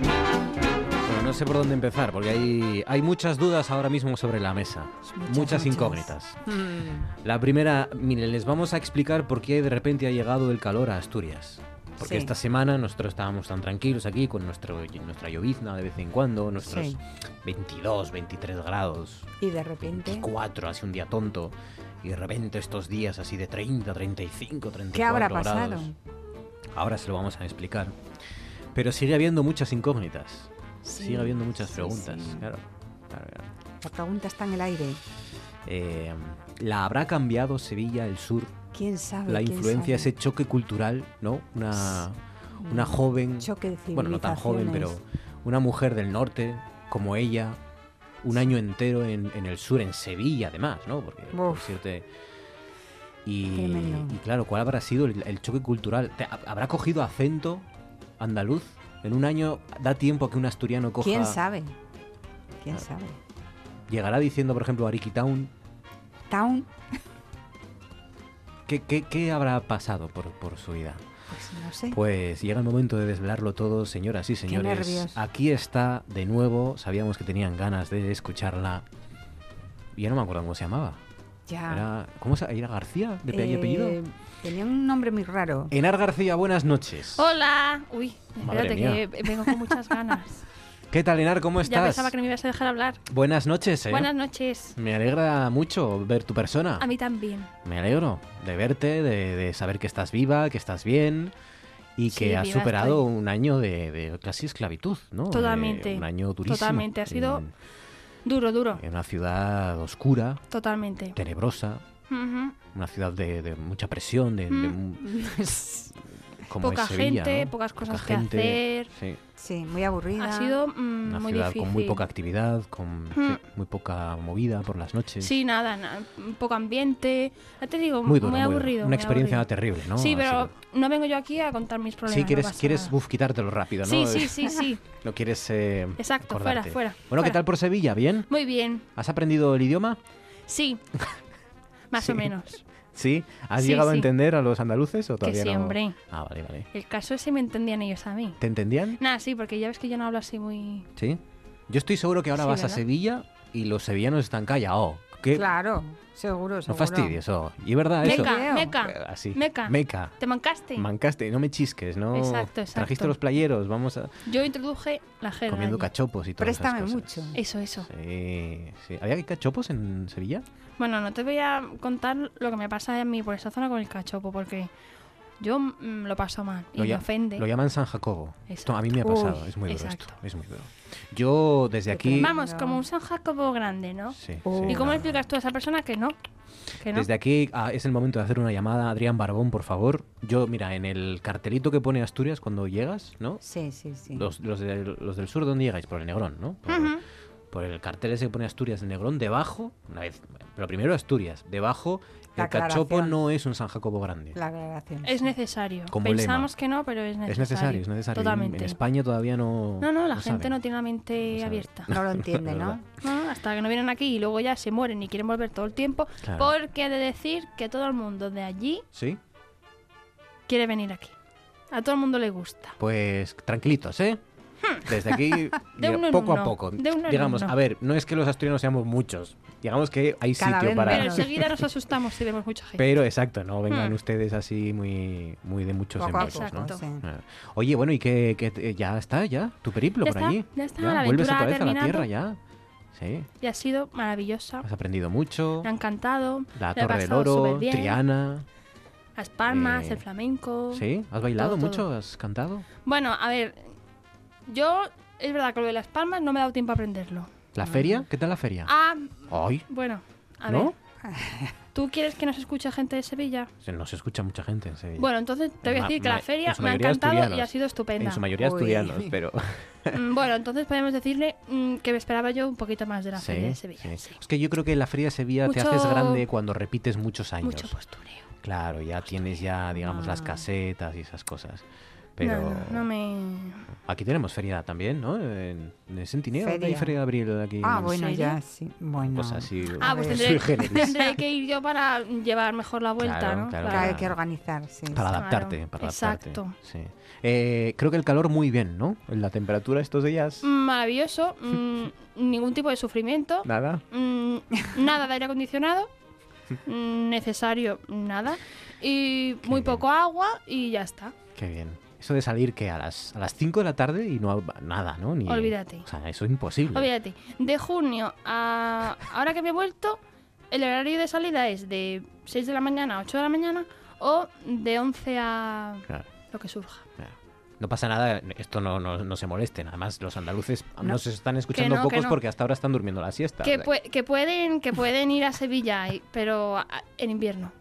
Bueno, no sé por dónde empezar, porque hay, hay muchas dudas ahora mismo sobre la mesa. Muchas, incógnitas. La primera, mire, les vamos a explicar por qué de repente ha llegado el calor a Asturias. Porque Sí. esta semana nosotros estábamos tan tranquilos aquí con nuestro, nuestra llovizna de vez en cuando, nuestros Sí. 22, 23 grados, Y de repente. 4, hace un día tonto, y de repente estos días así de 30, 35, 34 ¿Qué habrá grados. pasado? Ahora se lo vamos a explicar. Pero sigue habiendo muchas incógnitas. Sí, sigue habiendo muchas sí, preguntas. sí. Claro, claro, claro. La pregunta está en el aire. Eh, ¿La habrá cambiado Sevilla, el sur? ¿Quién sabe? La quién influencia, sabe? ese choque cultural, ¿no? Una, Mm, una joven. choque de bueno, no tan joven, pero una mujer del norte, como ella, un año entero en, en el sur, en Sevilla, además, ¿no? Porque, por Uf. decirte- Y, Tremendo. y claro, ¿cuál habrá sido el, el choque cultural? ¿Te- ¿Habrá cogido acento andaluz? En un año da tiempo a que un asturiano coja. Ah. ¿Quién sabe? ¿Quién sabe? Llegará diciendo, por ejemplo, Ariki Town. Town, ¿Qué, qué, qué habrá pasado por, por su vida? pues no sé. Pues llega el momento de desvelarlo todo, señoras y señores. nervios. Aquí está, de nuevo, sabíamos que tenían ganas de escucharla. Ya no me acuerdo cómo se llamaba. Ah. ya. Era, ¿Cómo se ¿Era García? ¿De pe- y apellido? Eh, Tenía un nombre muy raro. Enar García, buenas noches. Hola. Uy, Madre espérate mía. que vengo con [laughs] muchas ganas. ¿Qué tal, Enar? ¿Cómo Ya estás? pensaba que no me ibas a dejar hablar. Buenas noches, ¿eh? Buenas Ah. noches. Me alegra mucho ver tu persona. A mí también. Me alegro de verte, de, de saber que estás viva, que estás bien y Sí, que has viva superado un año de, de casi esclavitud, ¿no? Eh, Totalmente. un año durísimo. Totalmente. Ha sido en- duro, duro. en Eh, una ciudad oscura, Totalmente. tenebrosa, Ujú. una ciudad de, de mucha presión, de, de Mm. mu- como Poca es Sevilla, gente, ¿no? pocas Poca cosas que gente, hacer. sí. Sí, muy aburrida. Ha sido mm, Una muy ciudad difícil. con muy poca actividad, con sí, Mm. muy poca movida por las noches. Sí, nada, na- poco ambiente. Ya te digo, Muy muy, duro, muy duro. aburrido. Una muy experiencia aburrido. terrible, ¿no? Sí, Ha pero no vengo yo aquí a contar mis problemas. Sí, no quieres, pasa quieres nada. uf, quitártelo rápido, ¿no? Sí, sí, sí, sí. [laughs] No quieres. eh, Exacto, fuera, acordarte. fuera, Bueno, ¿qué fuera. tal por Sevilla? ¿Bien? Muy bien, ¿Has aprendido el idioma? [laughs] sí. Más o Sí. menos. Sí. ¿Has Sí, llegado a sí. entender a los andaluces o todavía sí, no? hombre. Ah, vale, vale. El caso es si me entendían ellos a mí. ¿Te entendían? Nada, sí, porque ya ves que yo no hablo así muy... Sí. Yo estoy seguro que ahora Sí, vas a ¿verdad? Sevilla y los sevillanos están callados. ¿Qué? Claro, seguro, No seguro. fastidies, oh. Y es verdad eso. Meca, Eh, meca, Así. meca. Meca. ¿Te mancaste? Mancaste, no me chisques, ¿no? Exacto, exacto. Trajiste los playeros, vamos a... Yo introduje la jerga. comiendo allí. cachopos y todo esas cosas. mucho. Eso, eso. Sí, sí. ¿Había cachopos en Sevilla? Bueno, no te voy a contar lo que me pasa a mí por esa zona con el cachopo, porque yo mm, lo paso mal y lo, me lla- ofende. lo llaman San Jacobo. Esto a mí me ha Exacto. pasado, Uy, es muy duro exacto. esto, es muy duro. Yo desde aquí, Vamos, como un San Jacobo grande, ¿no? Sí, Oh. sí, ¿Y cómo nada. explicas tú a esa persona que no? Que no. desde aquí ah, es el momento de hacer una llamada, Adrián Barbón, por favor. Yo, mira, en el cartelito que pone Asturias cuando llegas, ¿no? Sí, sí, sí. Los, los del, los del sur, ¿dónde llegáis? Por el Negrón, ¿no? Por, por el cartel ese que pone Asturias, el Negrón, debajo, una vez, pero primero Asturias, debajo, La el cachopo aclaración. no es un San Jacobo grande. La aclaración. Es necesario. Como lema. Pensamos que no, pero es necesario. Es necesario, es necesario. En- Totalmente. En España todavía no. No, no, la no gente saben. no tiene la mente saben. abierta. [laughs] No lo entiende, ¿no? No, hasta que no vienen aquí y luego ya se mueren y quieren volver todo el tiempo. Claro. Porque he de decir que todo el mundo de allí ¿Sí? quiere venir aquí. A todo el mundo le gusta. Pues tranquilitos, ¿eh? Desde aquí, Hmm. [laughs] De diga- uno en poco uno, a poco. de uno en Digamos, uno. a ver, no es que los asturianos seamos muchos. Digamos que hay Cada sitio vez para. [laughs] Pero enseguida nos asustamos si vemos mucha gente. Pero, exacto, no vengan Hmm. ustedes así muy, muy de muchos Poco a en pocos, ¿no? poco, sí. Ah. Oye, bueno, ¿y qué, qué te- ya está, ya? ¿Tu periplo Ya por está, allí? ya está, la vuelves aventura otra ha vez a la terminado. tierra, ya. Sí, Y ha sido maravillosa. has aprendido mucho. Me ha encantado. La lo he Torre del pasado Oro, superbién. Triana. Las palmas, eh, el flamenco. ¿Sí? ¿Has bailado todo, todo. mucho? ¿Has cantado? Bueno, a ver, yo es verdad que lo de las palmas no me ha dado tiempo a aprenderlo. ¿La feria? ¿Qué tal la feria? Ah, ¡Ay! bueno, a ¿No? ver. [laughs] ¿Tú quieres que nos escuche gente de Sevilla? Se- No se escucha mucha gente en Sevilla. Bueno, entonces te voy a Ma- decir que ma- la feria en su me ha mayoría encantado y ha asturianos. sido estupenda. En su mayoría asturianos, pero... [laughs] Mm, Bueno, entonces podemos decirle mm, que me esperaba yo un poquito más de [laughs] la Sí, feria de Sevilla. sí. Es que yo creo que la feria de Sevilla te Mucho- haces grande cuando repites muchos años. Mucho postureo. Claro, ya tienes ya, digamos, las Ah. casetas y esas cosas. Pero No, no, no me... aquí tenemos feria también, ¿no? En, en el Centineo ¿dónde hay Feria. feria de abril aquí. Ah, en- bueno, ya, sí. Bueno. Cosa así. eh, Ah, pues sui [laughs] tendré, [laughs] generis. tendré que ir yo para llevar mejor la vuelta, Claro, ¿no? claro, Claro, hay para- que organizar, sí. Para Claro, adaptarte, para adaptarte. exacto. sí. Eh, creo que el calor muy bien, ¿no? La temperatura estos días, Maravilloso, [laughs] mm, ningún tipo de sufrimiento, nada. mm, nada de aire acondicionado, mm, necesario nada, y muy poco agua y ya está. Qué bien. Eso de salir que a las, a las 5 de la tarde y no ha- nada, ¿no? Ni, Olvídate. O sea, eso es imposible. Olvídate, de junio a ahora que me he vuelto, el horario de salida es de 6 de la mañana a 8 de la mañana o de 11 a Claro. lo que surja. No pasa nada, esto no, no, no se molesten. Además, los andaluces No. nos están Que escuchando no, que pocos no. porque hasta ahora están durmiendo la siesta. Que, O sea, pue- que pueden que pueden ir a Sevilla, y- pero a- a- en invierno.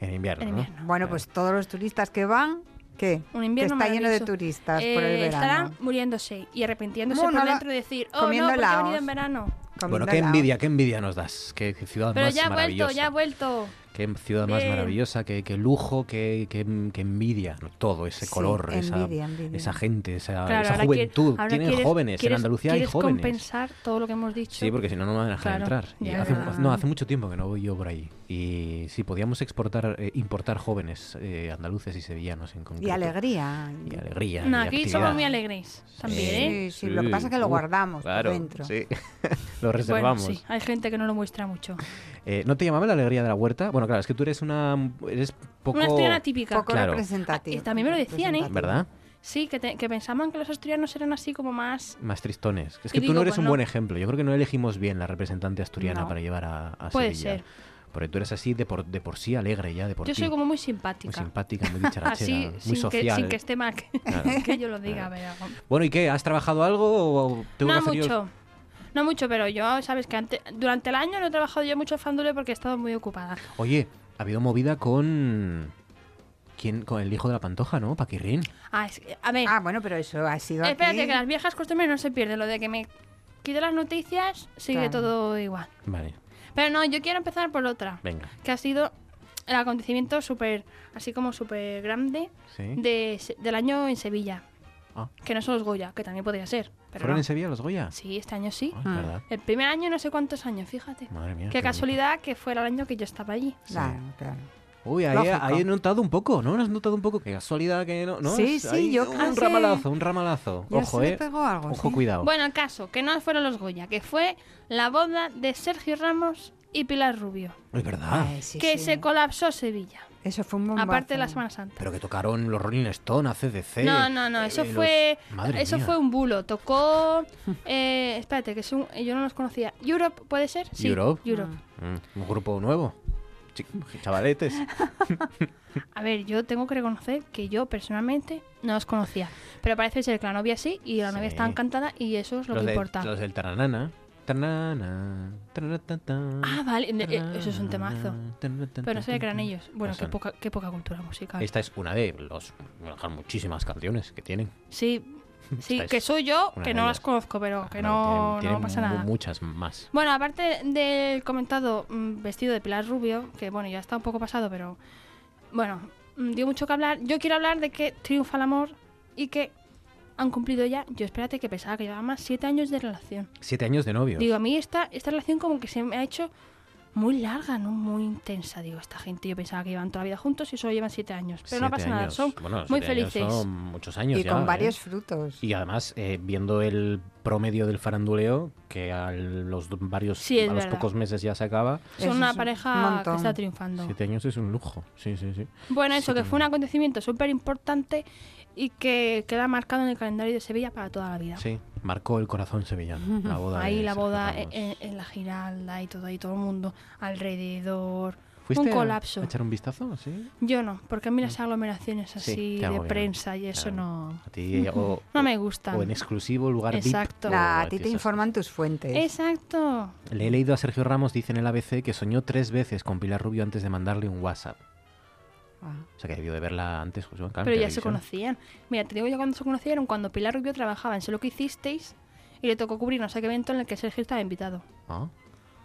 en invierno, en ¿no? invierno. Bueno, pues todos los turistas que van, ¿qué? Un invierno que está lleno de maravilloso. turistas Eh, por el verano. Estarán muriéndose y arrepintiéndose Bueno, por la- dentro y decir, oh no, comiendo porque he venido helados. en verano. Bueno, qué envidia, qué envidia nos das. Qué, qué ciudad Pero más ya ha vuelto, maravillosa. ya ha vuelto. Qué ciudad más Bien. maravillosa, qué, qué lujo, qué, qué, qué envidia. ¿no? Todo ese Sí, color, envidia, esa, envidia. esa gente, esa, Claro, esa ahora quiere- juventud. ahora Tienen quieres- jóvenes. quieres- en Andalucía hay quieres jóvenes. compensar todo lo que hemos dicho. Sí, porque si no, no me van a dejar Claro, entrar. Y ya hace, verás. no, hace mucho tiempo que no voy yo por ahí. Y sí, podíamos exportar, eh, importar jóvenes eh, andaluces y sevillanos en concreto. Y alegría. Y alegría. No, y aquí actividad. somos muy alegres también, ¿eh? Sí, sí, lo que pasa es que lo Uh, guardamos por claro, dentro. Sí, [laughs] lo Bueno, reservamos. sí, hay gente que no lo muestra mucho. Eh, ¿No te llamaba la alegría de la huerta? Bueno, claro, es que tú eres una. Eres poco. Una asturiana típica. Poco Claro. representativa. Ah, también me lo decían, ¿eh? ¿Verdad? Sí, que, te- que pensaban que los asturianos eran así como más... Más tristones. Es Y que tú digo, no eres pues un no. buen ejemplo. Yo creo que no elegimos bien la representante asturiana No. para llevar a, a Puede Ah, Sevilla. ser. Porque tú eres así de por, de por sí alegre ya, de por Yo ti. soy como muy simpática. Muy simpática, [laughs] muy dicharachera, así, muy sin Que, social. sin que esté mal que, Claro. [laughs] que yo lo diga, pero... Bueno, ¿y qué? ¿Has trabajado algo o te No hubieras tenido- mucho. No mucho, pero yo, sabes que antes, durante el año no he trabajado yo mucho en Fandule porque he estado muy ocupada. Oye, ha habido movida con. ¿Quién? Con el hijo de la pantoja, ¿no? Paquirrín. Ah, es que- a ver. Ah, bueno, pero eso ha sido Espérate, aquí. que las viejas costumbres no se pierden. Lo de que me quite las noticias sigue Claro. todo igual. Vale, Pero no, yo quiero empezar por otra. venga. Que ha sido el acontecimiento súper, así como súper grande Sí. de Se- del año en Sevilla. Ah. Que no son los Goya, que también podría ser. Pero ¿Fueron no. en Sevilla los Goya? Sí, este año sí. Ay, verdad. El primer año no sé cuántos años, fíjate. Madre mía, qué Qué bonito. casualidad que fuera el año que yo estaba allí. Claro, claro. Uy, ahí, Lógico. ahí he notado un poco, ¿no? ¿Has notado un poco? Qué casualidad que no. ¿no? Sí, Es- sí, ahí yo Un casi- ramalazo, un ramalazo. Ya Ojo, se me ¿eh? pegó algo, Ojo, sí. cuidado. Bueno, el caso, que no fueron los Goya, que fue la boda de Sergio Ramos y Pilar Rubio, Es verdad. que se colapsó Sevilla, Eso fue un bombazo. aparte de la Semana Santa. Pero que tocaron los Rolling Stone, ACDC. No, no, no, eh, eso los- fue Madre eso mía. fue un bulo. Tocó eh, espérate, que es un, yo no los conocía. Europe, ¿puede ser? Sí, Europe. Mm, Un grupo nuevo. Chi- [laughs] Chavaletes. A ver, yo tengo que reconocer que yo personalmente no los conocía, pero parece ser que la novia sí y la novia está encantada y eso es lo los, que de- importa. los del Taranana. Taranana. Ah, vale, eh, eh, eso es un temazo. Pero no Pero sabía que eran ellos. Bueno, No qué son. poca, qué poca cultura musical. Esta es una de los, las muchísimas canciones que tienen. [laughs] Sí, sí, Esta es que soy yo, una que de no ellas. las conozco, pero que Claro, no, tienen- no pasa tienen mu- nada. Muchas más. Bueno, aparte del comentado mm, vestido de Pilar Rubio, que bueno, ya está un poco pasado, pero bueno, mm, dio mucho que hablar. Yo quiero hablar de que triunfa el amor y que han cumplido ya, yo espérate que pensaba que llevaba más siete años de relación. Siete años de novios. Digo, a mí esta, esta relación como que se me ha hecho muy larga, no muy intensa, digo, esta gente. Yo pensaba que llevan toda la vida juntos y solo llevan siete años. Pero no Siete pasa nada, años. son Bueno, muy siete años felices. son muchos años Y ya, con ¿eh? varios frutos. Y además, eh, viendo el promedio del faranduleo, que a los do- varios Sí, es a los verdad. pocos meses ya se acaba. Son Eso una es un pareja que montón. está triunfando. Siete años es un lujo. Sí, sí, sí. Bueno, eso, Siete que fue un acontecimiento súper importante y que queda marcado en el calendario de Sevilla para toda la vida. años. Sí, marcó el corazón sevillano. La boda. Ahí de la Sergio boda Ramos. en, en- en la Giralda y todo ahí, todo el mundo alrededor. ¿Fuiste un a- colapso. A echar un vistazo? Sí. Yo no, porque a mí las aglomeraciones así Sí, te de agobian. prensa y eso Claro. no... A ti, o, [laughs] No me gusta. o en exclusivo lugar VIP, Exacto. o La- a a ti ti te Oh, esas informan tus fuentes. Exacto. Le he leído a Sergio Ramos, dice en el ABC, que soñó tres veces con Pilar Rubio antes de mandarle un WhatsApp. Ah. O sea, que debió de verla antes. Pues, claro, en Pero ya se televisión. conocían. Mira, te digo ya cuando se conocieron, cuando Pilar Rubio trabajaba en Sé lo que hicisteis y le tocó cubrir no sé qué evento en el que Sergio estaba invitado. Ah.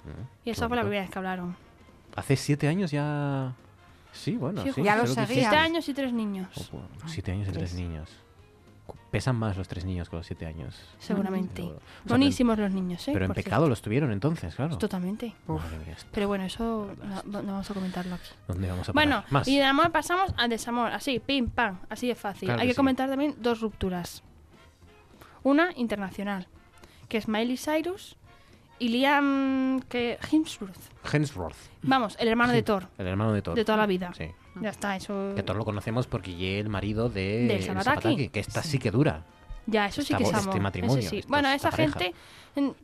Mm, Y qué esa fue la bonito. primera vez que hablaron. Hace siete años ya... Sí, bueno. Sí, Ah, sí, Este ya lo Este sé que Siete sí. años y tres niños. Ojo, Oh, siete años y tres niños. Cu- Pesan más los tres niños que los siete años. Seguramente. Seguro. O sea, pero- Buenísimos los niños, ¿eh? Pero en Por pecado los tuvieron entonces, claro. cierto. Totalmente. Madre mía, Pero bueno, eso no, no vamos a comentarlo aquí. ¿Dónde vamos a parar? Bueno, Más. y del amor pasamos al desamor, así, pim, pam, así de fácil. Claro Hay que que sí. comentar también dos rupturas. Una internacional, que es Miley Cyrus y Liam que Hemsworth. Hemsworth. Vamos, el hermano de Thor. El hermano de Thor. De toda la vida. Sí. Ya está, eso. Que Thor lo conocemos porque es el marido de Del el Zapataki. que esta sí que dura. Ya, eso sí Esta que es boda, amor. este matrimonio, eso sí. esta- bueno, esta esa pareja. gente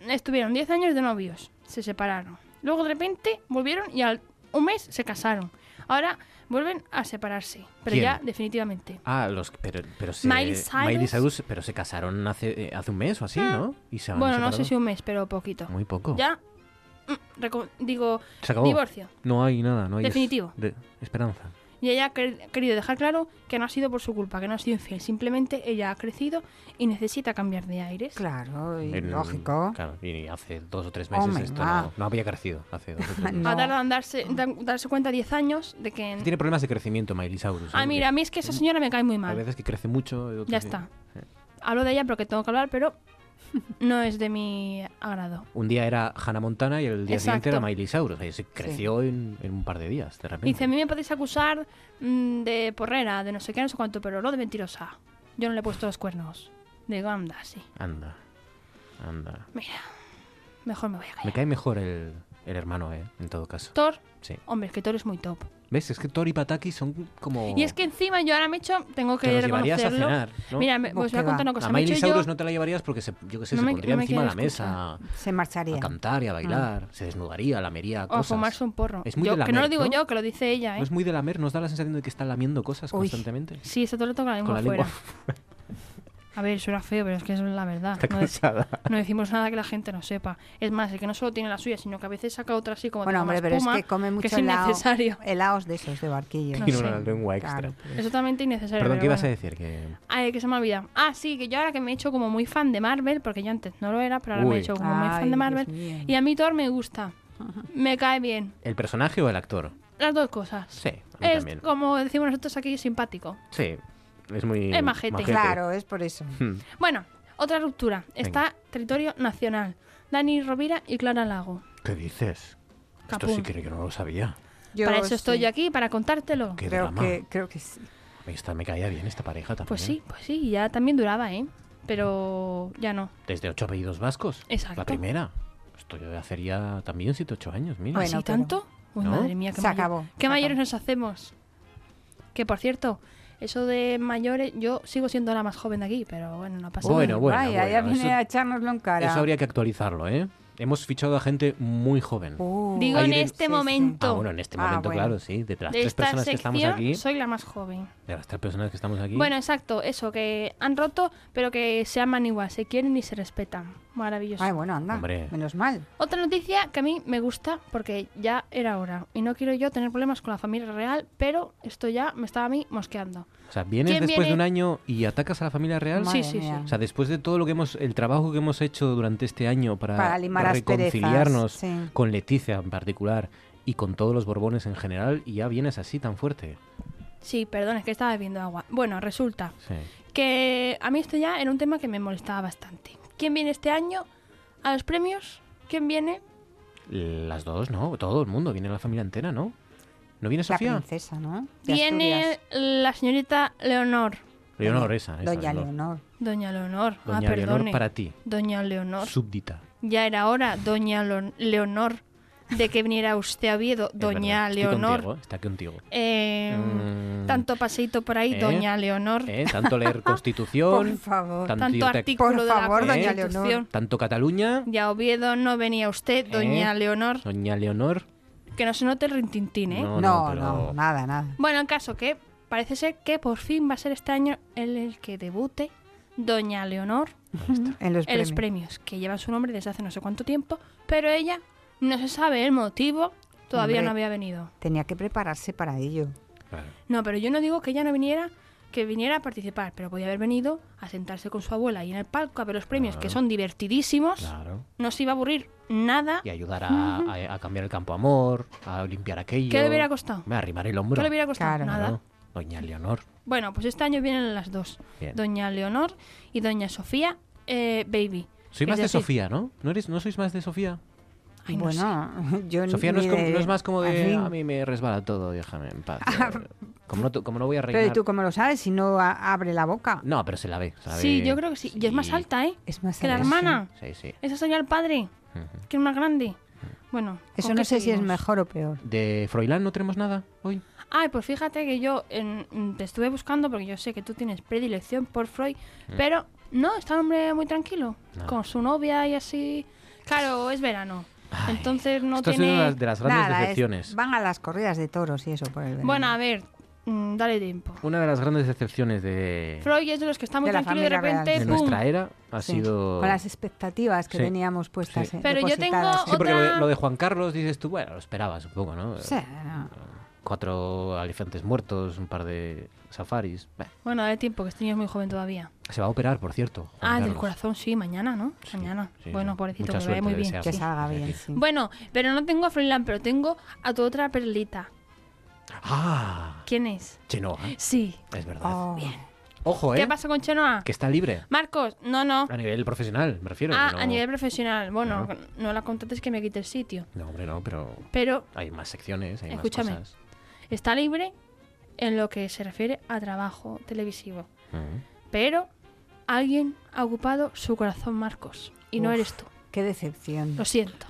mm, estuvieron 10 años de novios, se separaron. Luego de repente volvieron y al un mes se casaron. Ahora vuelven a separarse, pero ¿Quién? ya definitivamente. Ah, los pero, pero se, Miley Cyrus. Ah. Miley Cyrus, pero se casaron hace, eh, hace un mes o así, ¿no? Y se han Bueno, no sé separado. si un mes, pero poquito. Muy poco. Ya, mm, reco- digo, Se acabó. divorcio. No hay nada, no hay es- Definitivo. de- esperanza. Y ella ha quer- querido dejar claro que no ha sido por su culpa, que no ha sido infiel. Simplemente ella ha crecido y necesita cambiar de aires. Claro, En- Mm, [laughs] Claro, y hace dos o tres Oh, meses my esto God. no, no había crecido. Hace dos o [laughs] tres meses. Ha tardado en darse, dan- darse cuenta 10 años de que... Tiene problemas de crecimiento, Miley Cyrus. Ah, ¿eh? mira, a mí es que esa señora me cae muy Hay mal. veces que crece mucho. otras Ya sí. está. Hablo de ella porque tengo que hablar, pero no es de mi agrado. Un día era Hannah Montana y el día siguiente era Exacto. Miley Cyrus. Ahí se creció en, en un par de días, de repente. Dice, a mí me podéis acusar mm, de porrera, de no sé qué, no sé cuánto, pero no de mentirosa. Yo no le he puesto los cuernos. Digo, anda, sí. Anda, anda. Mira, mejor me voy a callar. Me cae mejor el, el hermano, ¿eh? En todo caso. Thor, Sí. hombre, es que Thor es muy top. ¿Ves? Es que Thor y Pataki son como... Y es que encima yo ahora me he hecho, tengo que Oh. Te los llevarías a reconocerlo. cenar, ¿no? Mira, me, os voy a contar una cosa. A Me he Miley hecho yo- Cyrus no te la llevarías porque se, yo qué sé, No se me- pondría no me encima de la quiero mesa. Se marcharía. A cantar y a bailar. Se desnudaría, lamería o a cosas. fumarse un porro. Es muy Yo- de lamer, que no lo digo ¿no? yo, que lo dice ella, ¿eh? ¿No es muy de lamer? ¿Nos da la sensación de que está lamiendo cosas constantemente? Sí, está todo el rato con la lengua Con la afuera. lengua [laughs] A ver, suena feo, pero es que es la verdad. Está No, dec- cansada. no decimos nada que la gente no sepa. Es más, el que no solo tiene la suya, sino que a veces saca otra así como de Bueno, goma hombre, pero es espuma, que come mucho es helado- innecesario. helados de esos, de barquillo. Tiene una lengua extra. Claro. Es totalmente pues. innecesario. Perdón, pero ¿qué ibas a bueno. decir? Que... Ay, que se me ha olvidado. Ah, sí, que yo ahora que me he hecho como muy fan de Marvel, porque yo antes no lo era, pero ahora me Uy. he hecho como muy Ay, fan de Dios Marvel. mío. Y a mí Thor me gusta. Me cae bien. ¿El personaje o el actor? Las dos cosas. Sí, a mí Es también. como decimos nosotros aquí, simpático. Sí, es muy... Es majete. Claro, es por eso. Hmm. Bueno, otra ruptura. Venga. Está territorio nacional. Dani Rovira y Clara Lago. ¿Qué dices? Esto Capum. sí que yo no lo sabía. Yo para eso sí. estoy yo aquí, para contártelo. Qué Creo drama. que- creo que sí. Esta, me caía bien esta pareja también. Pues sí, pues sí, ya también duraba, ¿eh? Pero ya no. ¿eh? Desde ocho apellidos vascos. Exacto. La primera. Esto yo hacería también siete, ocho años, mira. ¿Así ¿Ah, tanto? Uy, ¿No? madre mía, qué, Se mayor- acabó, qué mayores nos hacemos. Que por cierto, eso de mayores, yo sigo siendo la más joven de aquí, pero bueno, no pasa Bueno, nada. bueno, Vaya, bueno, ya viene eso- a echárnoslo en cara. Eso habría que actualizarlo, ¿eh? Hemos fichado a gente muy joven. Oh. Digo Hay en de- este momento. Ah, bueno, en este Ah, momento, bueno. claro, sí. De las de tres esta personas que sección estamos aquí. soy la más joven. De las tres personas que estamos aquí. Bueno, exacto, eso, que han roto, pero que se aman igual, se quieren y se respetan. Maravilloso. Ay, bueno, anda. Hombre. Menos mal. Otra noticia que a mí me gusta porque ya era hora y no quiero yo tener problemas con la familia real, pero esto ya me estaba a mí mosqueando. o sea, vienes ¿quién después viene? de un año y atacas a la familia real. Sí, Madre sí, sí. mía. O sea, después de todo lo que hemos, el trabajo que hemos hecho durante este año para, Para limar asperezas, reconciliarnos sí. con Leticia en particular y con todos los Borbones en general, y ya vienes así tan fuerte. Sí, perdón, es que estaba bebiendo agua. Bueno, resulta Sí. que a mí esto ya era un tema que me molestaba bastante. ¿Quién viene este año a los premios? ¿Quién viene? Las dos, ¿no? Todo el mundo, viene la familia entera, ¿no? ¿No viene La Sofía? princesa, ¿no? De Asturias. Viene la señorita Leonor. Leonor, esa, esa, Doña Leonor. Leonor. Doña Leonor. ah, Ah. Doña Leonor perdone. para ti. Doña Leonor. Súbdita. Ya era hora, doña Lo- Leonor, de que viniera usted a Oviedo, Es doña verdad, estoy contigo, Leonor. ¿eh? está contigo. Eh, Mm. Tanto paseíto por ahí, ¿Eh? doña Leonor. ¿Eh? Tanto [laughs] leer Constitución. Por favor. Tanto, Tanto irte- artículo de favor, la doña Constitución. Tanto Cataluña. Y a Oviedo no venía usted, doña ¿eh? Leonor. Doña Leonor. Que no se note el rintintín, ¿eh? No, no, No, pero- no, nada, nada. Bueno, el caso que parece ser que por fin va a ser este año el, el que debute Doña Leonor En los en los premios. premios, que lleva su nombre desde hace no sé cuánto tiempo, pero ella no se sabe el motivo, todavía Hombre. no había venido. Tenía que prepararse para ello. No, pero yo no digo que ella no viniera, que viniera a participar, pero podía haber venido a sentarse con su abuela y en el palco a ver los premios, que Claro. son divertidísimos, Claro. no se iba a aburrir nada. Y ayudar a, a- a cambiar el campo amor, a limpiar aquello. ¿Qué le hubiera costado? Me arrimar el hombro. ¿Qué le hubiera costado? Claro. Nada. Claro. Doña Leonor. Bueno, pues este año vienen las dos, Bien. Doña Leonor y Doña Sofía eh, Baby. Soy Es más de decir, Sofía, ¿no? ¿No, eres, ¿No sois más de Sofía? Ay, no bueno, [laughs] yo Sofía no ni es, como- de- no es más como en de fin. a mí me resbala todo, déjame en [laughs] paz. como, no, tu- como no voy a Pero ¿y reinar. tú cómo lo sabes si no a- abre la boca? No, pero se la ve. se la Sí, ve. yo creo que sí. Y es más Sí. alta, ¿eh? Es más que la alta, hermana. Sí, sí. Esa señal al padre, que es más grande. Bueno. Eso ¿con no qué sé si es seguimos? mejor o peor. ¿De Froilán no tenemos nada hoy? Ay, pues fíjate que yo en- mm, te estuve buscando porque yo sé que tú tienes predilección por Freud, Mm. pero no, está un hombre muy tranquilo, No. con su novia y así. Claro, es verano. Entonces no esto ha sido tiene... una de las grandes Nada, es- decepciones. van a las corridas de toros y eso por el verano. Bueno, a ver, mm, dale tiempo. Una de las grandes decepciones de, Freud es de los que está muy De la tranquilo y de familia real. repente... de ¡pum! nuestra era ha Sí, sido... Con las expectativas que Sí, teníamos puestas. sí. eh, Pero yo tengo depositadas en- Sí, porque lo de, lo de Juan Carlos dices tú, bueno, lo esperabas un poco, ¿no? Sí, no. Cuatro elefantes muertos, un par de safaris. Bah, Bueno, dale tiempo, que este niño es muy joven todavía. se va a operar, por cierto. Juan Ah, del Carlos. corazón, sí, mañana, ¿no? mañana. sí, bueno, sí. pobrecito, Mucha que vaya suerte, muy bien. deseamos. Que salga bien, Bueno, pero no tengo a Froilán, pero tengo a tu otra perlita. Ah, ¿Quién es? Chenoa. Sí. Es verdad. Oh. Bien. Ojo, ¿eh? ¿Qué pasa con Chenoa? Que está libre. Marcos, no, no. A nivel profesional, me refiero. Ah, no- a nivel profesional. Bueno, Bueno. no la contrates que me quite el sitio. No, hombre, no, pero... Pero- Hay más secciones, hay Escúchame. más cosas. Está libre en lo que se refiere a trabajo televisivo. Ujú. Pero alguien ha ocupado su corazón, Marcos. Y no Uf, eres tú. Qué decepción. Lo siento.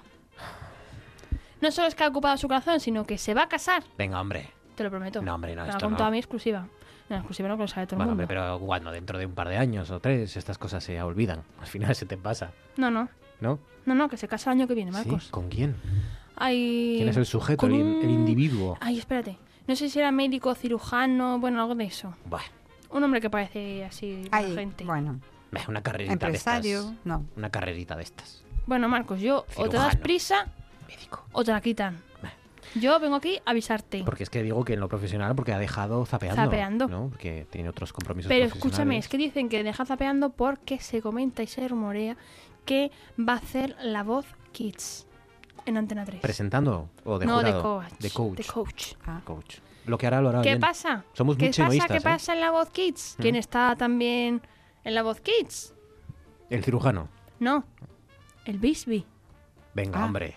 No solo es que ha ocupado su corazón, sino que se va a casar. Venga, hombre. Te lo prometo. No, hombre, no, Me lo ha esto contado no. a mí exclusiva. No, exclusiva no, que lo sabe todo el Bueno, mundo. hombre, pero cuando dentro de un par de años o tres estas cosas se olvidan. [laughs] Al final se te pasa, No, no. ¿no? No, no, que se casa el año que viene, Marcos. ¿Sí? ¿Con quién? Ay, ¿Quién es el sujeto, con el, un- el individuo? Ay, espérate. No sé si era médico, cirujano, bueno, algo de eso. Buah, Un hombre que parece así Ay, gente. Bueno, meh, una carrerita de Empresario, estas. no. Una carrerita de estas. Bueno, Marcos, yo o te das Cirujano. prisa o te la quitan. Yo vengo aquí a avisarte. Porque es que digo que en lo profesional, porque ha dejado zapeando. Zapeando. ¿no? Porque tiene otros compromisos Pero escúchame, es profesionales. que dicen que deja zapeando porque se comenta y se rumorea que va a hacer la voz Kids en Antena 3. Presentando o de no, de jurado, coach. De coach. De coach. Coach. Lo que hará lo hará ¿Qué bien. pasa? Somos muy ¿Qué pasa? chenoístas, ¿Qué ¿eh? pasa en la voz Kids? ¿Quién Mm. está también en la voz Kids? El cirujano. No, el Bisbee. Venga, Ah. hombre.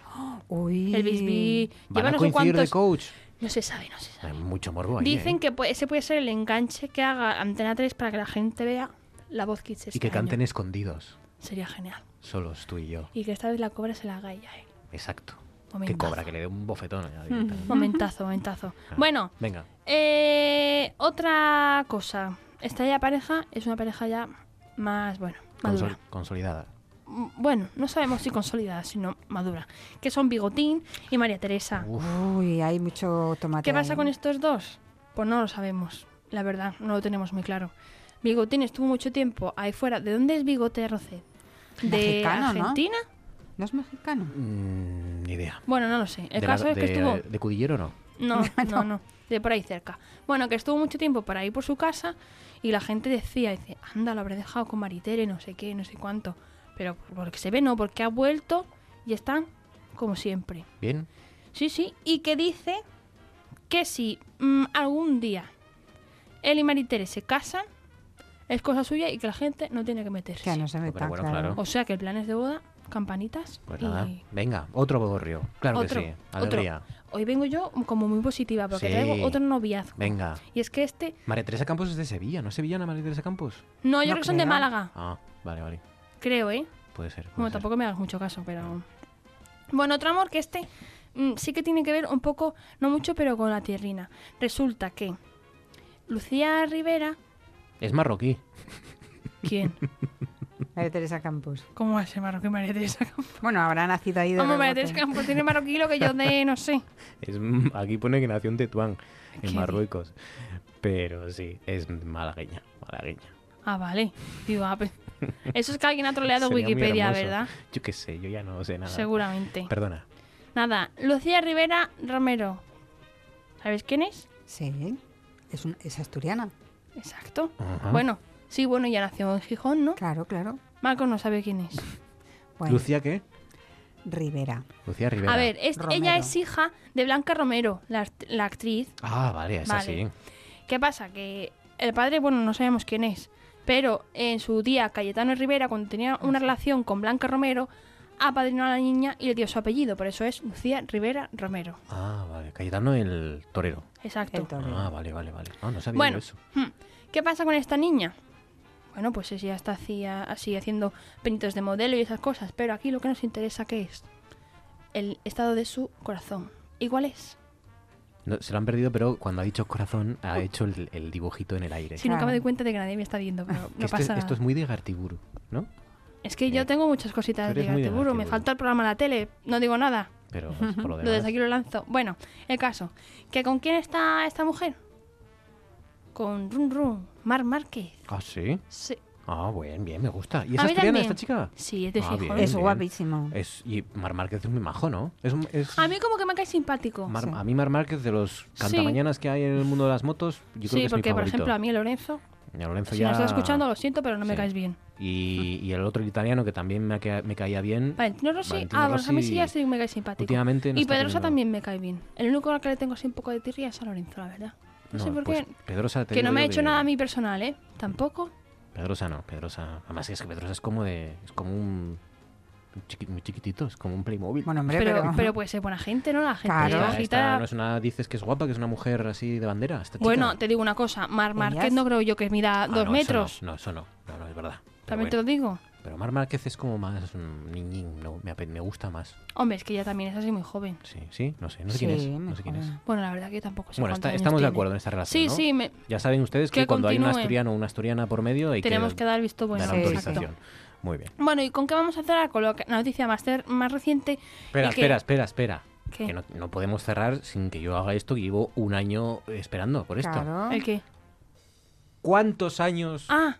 Uy. El Bisbee. Van lleva a no sé coincidir de cuántos- coach. No se sabe, no se sabe. Hay mucho morbo ahí, Dicen ¿eh? que pu- ese puede ser el enganche que haga Antena 3 para que la gente vea la voz Kids. Y este que año. canten escondidos. Sería genial. Solos tú y yo. Y que esta vez la cobra se la haga ella, ¿eh? Exacto. Que Momentazo. cobra, que le dé un bofetón. ya Mm. directamente. Momentazo, momentazo. Bueno, Ah, Venga. eh, otra cosa. Esta ya pareja es una pareja ya más, bueno, madura. Consol- consolidada. M- Bueno, no sabemos si consolidada, sino madura. Que son Bigotín y María Teresa. Uy, hay mucho tomate. ¿Qué pasa ahí. con estos dos? Pues no lo sabemos, la verdad, no lo tenemos muy claro. Bigotín estuvo mucho tiempo ahí fuera. ¿De dónde es Bigote Roce? ¿De Mexicano, ¿no? Argentina? ¿No es mexicano? Mm, ni idea. Bueno, no lo sé. El De la- caso es que de- estuvo... ¿De Cudillero no? [laughs] No, no, no. De por ahí cerca. Bueno, que estuvo mucho tiempo por ahí por su casa y la gente decía, dice, anda, lo habré dejado con Maritere, no sé qué, no sé cuánto. Pero porque se ve, no, porque ha vuelto y están como siempre. Bien. Sí, sí. Y que dice que si mm, algún día él y Maritere se casan, es cosa suya y que la gente no tiene que meterse. Que no se meta, bueno, claro. claro. O sea que el plan es de boda, campanitas Pues y nada. Venga, otro bodorrio. Claro otro, que sí. otro. Alegría. Hoy vengo yo como muy positiva porque Sí. traigo otro noviazgo. Venga. Y es que este. María Teresa Campos es de Sevilla, ¿no es sevillana María Teresa Campos? No, yo creo que son de creo. Málaga. Ah, vale, vale. Creo, ¿eh? Puede ser. puede Bueno, ser. tampoco me hagas mucho caso, pero. Bueno, otro amor que este mm, sí que tiene que ver un poco, no mucho, pero con la tierrina. Resulta que Lucía Rivera. Es marroquí. [laughs] ¿Quién? María Teresa Campos. ¿Cómo es el marroquí María Teresa Campos? Bueno, habrá nacido ahí de Vamos, María rebote. Teresa Campos [laughs] tiene marroquí lo que yo de, no sé. Es, aquí pone que nació en Tetuán, ¿Qué? en Marruecos. Pero sí, es malagueña. Malagueña. Ah, vale. Digo, ah, pues- Eso es que alguien ha troleado Sería muy Wikipedia, hermoso. ¿verdad? Yo qué sé, yo ya no sé nada. Seguramente. Perdona. Nada, Lucía Rivera Romero. ¿Sabes quién es? Sí. Es, un- es asturiana. Exacto. Ajá. Bueno, sí, bueno, ya nació en Gijón, ¿no? Claro, claro. Marcos no sabe quién es. Bueno, ¿Lucía qué? Rivera. Lucía Rivera. A ver, es, ella Romero. es hija de Blanca Romero, la, act- la actriz. Ah, vale, es Vale. así. ¿Qué pasa? Que el padre, bueno, no sabemos quién es, pero en su día Cayetano Rivera, cuando tenía una relación con Blanca Romero, apadrinó a la niña y le dio su apellido, por eso es Lucía Rivera Romero. Ah, vale. Cayetano el torero. Exacto. El torero. Ah, vale, vale, vale. Ah, no sabía Bueno, yo eso. hmm, ¿qué pasa con esta niña? Bueno, pues ella está hacía- así haciendo pinitos de modelo y esas cosas, pero aquí lo que nos interesa que es el estado de su corazón. Igual es, No, se lo han perdido, pero cuando ha dicho corazón, Oh. ha hecho el, el dibujito en el aire. si nunca me doy cuenta de que nadie me está viendo, pero Que no esto, pasa nada. esto Ah, es muy de Gartiburu, ¿no? Es que yo tengo muchas tú cositas de eres muy de Gartiburu. Me Gartiburu. falta el programa de la tele. No digo nada. Pero es por lo Lo demás. desde aquí lo lanzo. Bueno, el caso. ¿Que con quién está esta mujer? Con Run Run, Mar Márquez. Ah, sí. Sí. Ah, bien, bien, me gusta. A ¿Y es mí asturiana también. esta chica? Sí, es de Ah, Gijón. bien, Es bien. guapísimo. Es, y Mar Márquez es muy majo, ¿no? Es, un- es- A mí como que me cae simpático. Mar- A mí Mar Márquez, de los Ah, Sí. cantamañanas que hay en el mundo de las motos, yo creo sí, que es porque mi por favorito. ejemplo a mí Lorenzo, Y a Lorenzo si ya- nos estás escuchando lo siento, pero no me Sí. caes bien. Y, y el otro italiano que también me, ca- me caía bien. Valentino Rossi, Valentino ah, bueno, a mí sí Rossi, ya sí me cae simpático. últimamente no y está Pedrosa teniendo- también me cae bien. El único al que le tengo así un poco de tirria es a Lorenzo, la verdad. No, No, sé por pues, qué. Pedrosa te que no digo me ha yo hecho que- nada a mí personal, ¿eh? Tampoco. Pedrosa no, Pedrosa. Además es que Pedrosa es como de. es como un. un chiqui- muy chiquitito, es como un Playmobil. Bueno, Pero, pero... puede ser buena gente, ¿no? La gente Esta, agita- no es una, dices que es guapa, que es una mujer así de bandera. Esta chica. Bueno, te digo una cosa. Mar Márquez no creo yo que mida Ah, dos no, eso metros. no, no, eso no. No, no, es verdad. Pero También te bueno. lo digo. Pero Mar Márquez es como más mm, niñín, no, me, ape- me gusta más. Hombre, es que ella también es así muy joven. Sí, sí, no sé, no sé quién Sí, es. No sé quién es. Bueno, la verdad que yo tampoco sé Bueno, cuántos está- años estamos de tiene. acuerdo en esta relación. Sí, ¿no? sí, me- Ya saben ustedes que, que cuando hay un continúe. asturiano o una asturiana por medio hay Tenemos que dar el visto bueno. dar Sí, autorización. exacto. Muy bien. Bueno, ¿y con qué vamos a cerrar? Con lo que- la noticia más, cer- más reciente. Espera, y que- espera, espera, espera. ¿Qué? Que no, no podemos cerrar sin que yo haga esto que llevo un año esperando por esto. ¿El qué? ¿Cuántos años? Ah.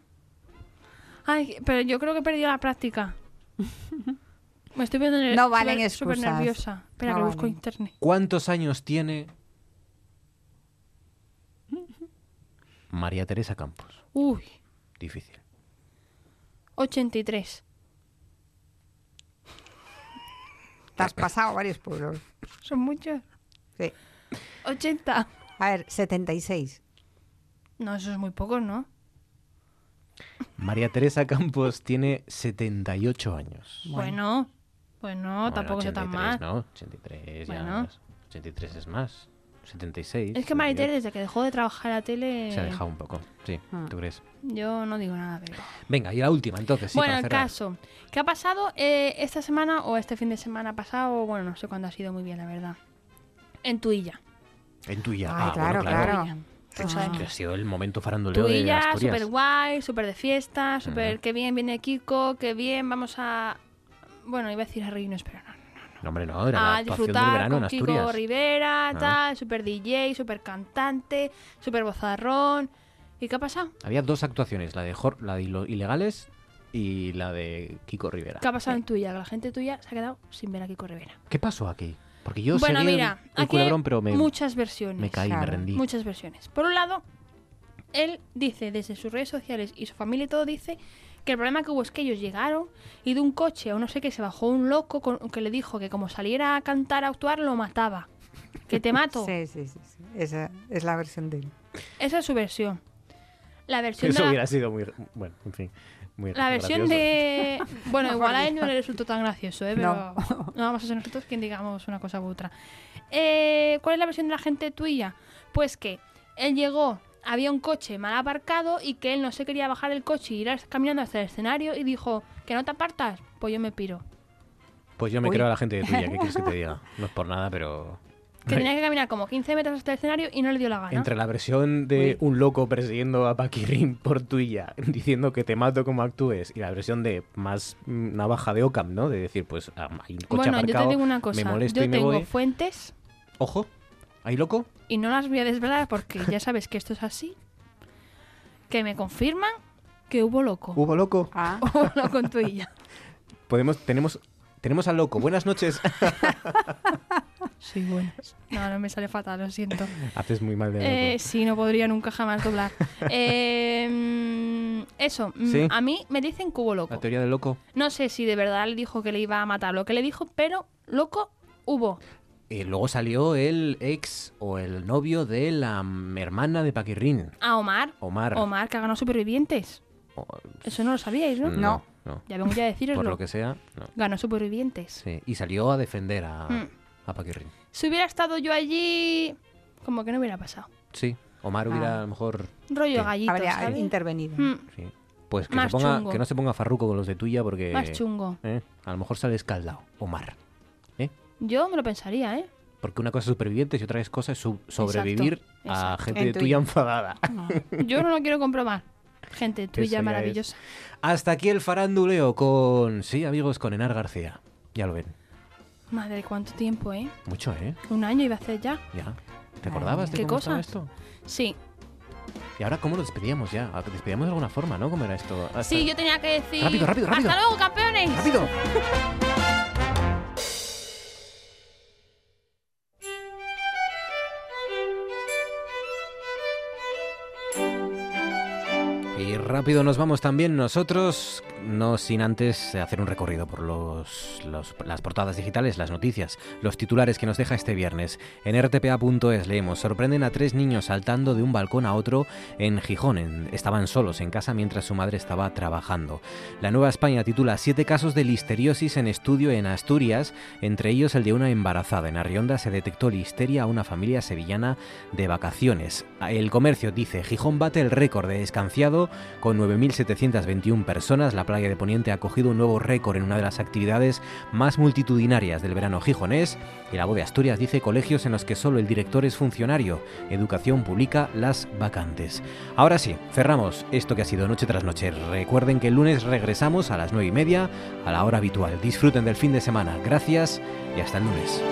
Ay, pero yo creo que he perdido la [laughs] práctica. Me estoy viendo ner- No valen súper- excusas. Súper nerviosa. Espera, No que busco valen. internet. ¿Cuántos años [laughs] tiene María Teresa Campos? Uy, Difícil. 83. Te has pasado varios pueblos. Son muchos. Sí. 80. A ver, 76. No, eso es muy poco, ¿no? María Teresa Campos tiene 78 años. Bueno, pues no, Bueno, tampoco está tan mal. 83, ¿no? 83 ya Bueno. es- 83 es más. 76. Es que Maritere, 78. desde que dejó de trabajar la tele. Se ha dejado un poco, sí, Ah. ¿tú crees? Yo no digo nada, pero. Venga, y la última entonces, sí, bueno, para el cerrar. caso. ¿Qué ha pasado eh, esta semana o este fin de semana pasado? Bueno, no sé cuándo ha sido muy bien, la verdad. En Tuilla. En tuya. Ay, ah, claro, bueno, claro. Pues es Ah. que ha sido el momento faranduleo Pues de Tuilla, Asturias. súper guay, súper de fiesta, súper qué bien viene Kiko, qué bien, vamos a. Bueno, iba a decir a reírnos, pero no. No, hombre, no, era la a actuación disfrutar del verano en con Kiko Asturias. Rivera, Ah. tal, súper DJ, súper cantante, súper bozarrón. ¿Y qué ha pasado? Había dos actuaciones, la de, Jor- la de Ilo- Ilegales y la de Kiko Rivera. ¿Qué ha pasado en tuya? Que la gente tuya se ha quedado sin ver a Kiko Rivera. ¿Qué pasó aquí? Porque yo bueno, seguí el- mira, el, aquí culebrón, hay pero me... muchas versiones. me caí, me Claro. rendí. Muchas versiones. Por un lado, él dice desde sus redes sociales y su familia y todo, dice que el problema que hubo es que ellos llegaron y de un coche o no sé qué se bajó un loco con- que le dijo que como saliera a cantar, a actuar, lo mataba. Que [laughs] te mato. [laughs] Sí, sí, sí. sí. Esa es la versión de él. Esa es su versión. La versión de [laughs] Eso la- hubiera sido muy... Bueno, en fin. Muy La versión gracioso. de. [laughs] Bueno, Por igual a él Dios. no le resultó tan gracioso, ¿eh? pero No. no. vamos a ser nosotros quien digamos una cosa u otra. Eh, ¿Cuál es la versión de la gente tuya? Pues que él llegó, había un coche mal aparcado y que él no se quería bajar el coche y ir as- caminando hasta el escenario y dijo: ¿Que no te apartas? Pues yo me piro. Pues yo me Uy. creo a la gente de tuya, ¿qué [laughs] quieres que te diga? No es por nada, pero... Que tenía que caminar como 15 metros hasta el escenario y Ah, no le dio la gana. Entre la versión de un loco persiguiendo a Paquirrin por tuya, [laughs] diciendo que te mato como actúes, y la versión de más mm, navaja de Ockham, ¿no? De decir, pues ah, hay un coche bueno, yo aparcado, te digo una cosa: me molesto yo y me tengo voy. fuentes Ojo, ¿hay loco? y no las voy a desvelar porque [laughs] ya sabes que esto es así. Que me confirman que hubo loco. ¿Hubo loco? [laughs] Hubo loco en tuya. Podemos, tenemos, tenemos al loco. Buenas [laughs] noches. Sí, buenas. No, no me sale fatal, lo siento. Haces muy mal de loco. Eh, sí, no podría nunca jamás doblar. [laughs] Eh, mm, eso, mm, Sí. a mí me dicen cubo La loco. teoría del loco. No sé si de verdad le dijo que le iba a matar lo que le dijo, pero loco hubo. Y Eh, luego salió el ex o el novio de la mm, hermana de Paquirrin. A Omar. Omar. Omar, que ha ganado Supervivientes. O- Eso no lo sabíais, ¿no? No. No. Ya vengo ya a deciroslo. Por lo que sea, no. Ganó Supervivientes. Sí, y salió a defender a, Mm. a Paquirrín. Si hubiera estado yo allí, como que no hubiera pasado. Sí, Ah. Omar hubiera a lo mejor... Rollo gallito, Habría ¿sabes? intervenido. Mm. Sí. Pues que, Más se ponga- chungo. que no se ponga farruco con los de tuya porque... Más chungo. ¿eh? A lo mejor sale escaldado, Omar. ¿eh? Yo me lo pensaría, ¿eh? Porque una cosa es supervivientes y otra es cosa es su- sobrevivir a exacto. gente En de tu- tuya enfadada. [laughs] Yo no lo quiero comprobar. Gente Eso ya tuya es. maravillosa. Hasta aquí el faranduleo con... Sí, amigos, con Enar García. Ya lo ven. Madre, cuánto tiempo, ¿eh? Mucho, ¿eh? Un año iba a hacer ya. Ya. ¿Te acordabas de ¿Qué cómo estaba cosas? esto? Sí. Y ahora, ¿cómo lo despedíamos ya? Ah, Despedíamos de alguna forma, ¿no? ¿Cómo era esto? Hasta- Sí, yo tenía que decir. Ah, Rápido, rápido, rápido. ¡Hasta luego, campeones! ¡Rápido! Y rápido nos vamos también nosotros, no sin antes hacer un recorrido por los, los- las portadas digitales, las noticias, los titulares que nos deja este viernes. En rtpa.es leemos, sorprenden a tres niños saltando de un balcón a otro en Gijón. En- estaban solos en casa mientras su madre estaba trabajando. La Nueva España titula siete casos de listeriosis en estudio en Asturias, entre ellos el de una embarazada. En Arrionda se detectó listeria a una familia sevillana de vacaciones. El comercio dice, Gijón bate el récord de escanciado con 9.721 personas. La playa de Poniente ha cogido un nuevo récord en una de las actividades más multitudinarias del verano gijonés. Y la voz de Asturias dice, colegios en los que solo el director es funcionario. Educación publica las vacantes. Ahora sí, cerramos esto que ha sido noche tras noche. Recuerden que el lunes regresamos a las 9 y media, a la hora habitual. Disfruten del fin de semana. Gracias y hasta el lunes.